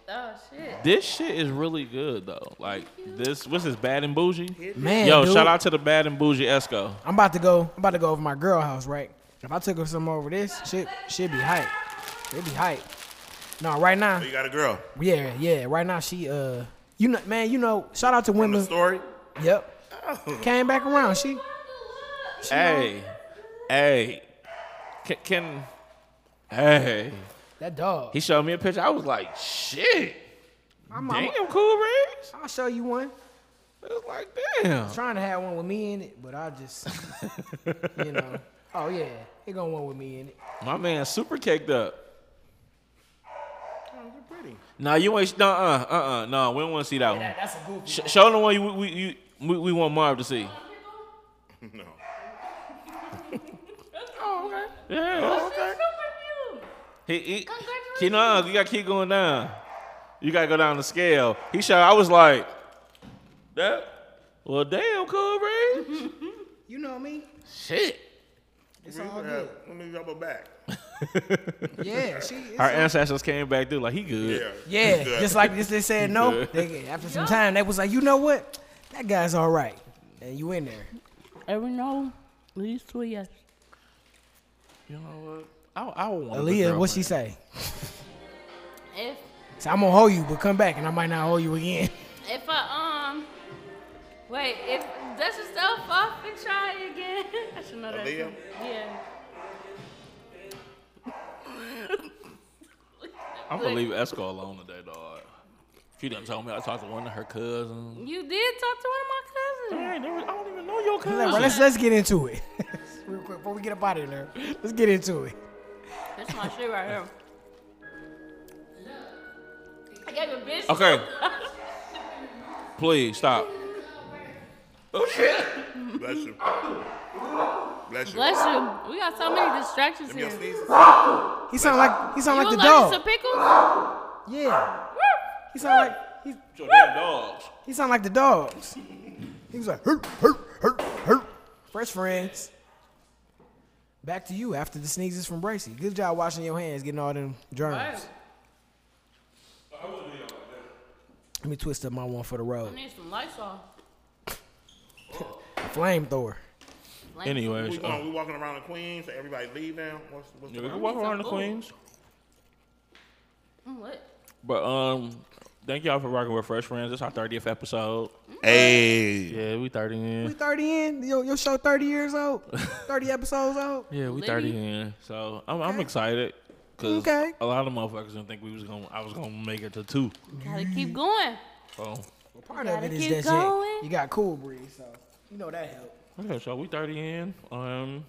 Speaker 2: Oh shit.
Speaker 1: This shit is really good though. Like this, what's this? Bad and bougie.
Speaker 4: Man,
Speaker 1: Yo,
Speaker 4: dude,
Speaker 1: shout out to the Bad and Bougie Esco.
Speaker 4: I'm about to go. I'm about to go over my girl house, right? If I took her some over this, shit, she'd be hype. It'd be hype. No, right now,
Speaker 3: Oh, You got a girl
Speaker 4: yeah, yeah, right now she uh, you know, man, you know, shout out to
Speaker 3: from the
Speaker 4: women.
Speaker 3: story. Oh.
Speaker 4: Yep, came back around. She, she
Speaker 1: Hey, hey, can, can hey?
Speaker 4: that dog.
Speaker 1: He showed me a picture. I was like, shit.
Speaker 4: I'm, I'm,
Speaker 1: Damn, cool Reds.
Speaker 4: I'll show you one.
Speaker 1: It was like, damn.
Speaker 4: trying to have one with me in it, but I just, you know, oh yeah, it gonna one with me in it.
Speaker 1: My man, super caked up.
Speaker 4: You're pretty.
Speaker 1: Nah, you ain't. Nah, uh, uh, uh, nah. We don't want to see that one.
Speaker 4: That's a goofy.
Speaker 1: Sh- show them what you, we, you, we, we want Marv to see.
Speaker 3: No.
Speaker 1: Yeah.
Speaker 3: Okay.
Speaker 1: He, he, keep, nah, you gotta keep going down. You gotta go down the scale. He shot. I was like, that. Well, damn, cool, Ray.
Speaker 4: You know me.
Speaker 1: Shit.
Speaker 4: It's all good.
Speaker 3: Let me double back.
Speaker 4: Yeah, she. It's
Speaker 1: Our ancestors came back through like he good.
Speaker 3: Yeah.
Speaker 4: yeah,
Speaker 3: Good.
Speaker 4: just like this, they said no.
Speaker 1: Good.
Speaker 4: They, after some time, they was like, you know what, that guy's all right, and you in there.
Speaker 2: Every no leads to a yes.
Speaker 1: You know what? I, I would want
Speaker 4: Aaliyah, what she say?
Speaker 2: If
Speaker 4: So I'm gonna hold you, but come back, and I might not hold you again.
Speaker 2: if I um wait if dust yourself off and try it again. I should know that.
Speaker 3: Aaliyah?
Speaker 2: Yeah.
Speaker 1: I'm gonna leave Esco alone today, dog. She done told me I talked to one of her cousins.
Speaker 2: You did talk to one of my cousins.
Speaker 1: I, ain't never, I don't even know your
Speaker 4: Like,
Speaker 1: cousin.
Speaker 4: well, let's let's get into it. Real quick, before we get up out of there, let's get into it.
Speaker 2: That's my shit right here. I gave a bitch.
Speaker 1: Okay. Please stop. Oh,
Speaker 3: Bless you. Bless you.
Speaker 2: Bless you. We got so many distractions
Speaker 3: Them your
Speaker 2: here.
Speaker 3: sneezes.
Speaker 4: He sound like he sound
Speaker 2: you
Speaker 4: like the
Speaker 2: allergic to
Speaker 4: dog.
Speaker 2: pickles?
Speaker 4: Yeah, he sound like he
Speaker 1: Your damn dogs.
Speaker 4: He sound like the dogs. He was like, hurt, hurt, hurt, hurt. Fresh friends. Back to you after the sneezes from Bracy. Good job washing your hands, getting all them germs. Let me twist up my one for the road.
Speaker 2: I need some Lysol.
Speaker 4: Flamethrower.
Speaker 2: Like,
Speaker 1: Anyways,
Speaker 3: We,
Speaker 1: uh,
Speaker 3: going, we walking around the Queens. Everybody leave now. What's, what's
Speaker 1: yeah,
Speaker 3: the
Speaker 1: we
Speaker 3: route?
Speaker 1: can walk around the
Speaker 2: Ooh.
Speaker 1: Queens.
Speaker 2: mm, What?
Speaker 1: But um, thank y'all for rocking with Fresh Friends. It's our 30th episode.
Speaker 3: Hey.
Speaker 1: Yeah, we 30
Speaker 4: We
Speaker 1: in.
Speaker 4: 30 in? Your, your show 30 years old? 30 episodes old?
Speaker 1: Yeah, we
Speaker 2: Liddy.
Speaker 1: 30 in. So I'm, I'm excited because
Speaker 4: Okay.
Speaker 1: a lot of motherfuckers didn't think we was gonna I was gonna make it to two.
Speaker 2: Gotta keep going.
Speaker 1: So
Speaker 4: Part
Speaker 2: Gotta
Speaker 4: of it is
Speaker 2: keep
Speaker 4: that
Speaker 2: going.
Speaker 4: shit. You got cool breeze, so you know that helped.
Speaker 1: yeah, so we 30 in. Um,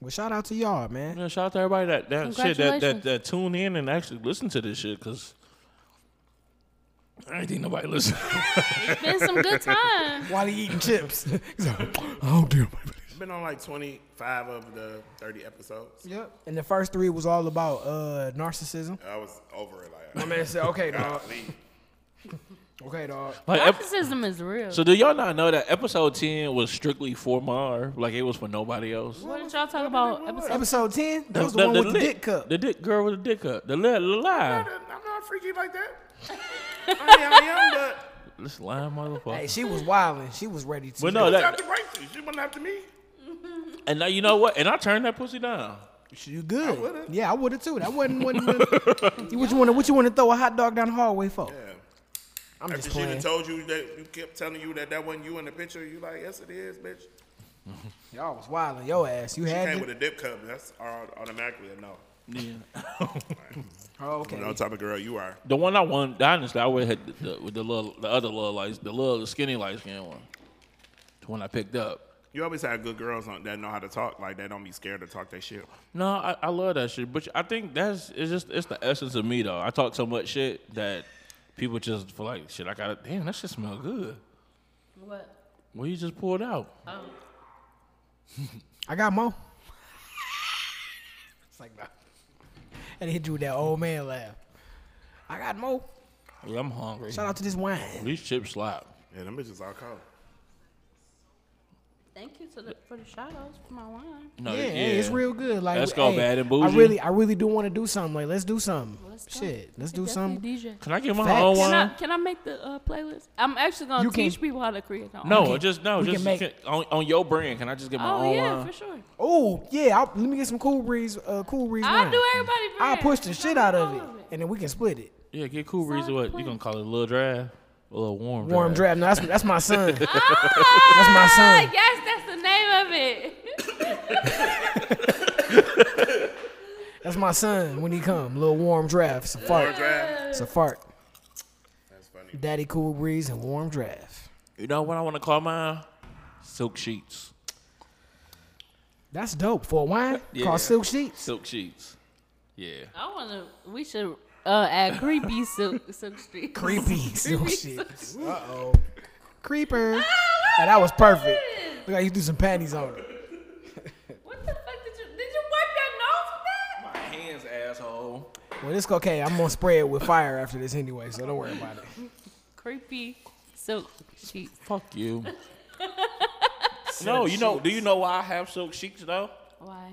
Speaker 4: Well, shout out to y'all, man.
Speaker 1: yeah, shout out to everybody that that shit that, that
Speaker 2: Congratulations.
Speaker 1: that tune in and actually listen to this shit because. I ain't think nobody listen.
Speaker 2: It's been some good time.
Speaker 4: While he eating chips. He's like, oh, dear. my baby."
Speaker 3: Been on like 25 of the 30 episodes.
Speaker 4: Yep. And the first three was all about uh, narcissism.
Speaker 3: I was over it.
Speaker 4: My
Speaker 3: Like,
Speaker 4: man said, okay, dog.
Speaker 3: golly.
Speaker 4: Okay, dog.
Speaker 1: Like, ep-
Speaker 2: Narcissism is real.
Speaker 1: so do y'all not know that episode ten was strictly for Marv? Like it was for nobody else.
Speaker 2: what did y'all talk about? Episode
Speaker 4: Episode 10, that was the one with the
Speaker 1: lit-
Speaker 4: dick cup.
Speaker 1: The dick girl with the dick cup. The li- the lie.
Speaker 3: I'm not freaky like that. I mean, I am, but
Speaker 1: This lying motherfucker.
Speaker 4: Hey, she was wilding. She was ready to.
Speaker 1: but no,
Speaker 3: she's
Speaker 1: that
Speaker 3: after Gracie. She wasn't after me.
Speaker 1: and now you know what? And I turned that pussy down.
Speaker 4: She you good. yeah, I would have too. That wasn't what you what you want. What you want to throw a hot dog down the hallway for?
Speaker 3: Yeah.
Speaker 4: I'm
Speaker 3: After
Speaker 4: just
Speaker 3: she done
Speaker 4: playing.
Speaker 3: told you that you kept telling you that that wasn't you in the picture, you like, yes, it is, bitch.
Speaker 4: Y'all was wilding your ass. You
Speaker 3: She
Speaker 4: had
Speaker 3: came
Speaker 4: to.
Speaker 3: with a dip cup. That's au- automatically a no.
Speaker 1: Yeah.
Speaker 4: oh,
Speaker 3: You
Speaker 4: okay.
Speaker 3: know what type of girl you are.
Speaker 1: The one I won, honestly, I would have had the, the, with the little, the other little lights, the little skinny light skin one. The one I picked up.
Speaker 3: You always have good girls on, that know how to talk like that. Don't be scared to talk that shit.
Speaker 1: No, I, I love that shit, but I think that's it's just it's the essence of me though. I talk so much shit that people just feel like shit. I got to damn that shit smell good.
Speaker 2: what?
Speaker 1: Well, you just pulled out.
Speaker 2: Oh.
Speaker 4: I got Mo. it's like no. And he hit you with that old man laugh. I got Mo.
Speaker 1: Yeah, I'm hungry.
Speaker 4: Shout out to this wine.
Speaker 1: These chips slap.
Speaker 3: Yeah, them bitches all cold.
Speaker 2: Thank you to the, for the shout outs for my wine.
Speaker 1: No,
Speaker 4: yeah, hey, it's real good. Like
Speaker 1: Oh, Let's go,
Speaker 4: hey,
Speaker 1: Bad and
Speaker 4: I
Speaker 1: Bougie.
Speaker 4: really, I really do want to do something. Like, let's do something.
Speaker 2: Let's go.
Speaker 4: Shit, let's
Speaker 2: It
Speaker 4: do something.
Speaker 2: definitely DJ.
Speaker 1: Can I get my
Speaker 4: Facts.
Speaker 1: own
Speaker 2: Can I,
Speaker 1: one?
Speaker 2: can I make the uh, playlist? I'm actually gonna
Speaker 4: You can-
Speaker 2: teach people how to create their own.
Speaker 1: No,
Speaker 4: can-
Speaker 1: just no,
Speaker 4: we
Speaker 1: just
Speaker 4: can make-
Speaker 1: can- on, on your brand. Can I just get my
Speaker 2: Oh
Speaker 1: own
Speaker 2: yeah,
Speaker 4: uh,
Speaker 1: wine?
Speaker 2: for sure.
Speaker 4: Oh yeah, I'll, let me get some cool breeze. Uh, cool breeze
Speaker 2: I'll
Speaker 4: wine.
Speaker 2: do everybody.
Speaker 4: I'll
Speaker 2: brand.
Speaker 4: push the
Speaker 2: There's
Speaker 4: shit
Speaker 2: nothing
Speaker 4: out of it,
Speaker 2: wrong with
Speaker 4: and then we can split it.
Speaker 1: Yeah, get cool
Speaker 2: Sounds
Speaker 1: breeze. What you
Speaker 2: clean.
Speaker 1: gonna call it? A little draft, a little warm.
Speaker 4: Warm
Speaker 1: draft.
Speaker 4: draft. No, that's that's my son.
Speaker 2: Ah,
Speaker 4: my son.
Speaker 2: Yes, that's the name of it.
Speaker 4: That's my son when he come. Little warm draft. It's a fart.
Speaker 3: Draft.
Speaker 4: It's a fart.
Speaker 3: That's funny.
Speaker 4: Daddy cool breeze and warm draft.
Speaker 1: You know what I want to call mine? Silk sheets.
Speaker 4: That's dope for a wine
Speaker 1: Yeah.
Speaker 4: called Silk Sheets.
Speaker 1: Silk sheets. Yeah.
Speaker 2: I wanna. We should uh, add creepy silk silk street.
Speaker 4: Creepy Silk
Speaker 2: Silk
Speaker 4: Sheets. Uh oh. Creeper. And that was perfect. Look how you threw some panties on it.
Speaker 2: What the fuck did you did you wipe your nose with that?
Speaker 1: My hands, asshole.
Speaker 4: Well, it's okay. I'm gonna spray it with fire after this anyway, so don't worry about it.
Speaker 2: Creepy silk sheets.
Speaker 1: Fuck you. no, you know. Do you know why I have silk sheets though?
Speaker 2: Why?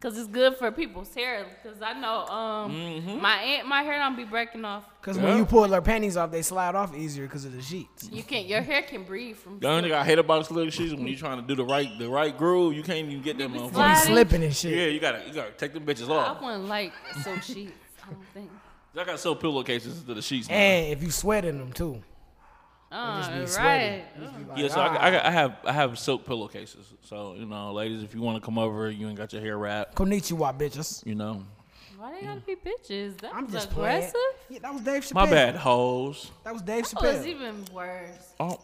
Speaker 2: Cause it's good for people's hair. Cause I know um
Speaker 1: Mm-hmm.
Speaker 2: my aunt my hair don't be breaking off.
Speaker 4: Cause
Speaker 1: Yeah.
Speaker 4: when you pull their panties off, they slide off easier because of the sheets.
Speaker 2: You can your hair can breathe from.
Speaker 1: The only thing I hate about silk sheets is when you're trying to do the right the right groove, you can't even get that motherfucker.
Speaker 4: You
Speaker 2: Sliding.
Speaker 4: slipping and shit.
Speaker 1: Yeah, you gotta you gotta take them bitches
Speaker 2: I
Speaker 1: off.
Speaker 2: wouldn't like silk sheets. I don't think.
Speaker 1: I gotta sell pillowcases to the sheets. now.
Speaker 4: And if you sweat in them too. just be
Speaker 2: Oh,
Speaker 4: sweaty.
Speaker 2: right.
Speaker 1: Yeah, so I,
Speaker 4: "Ah,
Speaker 1: I, I have I have silk pillowcases. So you know, ladies, if you want to come over, you ain't got your hair wrapped.
Speaker 4: Konnichiwa, bitches.
Speaker 1: You know,
Speaker 2: Why they gotta be bitches? That
Speaker 4: I'm
Speaker 2: was
Speaker 4: just
Speaker 2: aggressive.
Speaker 4: playing. Yeah, that was Dave Chappelle.
Speaker 1: my bad, hoes.
Speaker 4: That was Dave
Speaker 2: Oh, it's
Speaker 4: Chappelle.
Speaker 2: even worse.
Speaker 1: Oh,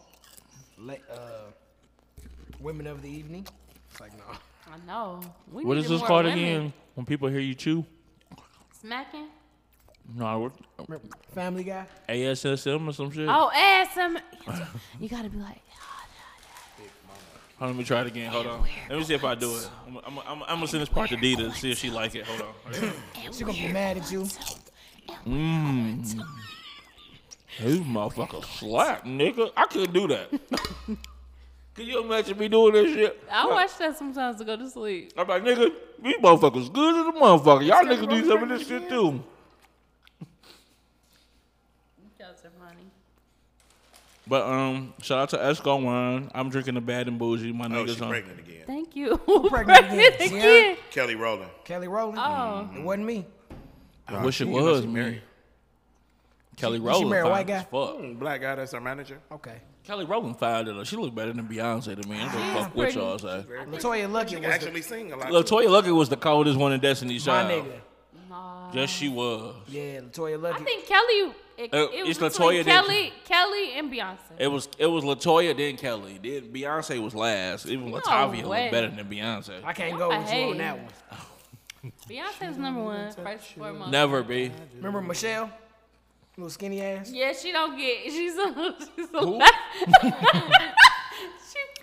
Speaker 4: La- uh, women of the evening. It's like no.
Speaker 2: I know. We
Speaker 1: what
Speaker 2: needed
Speaker 1: is this
Speaker 2: more
Speaker 1: called
Speaker 2: women.
Speaker 1: again? When people hear you chew?
Speaker 2: Smacking.
Speaker 1: No, what-
Speaker 4: Remember, Family Guy.
Speaker 1: ASSM or some shit.
Speaker 2: Oh, ass. I'm- you gotta be like.
Speaker 1: Hold on, let me try it again. Hold on. Let me see if I do it. I'm, I'm, I'm, I'm gonna send this part to Dee to see if she like it. Hold on.
Speaker 2: Oh,
Speaker 4: She gonna be mad at you.
Speaker 1: Mmm. This motherfucker slap, nigga. I couldn't do that. Can you imagine me doing this shit?
Speaker 2: I watch that sometimes to go to sleep.
Speaker 1: I'm like, nigga, these motherfuckers good as a motherfucker. Y'all niggas do some of this shit too.
Speaker 2: You guys are funny.
Speaker 1: But um, shout out to Esco Wine. I'm drinking the bad and bougie. My
Speaker 3: Oh, she's
Speaker 1: niggas on.
Speaker 3: pregnant again.
Speaker 2: Thank you.
Speaker 4: pregnant again, Sierra?
Speaker 3: Kelly Rowland.
Speaker 4: Kelly Rowland.
Speaker 2: Oh.
Speaker 4: It wasn't me.
Speaker 1: I wish it
Speaker 3: She
Speaker 1: was
Speaker 3: must be
Speaker 1: me.
Speaker 3: married.
Speaker 1: Kelly
Speaker 4: marry a
Speaker 1: Rowland. fine
Speaker 4: white
Speaker 1: as
Speaker 4: guy?
Speaker 1: Fuck.
Speaker 3: Mm, Black guy that's our manager.
Speaker 4: Okay.
Speaker 1: Kelly Rowland fired it up. She look better than Beyonce to me. I don't
Speaker 2: She's
Speaker 1: fuck with
Speaker 2: pretty.
Speaker 1: y'all. Say.
Speaker 4: Latoya Luckett
Speaker 3: She
Speaker 4: was the,
Speaker 3: actually sing a lot.
Speaker 1: Look,
Speaker 3: too.
Speaker 1: Toya Lucky was the coldest one in Destiny's
Speaker 4: my
Speaker 1: Child.
Speaker 4: nigga.
Speaker 2: Nah.
Speaker 1: Yes, she was.
Speaker 4: Yeah, Latoya
Speaker 2: I
Speaker 4: Luckett.
Speaker 2: think Kelly. It,
Speaker 1: Uh,
Speaker 2: it was
Speaker 1: it's Latoya
Speaker 2: between
Speaker 1: that-
Speaker 2: Kelly, Kelly, and Beyonce.
Speaker 1: It was it was Latoya then Kelly. Then Beyonce was last. Even Latavia
Speaker 2: way.
Speaker 1: looked better than Beyonce.
Speaker 4: I can't go with you on
Speaker 2: Hey.
Speaker 4: that one.
Speaker 2: Beyonce was number one first four months.
Speaker 1: Never be.
Speaker 4: Remember Michelle? Little skinny ass.
Speaker 2: Yeah, she don't get. She's a. She's a.
Speaker 1: Who?
Speaker 2: she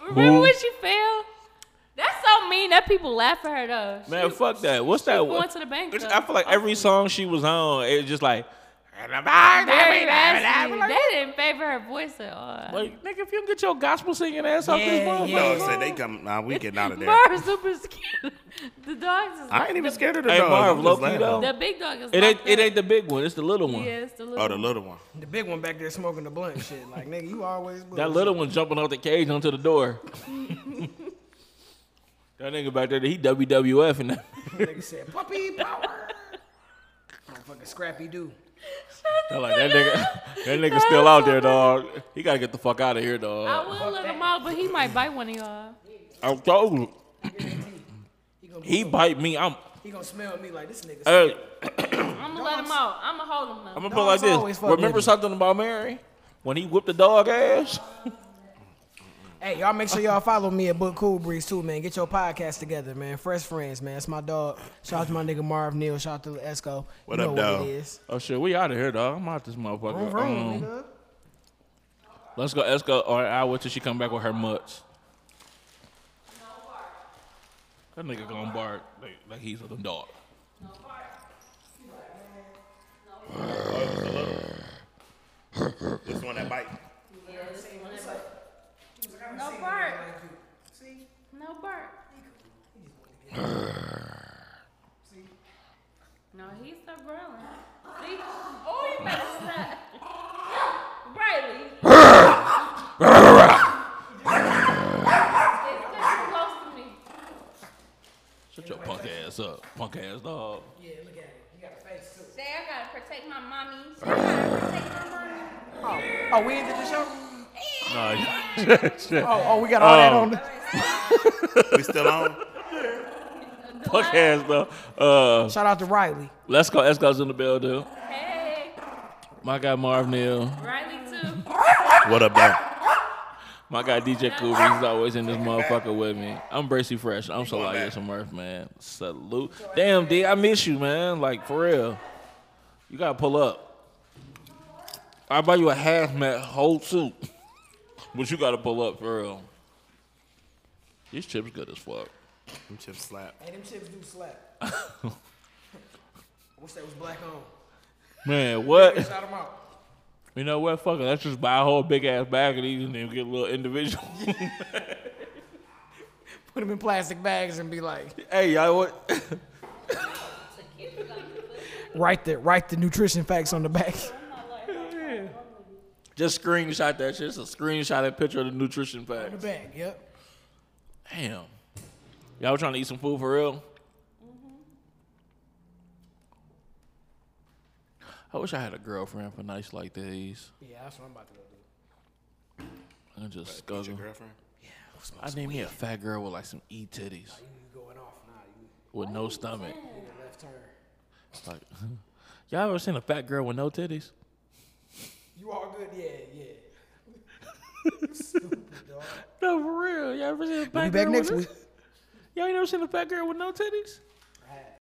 Speaker 2: remember
Speaker 1: Who?
Speaker 2: when she fell. That's so mean that people laugh at her though.
Speaker 1: Man, fuck that. What's that?
Speaker 2: going to the bank,
Speaker 1: It's-
Speaker 2: though.
Speaker 1: I feel like every song she was on, it was just like.
Speaker 2: Very nasty. They didn't favor her voice at all.
Speaker 1: Like, nigga, if you don't get your gospel singing ass off this
Speaker 4: Yeah,
Speaker 1: motherfucker.
Speaker 4: yeah.
Speaker 3: No, said they come. Nah, we getting out of there.
Speaker 2: Mara's super scared. The dogs is.
Speaker 3: I ain't even scared of the
Speaker 1: Hey,
Speaker 3: dog.
Speaker 1: Marv,
Speaker 3: I'm just
Speaker 1: low-key
Speaker 3: laughing.
Speaker 1: though.
Speaker 2: The big dog is.
Speaker 1: It ain't
Speaker 2: locked
Speaker 1: it
Speaker 2: up.
Speaker 1: ain't the big one. It's the little one.
Speaker 2: Yeah, it's the little.
Speaker 3: Oh, the little one.
Speaker 4: The big one back there smoking the blunt and shit. Like, nigga, you always
Speaker 1: That little one jumping out the cage onto the door. that nigga back there, he WWF and that.
Speaker 4: nigga said, puppy power. Motherfucking Scrappy Doo.
Speaker 1: I'm like that nigga, that nigga still out there, dog. He gotta get the fuck out of here,
Speaker 2: I
Speaker 1: dog.
Speaker 2: will let him out, but he might bite one of y'all.
Speaker 1: I'm told you,
Speaker 4: He gonna,
Speaker 1: he bite me. I'm
Speaker 4: he gonna smell me like this nigga.
Speaker 1: hey,
Speaker 2: I'm gonna let him out. I'm gonna hold him
Speaker 1: I'm
Speaker 2: up.
Speaker 1: gonna put it like
Speaker 4: Dogs always
Speaker 1: this.
Speaker 4: fuck with
Speaker 1: Remember
Speaker 4: me.
Speaker 1: something about Mary when he whipped the dog ass?
Speaker 4: Hey, y'all make sure y'all follow me at Book Cool Breeze too, man. Get your podcast together, man. Fresh Friends, man. It's my dog. Shout out to my nigga Marv Neal. Shout out to Esco.
Speaker 3: What
Speaker 4: you
Speaker 3: up,
Speaker 4: know
Speaker 3: dog?
Speaker 4: What it is.
Speaker 1: Oh shit, we out of here, dog. I'm out this motherfucker.
Speaker 4: Vroom, vroom,
Speaker 1: Um,
Speaker 4: nigga.
Speaker 1: let's go, let's go. Or I wait till she come back with her mutts. That nigga gonna bark like, like he's a dog.
Speaker 3: This one that bite.
Speaker 2: No bark. No bark. No, he's still growling. See? Oh, you better stop. Riley. It's 'cause you're close to me.
Speaker 1: Shut your punk ass up, punk ass dog.
Speaker 2: Say, I gotta protect my mommy. Say, I gotta protect my mommy.
Speaker 4: Oh, we ended the show?
Speaker 1: Nah,
Speaker 4: Oh, oh, we got all that
Speaker 3: Um,
Speaker 1: Oh.
Speaker 4: on. The-
Speaker 3: We still on?
Speaker 1: punk ass dog. Uh,
Speaker 4: Shout out to Riley.
Speaker 1: let's go. Let's go's in the building.
Speaker 2: Hey,
Speaker 1: My guy Marv Neal.
Speaker 2: Riley too.
Speaker 3: What up, though?
Speaker 1: My guy DJ Cooper, he's always in this motherfucker with me. I'm Bracy Fresh. I'm so like some Murph, man. Salute. Damn, D, I miss you, man. Like for real. You gotta pull up. I buy you a hazmat whole suit. But you gotta pull up for real. These chips good as fuck.
Speaker 3: Them chips slap.
Speaker 4: Hey, them chips do slap. wish that was black on.
Speaker 1: Man, what?
Speaker 4: Shout them out.
Speaker 1: You know what? Fuck it. Let's just buy a whole big ass bag of these and then get a little individual.
Speaker 4: Put them in plastic bags and be like,
Speaker 1: hey, y'all, what?
Speaker 4: write the write the nutrition facts on the back.
Speaker 1: Just screenshot that shit. It's a screenshot that picture of the nutrition facts.
Speaker 4: The bag, yep.
Speaker 1: Damn. Y'all trying to eat some food for real? Mm-hmm. I wish I had a girlfriend for nights like these.
Speaker 4: Yeah, that's what I'm about to go do.
Speaker 1: I just scuzzle.
Speaker 3: Your girlfriend?
Speaker 1: I need me a fat girl with like some E titties
Speaker 4: You going off now? You
Speaker 1: with no stomach.
Speaker 4: need a left turn.
Speaker 1: Like, y'all ever seen a fat girl with no titties?
Speaker 4: You all good? Yeah, yeah.
Speaker 1: No, for real. Y'all ever seen a fat
Speaker 4: We'll be
Speaker 1: girl
Speaker 4: back next
Speaker 1: with
Speaker 4: week.
Speaker 1: Y'all ain't never seen a fat girl with no titties?